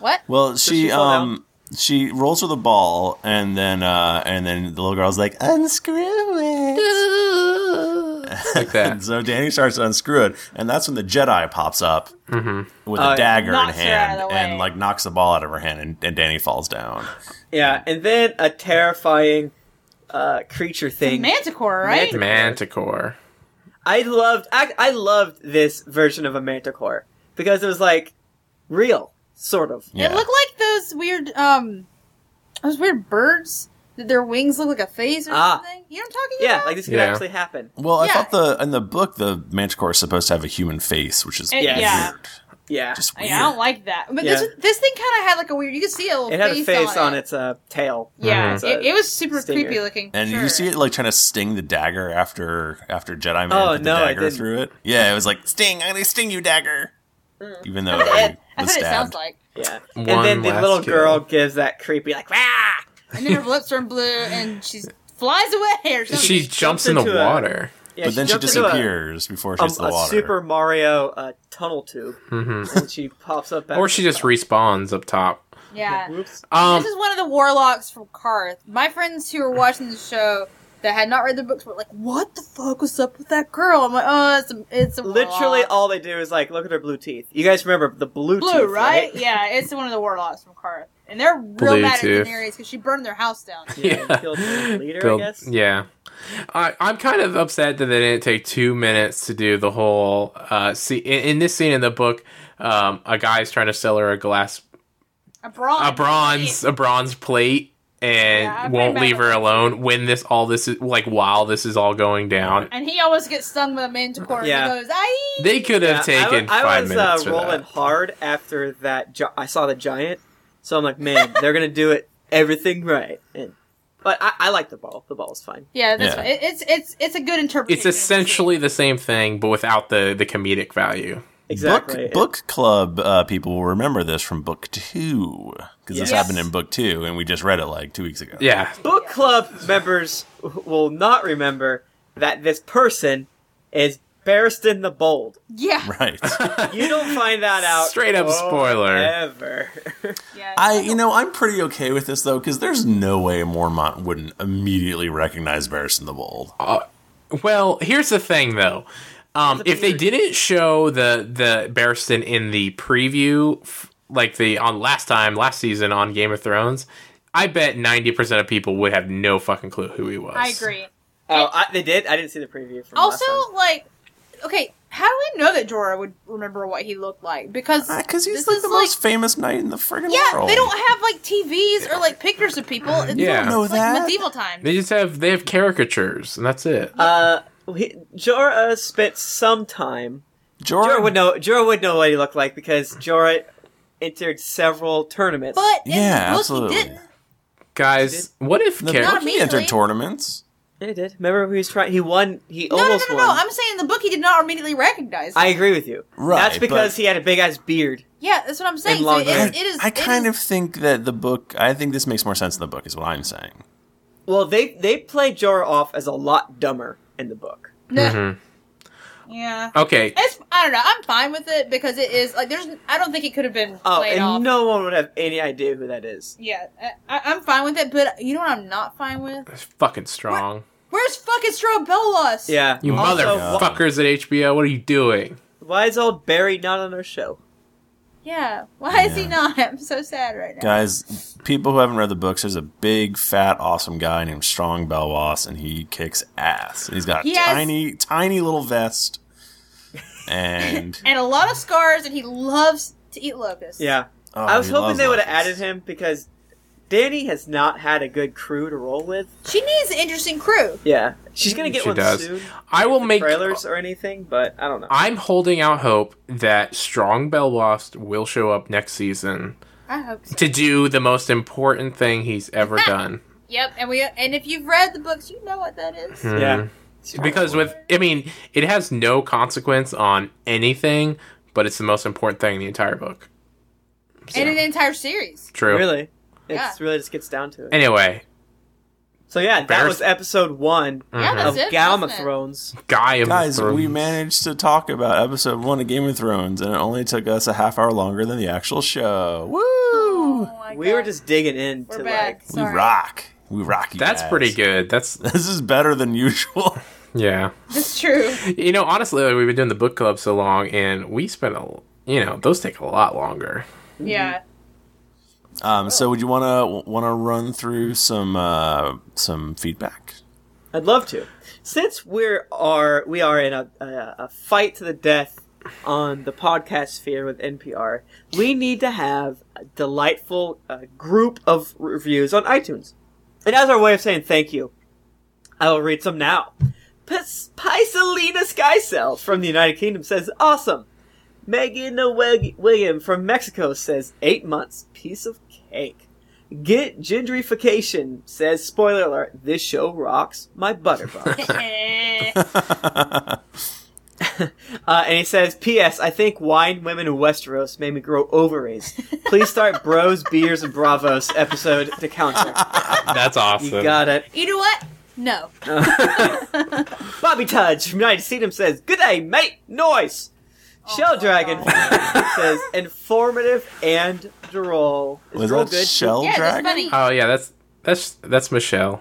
Speaker 1: what?
Speaker 3: Well, she,
Speaker 2: she fall
Speaker 3: um she rolls with a ball, and then uh, and then the little girl's like unscrew it.
Speaker 4: Like that.
Speaker 3: And so Danny starts to unscrew it, and that's when the Jedi pops up
Speaker 4: Mm-hmm.
Speaker 3: with
Speaker 2: Oh,
Speaker 3: a
Speaker 2: yeah.
Speaker 3: dagger in
Speaker 1: Knocks her out of
Speaker 3: hand
Speaker 1: the way.
Speaker 3: and like knocks the ball out of her hand, and, and Danny falls down.
Speaker 2: Yeah, and then a terrifying uh, creature thing.
Speaker 1: Manticore, right?
Speaker 2: Mantic-
Speaker 4: Manticore.
Speaker 2: I loved. I, I loved this version of a manticore because it was like real, sort of.
Speaker 3: Yeah.
Speaker 1: It looked like those weird, um, those weird birds. Did their wings look like a face or
Speaker 2: Ah.
Speaker 1: something? You know what I'm talking
Speaker 2: Yeah,
Speaker 1: about?
Speaker 2: like this could
Speaker 4: Yeah.
Speaker 2: actually happen.
Speaker 3: Well,
Speaker 1: Yeah.
Speaker 3: I thought the in the book the Manticore is supposed to have a human face, which is
Speaker 1: It-
Speaker 3: weird.
Speaker 1: yeah.
Speaker 2: Yeah,
Speaker 3: Just
Speaker 1: I,
Speaker 3: weird.
Speaker 1: I don't like that. But
Speaker 2: Yeah.
Speaker 1: this this thing kind of had like a weird. You could see a little.
Speaker 2: it had
Speaker 1: face
Speaker 2: a face on,
Speaker 1: it.
Speaker 2: its uh, tail.
Speaker 1: Yeah,
Speaker 4: Mm-hmm.
Speaker 2: Mhm.
Speaker 1: it, it was super
Speaker 2: Stinger.
Speaker 1: creepy looking.
Speaker 3: and
Speaker 1: sure.
Speaker 3: you see it like trying to sting the dagger after after Jedi Man
Speaker 2: Oh,
Speaker 3: put the
Speaker 2: no, I
Speaker 3: dagger
Speaker 2: didn't.
Speaker 3: through it. Yeah, it was like sting. I'm gonna sting you, dagger. Even though
Speaker 1: That's
Speaker 3: it was
Speaker 1: what Mm. it sounds
Speaker 3: stabbed.
Speaker 1: like.
Speaker 2: Yeah, and
Speaker 4: One
Speaker 2: then the
Speaker 4: last
Speaker 2: little
Speaker 4: kill.
Speaker 2: girl gives that creepy like, ah,
Speaker 1: And then her lips turn blue, and she flies away. Or something.
Speaker 4: She jumps in the
Speaker 2: into a-
Speaker 4: water.
Speaker 2: Yeah,
Speaker 3: But then she
Speaker 2: jumped into a-
Speaker 3: disappears before she
Speaker 2: um,
Speaker 3: hits the
Speaker 2: a
Speaker 3: water.
Speaker 2: Super Mario uh, tunnel tube,
Speaker 4: hmm
Speaker 2: and she pops up. Back
Speaker 4: Or she just respawns up top.
Speaker 1: yeah.
Speaker 2: Whoops.
Speaker 4: Um,
Speaker 1: this is one of the warlocks from Karth. My friends who were watching the show that had not read the books were like, "What the fuck was up with that girl?" I'm like, "Oh, it's a, it's a
Speaker 2: Literally,
Speaker 1: warlock."
Speaker 2: all they do is like look at her blue teeth. You guys remember the blue,
Speaker 1: Blue,
Speaker 2: tooth,
Speaker 1: right? Yeah, it's one of the warlocks from Karth. And they're real
Speaker 4: Blue
Speaker 1: bad at
Speaker 4: too.
Speaker 1: Daenerys because she burned their house down.
Speaker 2: Yeah,
Speaker 4: Yeah.
Speaker 2: killed the leader,
Speaker 4: Build-
Speaker 2: I guess.
Speaker 4: Yeah. I, I'm kind of upset that they didn't take two minutes to do the whole. Uh, see, in, in this scene in the book, um, a guy's trying to sell her a glass,
Speaker 1: A bronze.
Speaker 2: Oh,
Speaker 4: a bronze, a bronze plate, and
Speaker 1: Yeah, I'm
Speaker 4: won't
Speaker 1: pretty
Speaker 4: leave
Speaker 1: mad
Speaker 4: her
Speaker 1: at
Speaker 4: alone when this all this is like while this is all going down.
Speaker 1: And he almost gets stung by a manticore
Speaker 2: Yeah.
Speaker 1: and he goes, "Aye."
Speaker 4: They could have
Speaker 2: Yeah, I wa-
Speaker 4: taken
Speaker 2: I,
Speaker 4: five
Speaker 2: was
Speaker 4: minutes
Speaker 2: uh,
Speaker 4: for
Speaker 2: rolling
Speaker 4: that.
Speaker 2: hard after that. Gi- I saw the giant, so I'm like, man, they're gonna do it everything right. And but I, I like the ball. The ball's fine.
Speaker 1: Yeah, that's
Speaker 3: Yeah.
Speaker 1: Right. It, it's it's it's a good interpretation.
Speaker 4: It's essentially the same thing, but without the the comedic value.
Speaker 2: Exactly.
Speaker 3: Book, book club uh, people will remember this from book two because
Speaker 2: Yes.
Speaker 3: this happened in book two, and we just read it like two weeks ago.
Speaker 4: Yeah,
Speaker 2: Book club members w- will not remember that this person is Barristan the Bold.
Speaker 1: Yeah.
Speaker 3: right.
Speaker 2: You don't find that out.
Speaker 4: Straight up spoiler.
Speaker 2: Ever.
Speaker 1: yeah.
Speaker 3: I, you know, I'm pretty okay with this though because there's no way Mormont wouldn't immediately recognize Barristan the Bold.
Speaker 4: Well, here's the thing, though. Um, if they
Speaker 2: weird.
Speaker 4: didn't show the the Barristan in the preview, f- like the on last time last season on Game of Thrones, I bet ninety percent of people would have no fucking clue who he was.
Speaker 1: I agree.
Speaker 2: oh, I, they did. I didn't see the preview. From
Speaker 1: Also,
Speaker 2: last time.
Speaker 1: like, okay, how do we know that Jorah would remember what he looked like? Because
Speaker 3: Because Uh, he's
Speaker 1: this
Speaker 3: like
Speaker 1: is
Speaker 3: the most famous knight in the friggin'
Speaker 1: yeah,
Speaker 3: world.
Speaker 1: they don't have like TVs or like pictures of people. It's
Speaker 4: Yeah.
Speaker 1: like,
Speaker 4: Know
Speaker 1: it's
Speaker 3: that.
Speaker 1: like medieval times.
Speaker 4: They just have they have caricatures, and that's it.
Speaker 2: uh, he, Jorah spent some time
Speaker 3: Jorah,
Speaker 2: Jorah would know. Jorah would know what he looked like because Jorah entered several tournaments.
Speaker 1: But in
Speaker 3: Yeah,
Speaker 1: the book,
Speaker 3: absolutely.
Speaker 1: he didn't.
Speaker 4: Guys, what if
Speaker 3: The
Speaker 4: char-
Speaker 3: book, he
Speaker 1: immediately.
Speaker 3: entered tournaments.
Speaker 2: yeah, he did. Remember, he was trying. He won. He
Speaker 1: No, no, no,
Speaker 2: almost
Speaker 1: no, no.
Speaker 2: won.
Speaker 1: I'm saying in the book he did not immediately recognize. him.
Speaker 2: I agree with you.
Speaker 3: Right,
Speaker 2: That's because
Speaker 3: but-
Speaker 2: he had a big ass beard.
Speaker 1: yeah, that's what I'm saying.
Speaker 2: And
Speaker 1: So
Speaker 2: long
Speaker 1: it,
Speaker 2: hair.
Speaker 1: it is.
Speaker 3: I
Speaker 1: it
Speaker 3: kind
Speaker 1: is-
Speaker 3: of think that the book. I think this makes more sense in the book, is what I'm saying.
Speaker 2: Mm-hmm. Well, they they play Jorah off as a lot dumber in the book.
Speaker 1: No, Yeah.
Speaker 4: Mm-hmm. Okay.
Speaker 1: It's, I don't know. I'm fine with it because it is like there's. I don't think it could have been
Speaker 2: Oh,
Speaker 1: played
Speaker 2: and
Speaker 1: off.
Speaker 2: no one would have any idea who that is.
Speaker 1: Yeah, I, I- I'm fine with it, but you know what I'm not fine with?
Speaker 4: That's fucking strong.
Speaker 1: Where's fucking Strobolos?
Speaker 2: Yeah.
Speaker 4: You
Speaker 2: Also, wh-
Speaker 4: motherfuckers at HBO, what are you doing?
Speaker 2: Why is old Barry not on our show?
Speaker 1: Yeah. Why is he
Speaker 3: Yeah.
Speaker 1: not? I'm so sad right now.
Speaker 3: Guys, people who haven't read the books, there's a big, fat, awesome guy named Strong Belwas, and he kicks ass. He's got a
Speaker 1: He has-
Speaker 3: tiny, tiny little vest, and
Speaker 1: And a lot of scars, and he loves to eat locusts.
Speaker 2: Yeah.
Speaker 3: oh,
Speaker 2: I was
Speaker 3: he
Speaker 2: hoping
Speaker 3: loves
Speaker 2: they would have added
Speaker 3: locusts.
Speaker 2: him because Danny has not had a good crew to roll with.
Speaker 1: She needs an interesting crew.
Speaker 2: Yeah. She's going to get
Speaker 4: She
Speaker 2: one
Speaker 4: does. Mm-hmm.
Speaker 2: soon.
Speaker 4: I will make.
Speaker 2: Trailers or anything, but I don't know.
Speaker 4: I'm holding out hope that Strong Belwast will show up next season
Speaker 1: I hope so.
Speaker 4: to do the most important thing he's ever done.
Speaker 1: Yep, and we and if you've read the books, you know what that is.
Speaker 4: Hmm.
Speaker 2: yeah.
Speaker 4: Because with, I mean, it has no consequence on anything, but it's the most important thing in the entire book.
Speaker 1: And an entire series.
Speaker 4: True.
Speaker 2: Really. It
Speaker 1: Yeah.
Speaker 2: really just gets down to it.
Speaker 4: Anyway,
Speaker 2: So yeah, that
Speaker 4: Barris-
Speaker 2: was episode one
Speaker 1: Yeah,
Speaker 2: of
Speaker 1: that's it.
Speaker 2: Galma
Speaker 1: wasn't it? Oh
Speaker 2: Thrones.
Speaker 4: Guy of
Speaker 3: Guys,
Speaker 4: the
Speaker 3: we
Speaker 4: Thrones.
Speaker 3: managed to talk about episode one of Game of Thrones, and it only took us a half hour longer than the actual show. Woo!
Speaker 1: Oh my
Speaker 2: We were
Speaker 1: God.
Speaker 2: just digging into
Speaker 1: We're
Speaker 2: like
Speaker 1: back. Sorry.
Speaker 3: We rock. We rock. you
Speaker 4: That's
Speaker 3: guys.
Speaker 4: pretty good. That's
Speaker 3: This is better than usual.
Speaker 4: yeah.
Speaker 1: That's true.
Speaker 4: You know, honestly, like, we've been doing the book club so long, and we spent a you know those take a lot longer.
Speaker 1: Yeah.
Speaker 3: Um, so, would you want to want to run through some uh, some feedback?
Speaker 2: I'd love to. Since we're are we are in a, a, a fight to the death on the podcast sphere with NPR, we need to have a delightful uh, group of reviews on iTunes. And as our way of saying thank you, I will read some now. Pis- Pisolina Skycell from the United Kingdom says, "Awesome." Megan Weg- William from Mexico says, eight months, piece of cake." Get gendrification says, spoiler alert, this show rocks my butterball.
Speaker 1: Eh.
Speaker 2: Uh, and he says, P.S. I think wine, women, and Westeros made me grow ovaries. Please start Bros, Beers, and Bravos episode to counter.
Speaker 4: That's awesome.
Speaker 2: You got it.
Speaker 1: you know what? No.
Speaker 2: Bobby Tudge from United Kingdom says, Good day, mate. Noise. Shell Dragon says, informative and droll. Is
Speaker 3: Was
Speaker 2: droll
Speaker 3: that
Speaker 2: good?
Speaker 3: Shell
Speaker 1: Yeah, that's
Speaker 3: Dragon?
Speaker 1: funny.
Speaker 4: oh yeah, that's that's that's Michelle.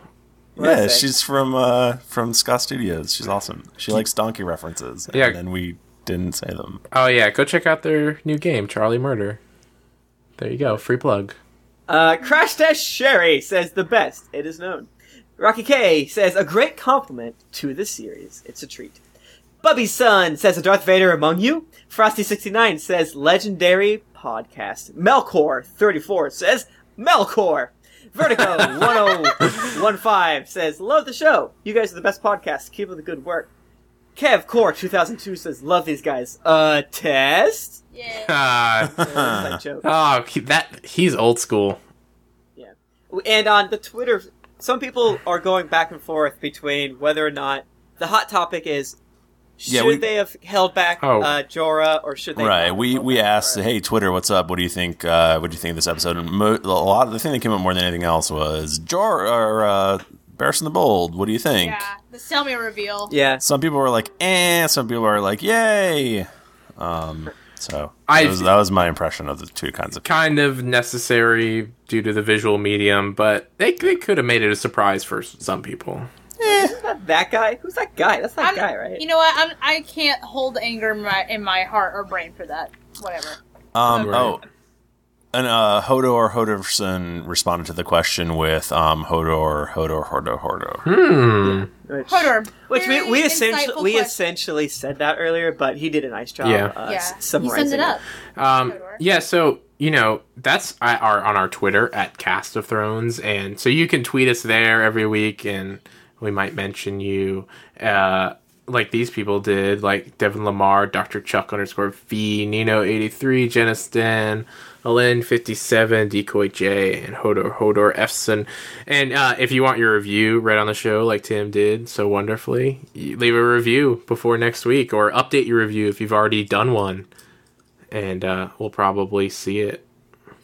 Speaker 2: What did I
Speaker 3: Yeah,
Speaker 2: say?
Speaker 3: she's from uh, from Scott Studios. She's awesome. She likes donkey references. And
Speaker 4: Yeah.
Speaker 3: then we didn't say them.
Speaker 4: Oh yeah, go check out their new game, Charlie Murder. There you go, free plug.
Speaker 2: Uh, Crash Test Sherry says the best. It is known. Rocky K says a great compliment to the series. It's a treat. Bubby's son says a Darth Vader among you. Frosty69 says legendary podcast. Melkor34 says Melkor. Vertigo1015 says love the show. You guys are the best podcast. Keep up the good work. Kev Core 2002 says love these guys. Uh, test?
Speaker 1: Yeah.
Speaker 4: Uh,
Speaker 2: Inside joke.
Speaker 4: oh, he- that he's old school.
Speaker 2: And on the Twitter, some people are going back and forth between whether or not the hot topic is should
Speaker 3: Yeah, we-
Speaker 2: they have held back
Speaker 4: Oh.
Speaker 2: uh, Jorah or should they? not
Speaker 3: Right.
Speaker 2: have
Speaker 3: We
Speaker 2: held
Speaker 3: we
Speaker 2: back
Speaker 3: asked,
Speaker 2: Jorah?
Speaker 3: hey Twitter, what's up? What do you think? Uh, what do you think of this episode? And mo- a lot. The thing that came up more than anything else was Jar or uh, Barris and the Bold. What do you think?
Speaker 1: Yeah. The Selmy reveal.
Speaker 2: Yeah.
Speaker 3: Some people were like, eh. Some people were like, yay. Um. So
Speaker 4: I-
Speaker 3: that was, that was my impression of the two kinds of.
Speaker 4: Kind of necessary due to the visual medium, but they they could have made it a surprise for s- some people.
Speaker 2: Isn't that that guy? Who's that guy? That's that
Speaker 1: I'm-
Speaker 2: guy, right?
Speaker 1: You know what? I'm, I can't hold anger in my, in my heart or brain for that. Whatever.
Speaker 3: Um,
Speaker 4: Right.
Speaker 3: Oh, and uh, Hodor Hodorson responded to the question with um, Hodor, Hodor, Hodor, Hodor.
Speaker 2: which,
Speaker 1: Hodor.
Speaker 2: which we,
Speaker 1: Very
Speaker 2: we
Speaker 1: insightful
Speaker 2: essentially we
Speaker 1: question.
Speaker 2: essentially said that earlier, but he did a nice job.
Speaker 4: Yeah.
Speaker 2: Uh,
Speaker 1: Yeah.
Speaker 2: s-
Speaker 1: You summed it
Speaker 2: Summarizing
Speaker 1: up.
Speaker 4: Um,
Speaker 1: Hodor.
Speaker 4: yeah, so you know that's I, our on our Twitter at Cast of Thrones, and so you can tweet us there every week, and we might mention you, uh, like these people did, like Devin Lamar, Doctor Chuck underscore V, Nino eighty three, Jeniston, Alin fifty seven, Decoy J, and Hodor Hodor Efson, and uh, if you want your review read on the show, like Tim did so wonderfully, you- leave a review before next week, or update your review if you've already done one and uh, we'll probably see it.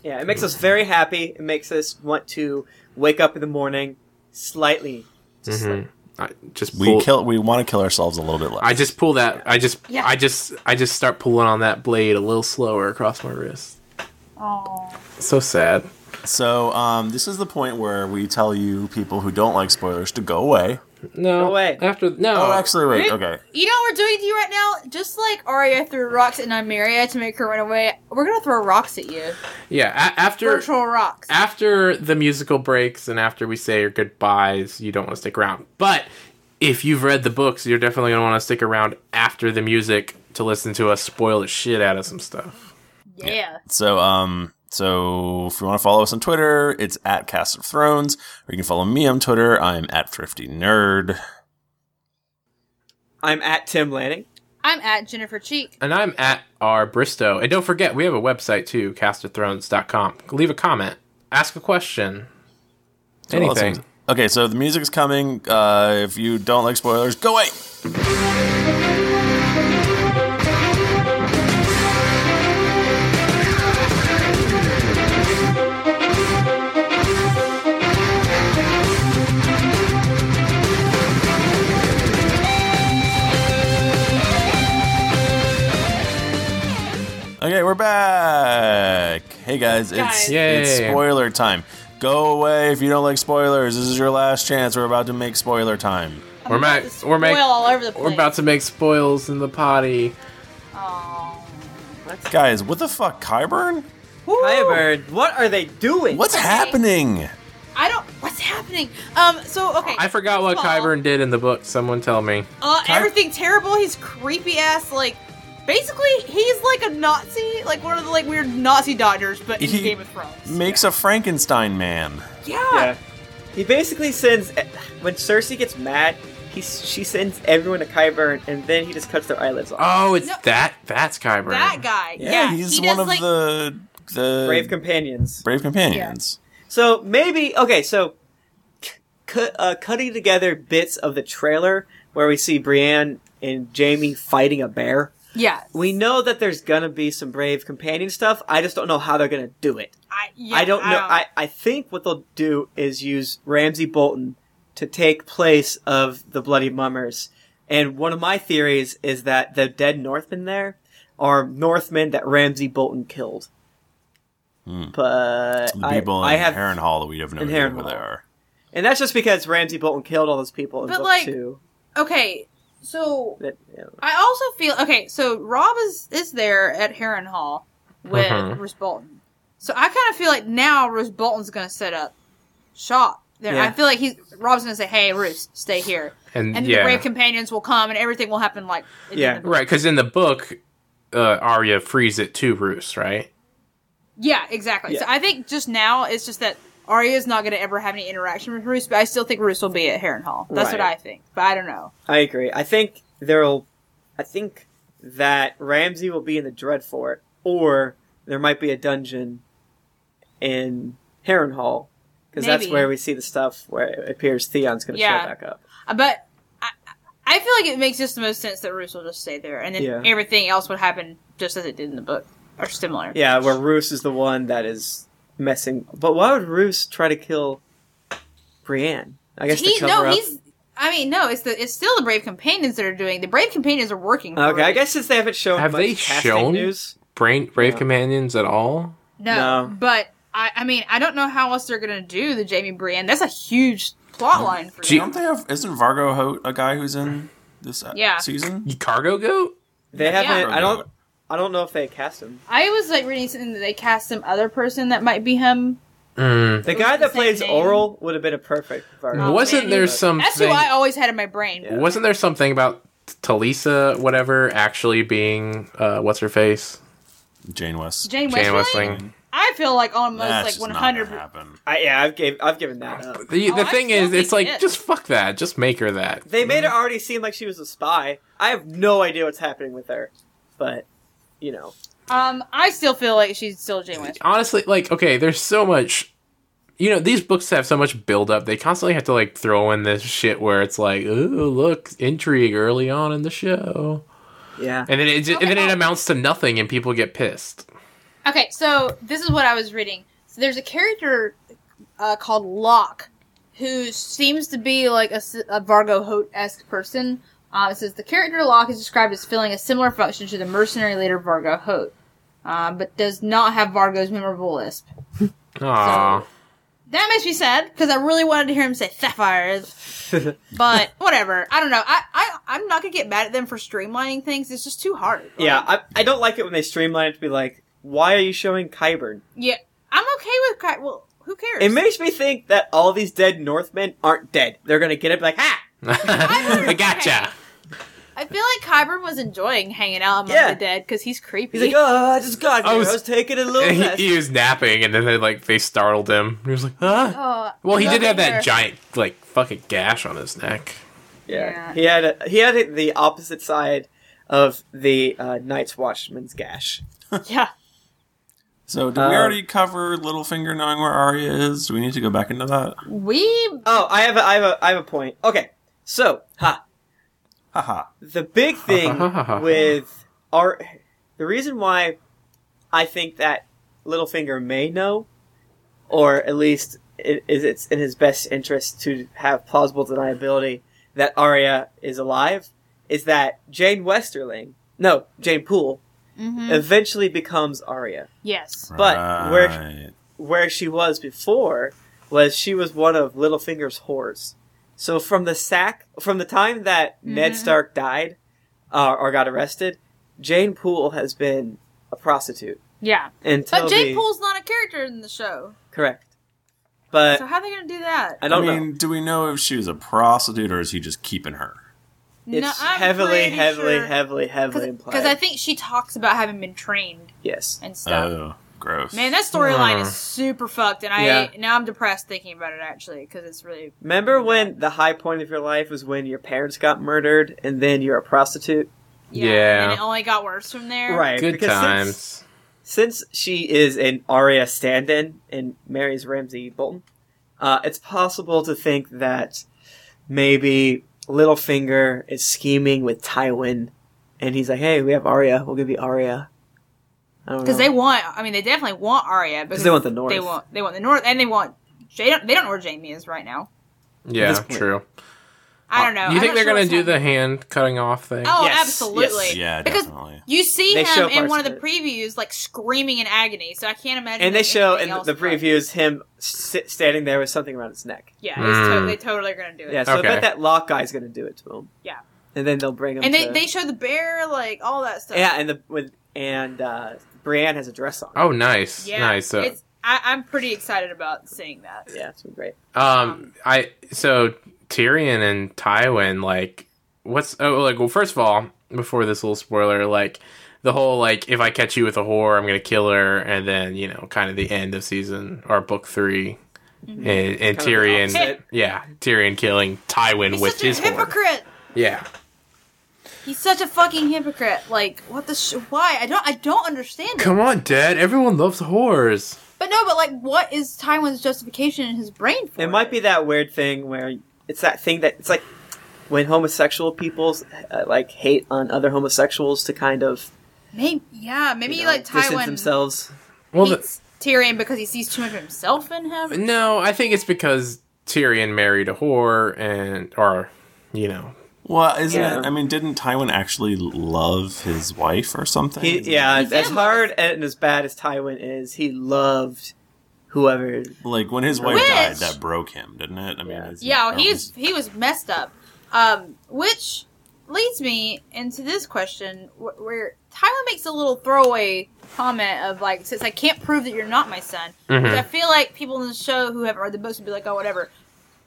Speaker 2: Yeah, it makes us very
Speaker 3: Mm-hmm.
Speaker 2: happy. It makes us want to wake up in the morning slightly. Just like,
Speaker 4: I just
Speaker 3: We
Speaker 4: pull-
Speaker 3: kill. We want to kill ourselves a little bit less.
Speaker 4: I just pull that. I just.
Speaker 1: Yeah.
Speaker 4: I just. I just start pulling on that blade a little slower across my wrist.
Speaker 1: Oh.
Speaker 4: So sad.
Speaker 3: so um, this is the point where we tell you people who don't like spoilers to go away.
Speaker 4: No.
Speaker 2: No way.
Speaker 4: After no.
Speaker 3: Oh, actually, wait.
Speaker 1: Wait.
Speaker 3: Okay.
Speaker 1: You know what we're doing to you right now? Just like Arya threw rocks at Nymeria to make her run away, we're gonna throw rocks at you.
Speaker 4: Yeah. A- after.
Speaker 1: Virtual rocks.
Speaker 4: after the musical breaks and after we say your goodbyes, you don't want to stick around. But if you've read the books, you're definitely going to want to stick around after the music to listen to us spoil the shit out of some stuff.
Speaker 1: Yeah.
Speaker 3: So um so if you want to follow us on Twitter, it's at Cast of Thrones, or you can follow me on Twitter. I'm at Thrifty Nerd.
Speaker 2: I'm at Tim Lanning.
Speaker 1: I'm at Jennifer Cheek.
Speaker 4: And I'm at R Bristow. And don't forget, we have a website too, castofthrones.com. Leave a comment, ask a question,
Speaker 3: So all those
Speaker 4: anything.
Speaker 3: things. Okay, so the music's coming. Uh, if you don't like spoilers, go away. Okay, we're back. Hey guys, it's
Speaker 1: Guys.
Speaker 3: it's
Speaker 4: Yay.
Speaker 3: spoiler time. Go away if you don't like spoilers. This is your last chance. We're about to make spoiler time.
Speaker 4: We're, ma-
Speaker 1: This
Speaker 4: we're,
Speaker 1: oil
Speaker 4: make-
Speaker 1: all over the place.
Speaker 4: we're about to make spoils in the potty.
Speaker 1: Aw.
Speaker 3: Guys, what the fuck, Kyburn?
Speaker 1: Woo!
Speaker 2: Hi, Bird. What are they doing?
Speaker 3: What's happening?
Speaker 1: I don't. What's happening? Um. So okay.
Speaker 4: I forgot what
Speaker 1: Well-
Speaker 4: Kyburn did in the book. Someone tell me.
Speaker 1: Uh,
Speaker 3: Ky-
Speaker 1: everything terrible. He's creepy ass. Like, basically, he's like a Nazi, like one of the like weird Nazi doctors, but in
Speaker 3: He
Speaker 1: Game of Thrones.
Speaker 3: Makes a Frankenstein man.
Speaker 1: yeah.
Speaker 2: Yeah. He basically sends when Cersei gets mad. He she sends everyone to Kyburn, and then he just cuts their eyelids off.
Speaker 4: Oh, it's
Speaker 1: No.
Speaker 4: that. That's Kyburn.
Speaker 1: that guy.
Speaker 3: Yeah,
Speaker 1: Yeah,
Speaker 3: he's
Speaker 1: he does,
Speaker 3: one of
Speaker 1: like,
Speaker 3: the the
Speaker 2: Brave companions.
Speaker 3: brave companions.
Speaker 2: So maybe okay. So cu- uh, cutting together bits of the trailer where we see Brienne and Jamie fighting a bear.
Speaker 1: Yeah,
Speaker 2: We know that there's gonna be some brave companion stuff. I just don't know how they're gonna do it.
Speaker 1: I, yeah, um,
Speaker 2: I don't know. I, I think what they'll do is use Ramsey Bolton to take place of the Bloody Mummers. And one of my theories is that the dead Northmen there are Northmen that Ramsey Bolton killed. But
Speaker 3: Hmm. The
Speaker 2: I,
Speaker 3: people
Speaker 2: I
Speaker 3: in
Speaker 2: have,
Speaker 3: Harrenhal that we have no
Speaker 2: in
Speaker 3: idea where
Speaker 2: Harrenhal.
Speaker 3: they are.
Speaker 2: and that's just because Ramsey Bolton killed all those people in
Speaker 1: But,
Speaker 2: book
Speaker 1: like-
Speaker 2: two.
Speaker 1: Okay, so
Speaker 2: That, you know,
Speaker 1: I also feel okay. So Rob is is there at Heron Hall with
Speaker 4: Mhm.
Speaker 1: Bruce Bolton. So I kind of feel like now Bruce Bolton's going to set up shop there.
Speaker 2: Yeah.
Speaker 1: I feel like he's Rob's going to say, "Hey, Bruce, stay here,"
Speaker 4: And,
Speaker 1: and
Speaker 4: yeah.
Speaker 1: the brave companions will come, and everything will happen like it did
Speaker 2: Yeah.
Speaker 1: in the-
Speaker 4: Right, because in the book, uh, Arya frees it to Roos, right?
Speaker 1: yeah, exactly. So
Speaker 2: Yeah.
Speaker 1: I think just now it's just that Arya's not going to ever have any interaction with Bruce, but I still think Bruce will be at Heron Hall. That's what
Speaker 2: Right.
Speaker 1: I think, but I don't know.
Speaker 2: I agree. I think there'll, I think that Ramsey will be in the Dreadfort, or there might be a dungeon in Harrenhal, because that's
Speaker 1: Maybe.
Speaker 2: where we see the stuff where it appears Theon's going to
Speaker 1: Yeah.
Speaker 2: show back up.
Speaker 1: But I, I feel like it makes just the most sense that Roos will just stay there, and then
Speaker 2: Yeah.
Speaker 1: everything else would happen just as it did in the book, or similar.
Speaker 2: Yeah, where Roos is the one that is messing. But why would Roos try to kill Brienne? I guess
Speaker 1: he
Speaker 2: to
Speaker 1: no,
Speaker 2: cover up.
Speaker 1: he's. I mean, no, it's the it's still the brave companions that are doing. The brave companions are working. For
Speaker 2: Okay, I
Speaker 1: Roos.
Speaker 2: guess since they haven't shown
Speaker 4: Have
Speaker 2: much
Speaker 4: they
Speaker 2: casting
Speaker 4: shown?
Speaker 2: news.
Speaker 4: Brain, brave
Speaker 2: Yeah.
Speaker 4: companions at all?
Speaker 1: no,
Speaker 2: no.
Speaker 1: but I, I mean, I don't know how else they're gonna do the Jamie Brienne. That's a huge plot line for
Speaker 4: Gee-
Speaker 1: you.
Speaker 3: Don't they have? Isn't Vargo Hote a guy who's in this uh,
Speaker 1: Yeah.
Speaker 3: season?
Speaker 4: You cargo goat?
Speaker 2: They haven't.
Speaker 3: Yeah.
Speaker 2: I don't. I don't know if they cast him.
Speaker 1: I was like reading something that they cast some other person that might be him.
Speaker 4: Mm.
Speaker 2: The
Speaker 1: was
Speaker 2: guy
Speaker 1: the
Speaker 2: that plays
Speaker 1: same name.
Speaker 2: Oral would have been a perfect. Vargo.
Speaker 1: Oh,
Speaker 4: wasn't
Speaker 1: man.
Speaker 4: there something?
Speaker 1: That's who I always had in my brain.
Speaker 2: Yeah.
Speaker 4: Wasn't there something about Talisa, whatever, actually being uh, what's her face?
Speaker 3: Jane West.
Speaker 1: Jane
Speaker 4: Jane
Speaker 1: Westling.
Speaker 4: Westling.
Speaker 1: I feel like almost
Speaker 3: That's
Speaker 1: like
Speaker 3: just not
Speaker 1: one
Speaker 3: gonna
Speaker 1: hundred.
Speaker 3: happen.
Speaker 2: I, yeah, I've gave, I've given that up.
Speaker 4: The,
Speaker 1: Oh,
Speaker 4: the
Speaker 1: I
Speaker 4: thing
Speaker 1: still
Speaker 4: is, it's
Speaker 1: think
Speaker 4: like
Speaker 1: it.
Speaker 4: just fuck that, just make her that.
Speaker 2: They made her already seem like she was a spy. I have no idea what's happening with her, but you know,
Speaker 1: Um, I still feel like she's still Jane West.
Speaker 4: Honestly, like okay, there's so much. You know, these books have so much build up. They constantly have to like throw in this shit where it's like, ooh, look, intrigue early on in the show.
Speaker 2: yeah.
Speaker 4: And then it just, and then
Speaker 1: Okay.
Speaker 4: it amounts to nothing, and people get pissed.
Speaker 1: Okay, so this is what I was reading. So there's a character uh, called Locke who seems to be like a, s- a Vargo Hote esque person. Uh, it says the character Locke is described as filling a similar function to the mercenary leader Vargo Hote, uh, but does not have Vargo's memorable lisp.
Speaker 4: Aw.
Speaker 1: That makes me sad because I really wanted to hear him say sapphires, but whatever. I don't know. I, I I'm not gonna get mad at them for streamlining things. It's just too hard.
Speaker 2: yeah, I, I don't like it when they streamline it to be like, why are you showing Kyburn?
Speaker 1: yeah. I'm okay with Ky- well. Who cares?
Speaker 2: It makes me think that all these dead Northmen aren't dead. They're gonna get up like, ha!
Speaker 4: I gotcha.
Speaker 1: I feel like Kyburn was enjoying hanging out among
Speaker 2: Yeah.
Speaker 1: the dead because he's creepy.
Speaker 2: He's like, oh, I just got here. I
Speaker 4: I
Speaker 2: was,
Speaker 4: was-
Speaker 2: taking a little
Speaker 4: And
Speaker 2: test.
Speaker 4: he, he was napping, and then they like they startled him. He was like, "Huh?"
Speaker 1: Oh,
Speaker 4: Well, he
Speaker 1: I
Speaker 4: did
Speaker 1: love
Speaker 4: have
Speaker 1: her.
Speaker 4: that giant like fucking gash on his neck.
Speaker 1: Yeah.
Speaker 2: yeah. he had a, he had it the opposite side of the uh, Night's Watchman's gash.
Speaker 1: Yeah.
Speaker 3: So did
Speaker 2: Uh,
Speaker 3: we already cover Littlefinger knowing where Arya is? Do we need to go back into that?
Speaker 1: We
Speaker 2: Oh, I have a, I have a, I have a point. Okay, so ha,
Speaker 3: Haha.
Speaker 2: the big thing with our the reason why I think that Littlefinger may know, or at least it is it's in his best interest to have plausible deniability that Arya is alive, is that Jane Westerling, no Jane Poole, eventually becomes Arya.
Speaker 1: mm-hmm, yes.
Speaker 2: But where-
Speaker 3: Right.
Speaker 2: Where she was before was she was one of Littlefinger's whores. So from the sack, from the time that
Speaker 1: Mm-hmm.
Speaker 2: Ned Stark died uh, or got arrested, Jane Poole has been a prostitute
Speaker 1: Yeah.
Speaker 2: until
Speaker 1: But Jane
Speaker 2: the-
Speaker 1: Poole's not a character in the show,
Speaker 2: correct. But
Speaker 1: so how are they gonna do that?
Speaker 2: I
Speaker 3: I
Speaker 2: don't
Speaker 3: mean, do we know if she was a prostitute or is he just keeping her?
Speaker 2: know. It's heavily, heavily, heavily, heavily implied.
Speaker 1: Because I think she talks about having been trained
Speaker 2: yes.
Speaker 1: and stuff.
Speaker 3: Oh, gross.
Speaker 1: Man, that storyline
Speaker 4: Hmm.
Speaker 1: is super fucked, and I
Speaker 2: Yeah.
Speaker 1: now I'm depressed thinking about it actually because it's really
Speaker 2: Remember when the high point of your life was when your parents got murdered and then you're a prostitute?
Speaker 1: yeah,
Speaker 4: Yeah.
Speaker 1: and it only got worse from there.
Speaker 2: Right.
Speaker 4: Good
Speaker 2: because since-
Speaker 4: times.
Speaker 2: since she is an Arya stand-in and marries Ramsay Bolton, uh, it's possible to think that maybe Littlefinger is scheming with Tywin, and he's like, "Hey, we have Arya. We'll give you Arya."
Speaker 1: Because they want, I mean, they definitely want Arya because
Speaker 2: they want the North.
Speaker 1: They want, they want the north, and they want. They don't, they don't know where Jamie is right now.
Speaker 4: Yeah,
Speaker 2: this point.
Speaker 4: true.
Speaker 1: I don't know.
Speaker 4: You think
Speaker 1: I'm not
Speaker 4: they're
Speaker 1: sure
Speaker 4: gonna
Speaker 1: what's
Speaker 4: do
Speaker 1: happening.
Speaker 4: the hand cutting off thing?
Speaker 1: Oh,
Speaker 2: Yes,
Speaker 1: absolutely.
Speaker 2: yes.
Speaker 3: yeah,
Speaker 1: because
Speaker 3: definitely.
Speaker 1: you see
Speaker 2: They show
Speaker 1: him in
Speaker 2: parts
Speaker 1: one of
Speaker 2: of
Speaker 1: the previews, like screaming in agony. So I can't imagine.
Speaker 2: and they
Speaker 1: them
Speaker 2: show in
Speaker 1: anything
Speaker 2: the
Speaker 1: else but-
Speaker 2: previews him sit, standing there with something around his neck.
Speaker 1: Yeah, it's to-
Speaker 4: Mm.
Speaker 1: they totally are gonna do it.
Speaker 2: Yeah, so I bet
Speaker 4: Okay.
Speaker 2: that Lock guy's going to do it to him.
Speaker 1: Yeah.
Speaker 2: and then they'll bring him.
Speaker 1: and they,
Speaker 2: to-
Speaker 1: they show the bear, like all that stuff.
Speaker 2: yeah, and the with and uh, Brienne has a dress on.
Speaker 4: Oh, nice,
Speaker 1: yeah.
Speaker 4: nice. So,
Speaker 1: It's, I, I'm pretty excited about seeing that.
Speaker 2: yeah, it's been great.
Speaker 4: um, I so Tyrion and Tywin, like, what's oh, like? Well, first of all, before this little spoiler, like, the whole like, if I catch you with a whore, I'm gonna kill her, and then you know, kind of the end of season or book 3
Speaker 1: Mm-hmm.
Speaker 4: and, and
Speaker 2: Kind of the
Speaker 4: Tyrion,
Speaker 2: opposite.
Speaker 4: yeah, Tyrion killing Tywin
Speaker 1: He's
Speaker 4: with
Speaker 1: such a
Speaker 4: his whore.
Speaker 1: hypocrite.
Speaker 4: Yeah,
Speaker 1: He's such a fucking hypocrite. Like what the sh- why? I don't I don't understand. it.
Speaker 4: come on, Dad. Everyone loves whores.
Speaker 1: But no, but like what is Tywin's justification in his brain for?
Speaker 2: It might be that weird thing where it's that thing that it's like when homosexual peoples uh, like hate on other homosexuals to kind of
Speaker 1: Maybe yeah,
Speaker 2: you
Speaker 1: maybe
Speaker 2: know,
Speaker 1: like
Speaker 2: distance
Speaker 1: Tywin
Speaker 2: themselves.
Speaker 4: Well, the-
Speaker 1: hates Tyrion because he sees too much of himself in him.
Speaker 4: No, I think it's because Tyrion married a whore and or you know.
Speaker 3: Well, isn't
Speaker 2: Yeah.
Speaker 3: it? I mean, didn't Tywin actually love his wife or something?
Speaker 2: He, yeah,
Speaker 1: He
Speaker 2: as
Speaker 1: did
Speaker 2: hard and as bad as Tywin is, he loved whoever.
Speaker 3: Like when his wife
Speaker 1: Which-
Speaker 3: died, that broke him, didn't it? I mean,
Speaker 2: Yeah.
Speaker 3: is he-
Speaker 1: Yeah,
Speaker 3: or
Speaker 1: he
Speaker 3: was-
Speaker 1: was he was messed up. Um, which leads me into this question wh- where Tywin makes a little throwaway comment of like, since I can't prove that you're not my son, which
Speaker 4: Hmm. Mm-hmm.
Speaker 1: I feel like people in the show who haven't read the books would be like, oh, whatever.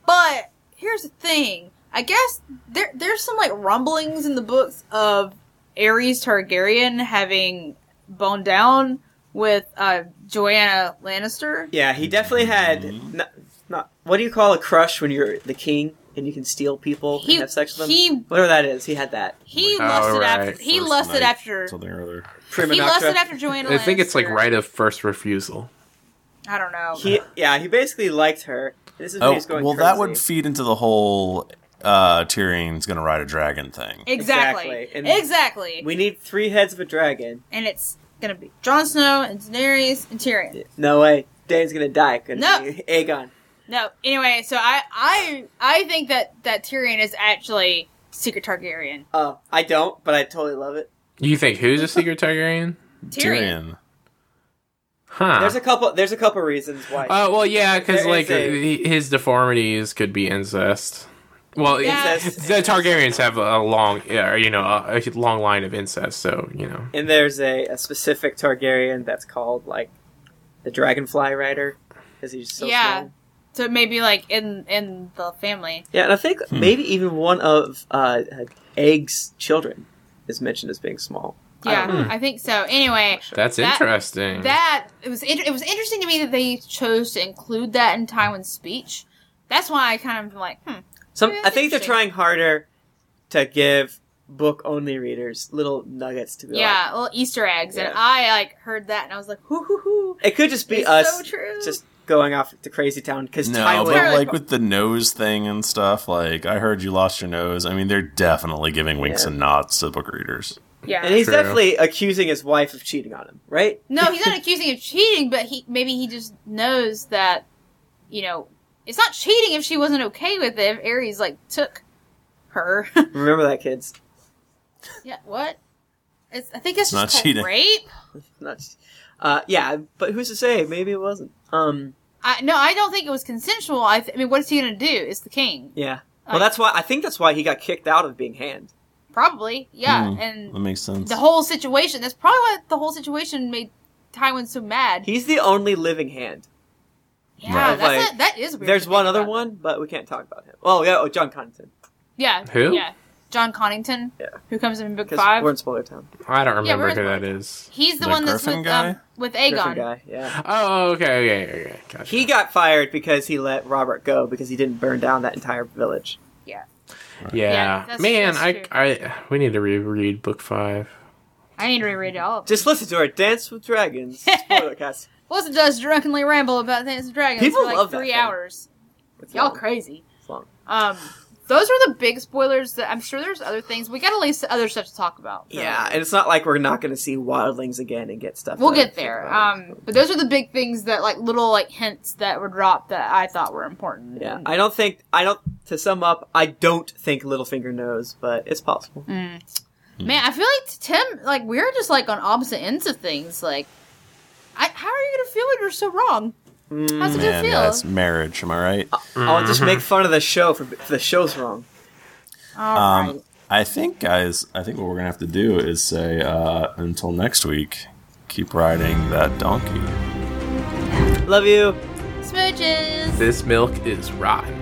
Speaker 1: But here's the thing. I guess there there's some like rumblings in the books of Ares Targaryen having boned down with uh, Joanna Lannister.
Speaker 2: Yeah, he definitely had not, not. What do you call a crush when you're the king and you can steal people
Speaker 1: He-
Speaker 2: and have sex with them?
Speaker 1: he-
Speaker 2: Whatever that is, he had that.
Speaker 1: He
Speaker 4: Oh,
Speaker 1: lusted
Speaker 4: right.
Speaker 1: after he
Speaker 3: First
Speaker 1: lusted
Speaker 3: night,
Speaker 1: after
Speaker 3: something or other.
Speaker 1: He
Speaker 2: Primanoctra.
Speaker 1: lusted after Joanna.
Speaker 4: I think it's like
Speaker 1: Lannister.
Speaker 4: right of first refusal.
Speaker 1: I don't know.
Speaker 2: He- yeah, he basically liked her. This is when
Speaker 3: Oh,
Speaker 2: he was going
Speaker 3: well, that
Speaker 2: crazy.
Speaker 3: would feed into the whole uh, Tyrion's gonna ride a dragon thing.
Speaker 1: exactly.
Speaker 2: Exactly.
Speaker 1: Exactly.
Speaker 2: And- we need three heads of a dragon.
Speaker 1: and it's gonna be Jon Snow and Daenerys and Tyrion.
Speaker 2: No way. Dan's gonna die. Gonna
Speaker 1: No.
Speaker 2: be Aegon.
Speaker 1: No. Anyway, so I I I think that that Tyrion is actually secret Targaryen.
Speaker 2: Uh, I don't, but I totally love it.
Speaker 4: You think who's a secret Targaryen?
Speaker 1: Tyrion.
Speaker 3: Ah.
Speaker 4: Huh.
Speaker 2: There's a couple. There's a couple reasons why.
Speaker 4: Uh, well, yeah, because
Speaker 2: There
Speaker 4: like uh,
Speaker 2: is a-
Speaker 4: he- his deformities could be incest. Well,
Speaker 1: Yeah.
Speaker 2: Incest.
Speaker 4: the Targaryens have a long, yeah, you know, a, a long line of incest. So you know,
Speaker 2: and there's a, a specific Targaryen that's called like the Dragonfly Rider because he's so
Speaker 1: Yeah.
Speaker 2: small.
Speaker 1: So maybe like in in the family.
Speaker 2: Yeah, and I think
Speaker 3: Hmm.
Speaker 2: maybe even one of uh, Egg's children is mentioned as being small.
Speaker 1: Yeah, I think so. Anyway,
Speaker 4: that's
Speaker 1: That-
Speaker 4: interesting.
Speaker 1: that it was inter- it was interesting to me that they chose to include that in Tywin's speech. That's why I kind of like, hmm.
Speaker 2: Some,
Speaker 1: Yeah,
Speaker 2: I
Speaker 1: that's
Speaker 2: think they're
Speaker 1: interesting.
Speaker 2: trying harder to give book only readers little nuggets to be like,
Speaker 1: Yeah, little Easter eggs,
Speaker 2: Yeah.
Speaker 1: and I like heard that, and I was like, "Hoo hoo hoo!"
Speaker 2: It could just be
Speaker 1: It's
Speaker 2: us
Speaker 1: so true.
Speaker 2: just going off to crazy town because
Speaker 3: No,
Speaker 2: Tywin.
Speaker 3: but
Speaker 1: Tyler-
Speaker 3: like with the nose thing and stuff, like I heard you lost your nose. I mean, they're definitely giving winks
Speaker 2: Yeah.
Speaker 3: and nods to book readers.
Speaker 2: and
Speaker 1: Yeah.
Speaker 2: he's
Speaker 4: True.
Speaker 2: definitely accusing his wife of cheating on him, right?
Speaker 1: No, he's not accusing of cheating, but he maybe he just knows that, you know, it's not cheating if she wasn't okay with it. If Ares like took her.
Speaker 2: Remember that, kids.
Speaker 1: yeah. What? It's, I think that's
Speaker 3: It's
Speaker 1: just
Speaker 3: not
Speaker 1: called
Speaker 3: cheating.
Speaker 1: rape.
Speaker 2: Not, uh, yeah, but who's to say? Maybe it wasn't. Um,
Speaker 1: I, no, I don't think it was consensual. I, th- I mean, what is he going to do? It's the king,
Speaker 2: yeah.
Speaker 1: Like-
Speaker 2: Well, that's why I think that's why he got kicked out of being hand.
Speaker 1: probably. Yeah,
Speaker 3: Hmm, That
Speaker 1: and
Speaker 3: makes sense.
Speaker 1: the whole situation. That's probably why the whole situation made Tywin so mad.
Speaker 2: He's the only living hand.
Speaker 1: yeah,
Speaker 2: Right.
Speaker 1: that's
Speaker 2: Like,
Speaker 1: a- that is weird.
Speaker 2: There's
Speaker 1: to
Speaker 2: one
Speaker 1: think
Speaker 2: other
Speaker 1: about.
Speaker 2: one, but we can't talk about him. Oh yeah, oh John Connington
Speaker 1: Yeah.
Speaker 4: Who?
Speaker 1: Yeah, John Connington.
Speaker 2: Yeah.
Speaker 1: Who comes in book
Speaker 2: because
Speaker 1: five?
Speaker 2: we're in spoiler town.
Speaker 4: I don't
Speaker 1: Yeah,
Speaker 4: remember
Speaker 1: where
Speaker 4: who
Speaker 1: is
Speaker 4: that is.
Speaker 1: He's the,
Speaker 3: The
Speaker 1: one that's
Speaker 3: Griffin
Speaker 1: with
Speaker 3: guy?
Speaker 1: um, with
Speaker 2: Griffin
Speaker 1: Aegon.
Speaker 2: guy, yeah.
Speaker 4: Oh, okay, okay, okay, okay. Gotcha.
Speaker 2: He got fired because he let Robert go because he didn't burn down that entire village.
Speaker 1: Yeah,
Speaker 4: yeah,
Speaker 1: that's-
Speaker 4: man,
Speaker 1: that's
Speaker 4: I,
Speaker 1: true.
Speaker 4: I, we need to reread book five.
Speaker 1: I need to reread it all.
Speaker 2: Just listen to our Dance with Dragons spoiler cast.
Speaker 1: Wilson does drunkenly ramble about Dance of Dragons
Speaker 2: People
Speaker 1: for like
Speaker 2: love that
Speaker 1: three
Speaker 2: thing.
Speaker 1: hours.
Speaker 2: It's
Speaker 1: Y'all
Speaker 2: long.
Speaker 1: crazy.
Speaker 2: It's long.
Speaker 1: Um, those are the big spoilers. That I'm sure there's other things. We got at least other stuff to talk about.
Speaker 2: Yeah, and it's not like we're not going to see Wildlings again and get stuff.
Speaker 1: We'll
Speaker 2: to
Speaker 1: get
Speaker 2: think
Speaker 1: there.
Speaker 2: about.
Speaker 1: Um, but those are the big things that like little like hints that were dropped that I thought were important.
Speaker 2: yeah, I don't think I don't. To sum up, I don't think Littlefinger knows, but it's possible.
Speaker 1: Mm.
Speaker 3: Hmm.
Speaker 1: Man, I feel like Tim, like we're just like on opposite ends of things. Like, I, how are you gonna feel when you're so wrong? How's it gonna
Speaker 3: Man, that's
Speaker 1: feel? Uh,
Speaker 3: marriage. Am I right?
Speaker 2: I'll just make fun of the show for for the show's wrong.
Speaker 1: All uh, right.
Speaker 3: Um, I think, guys. I think what we're gonna have to do is say uh, until next week. Keep riding that donkey.
Speaker 2: Love you.
Speaker 1: Smooches.
Speaker 4: This milk is rotten.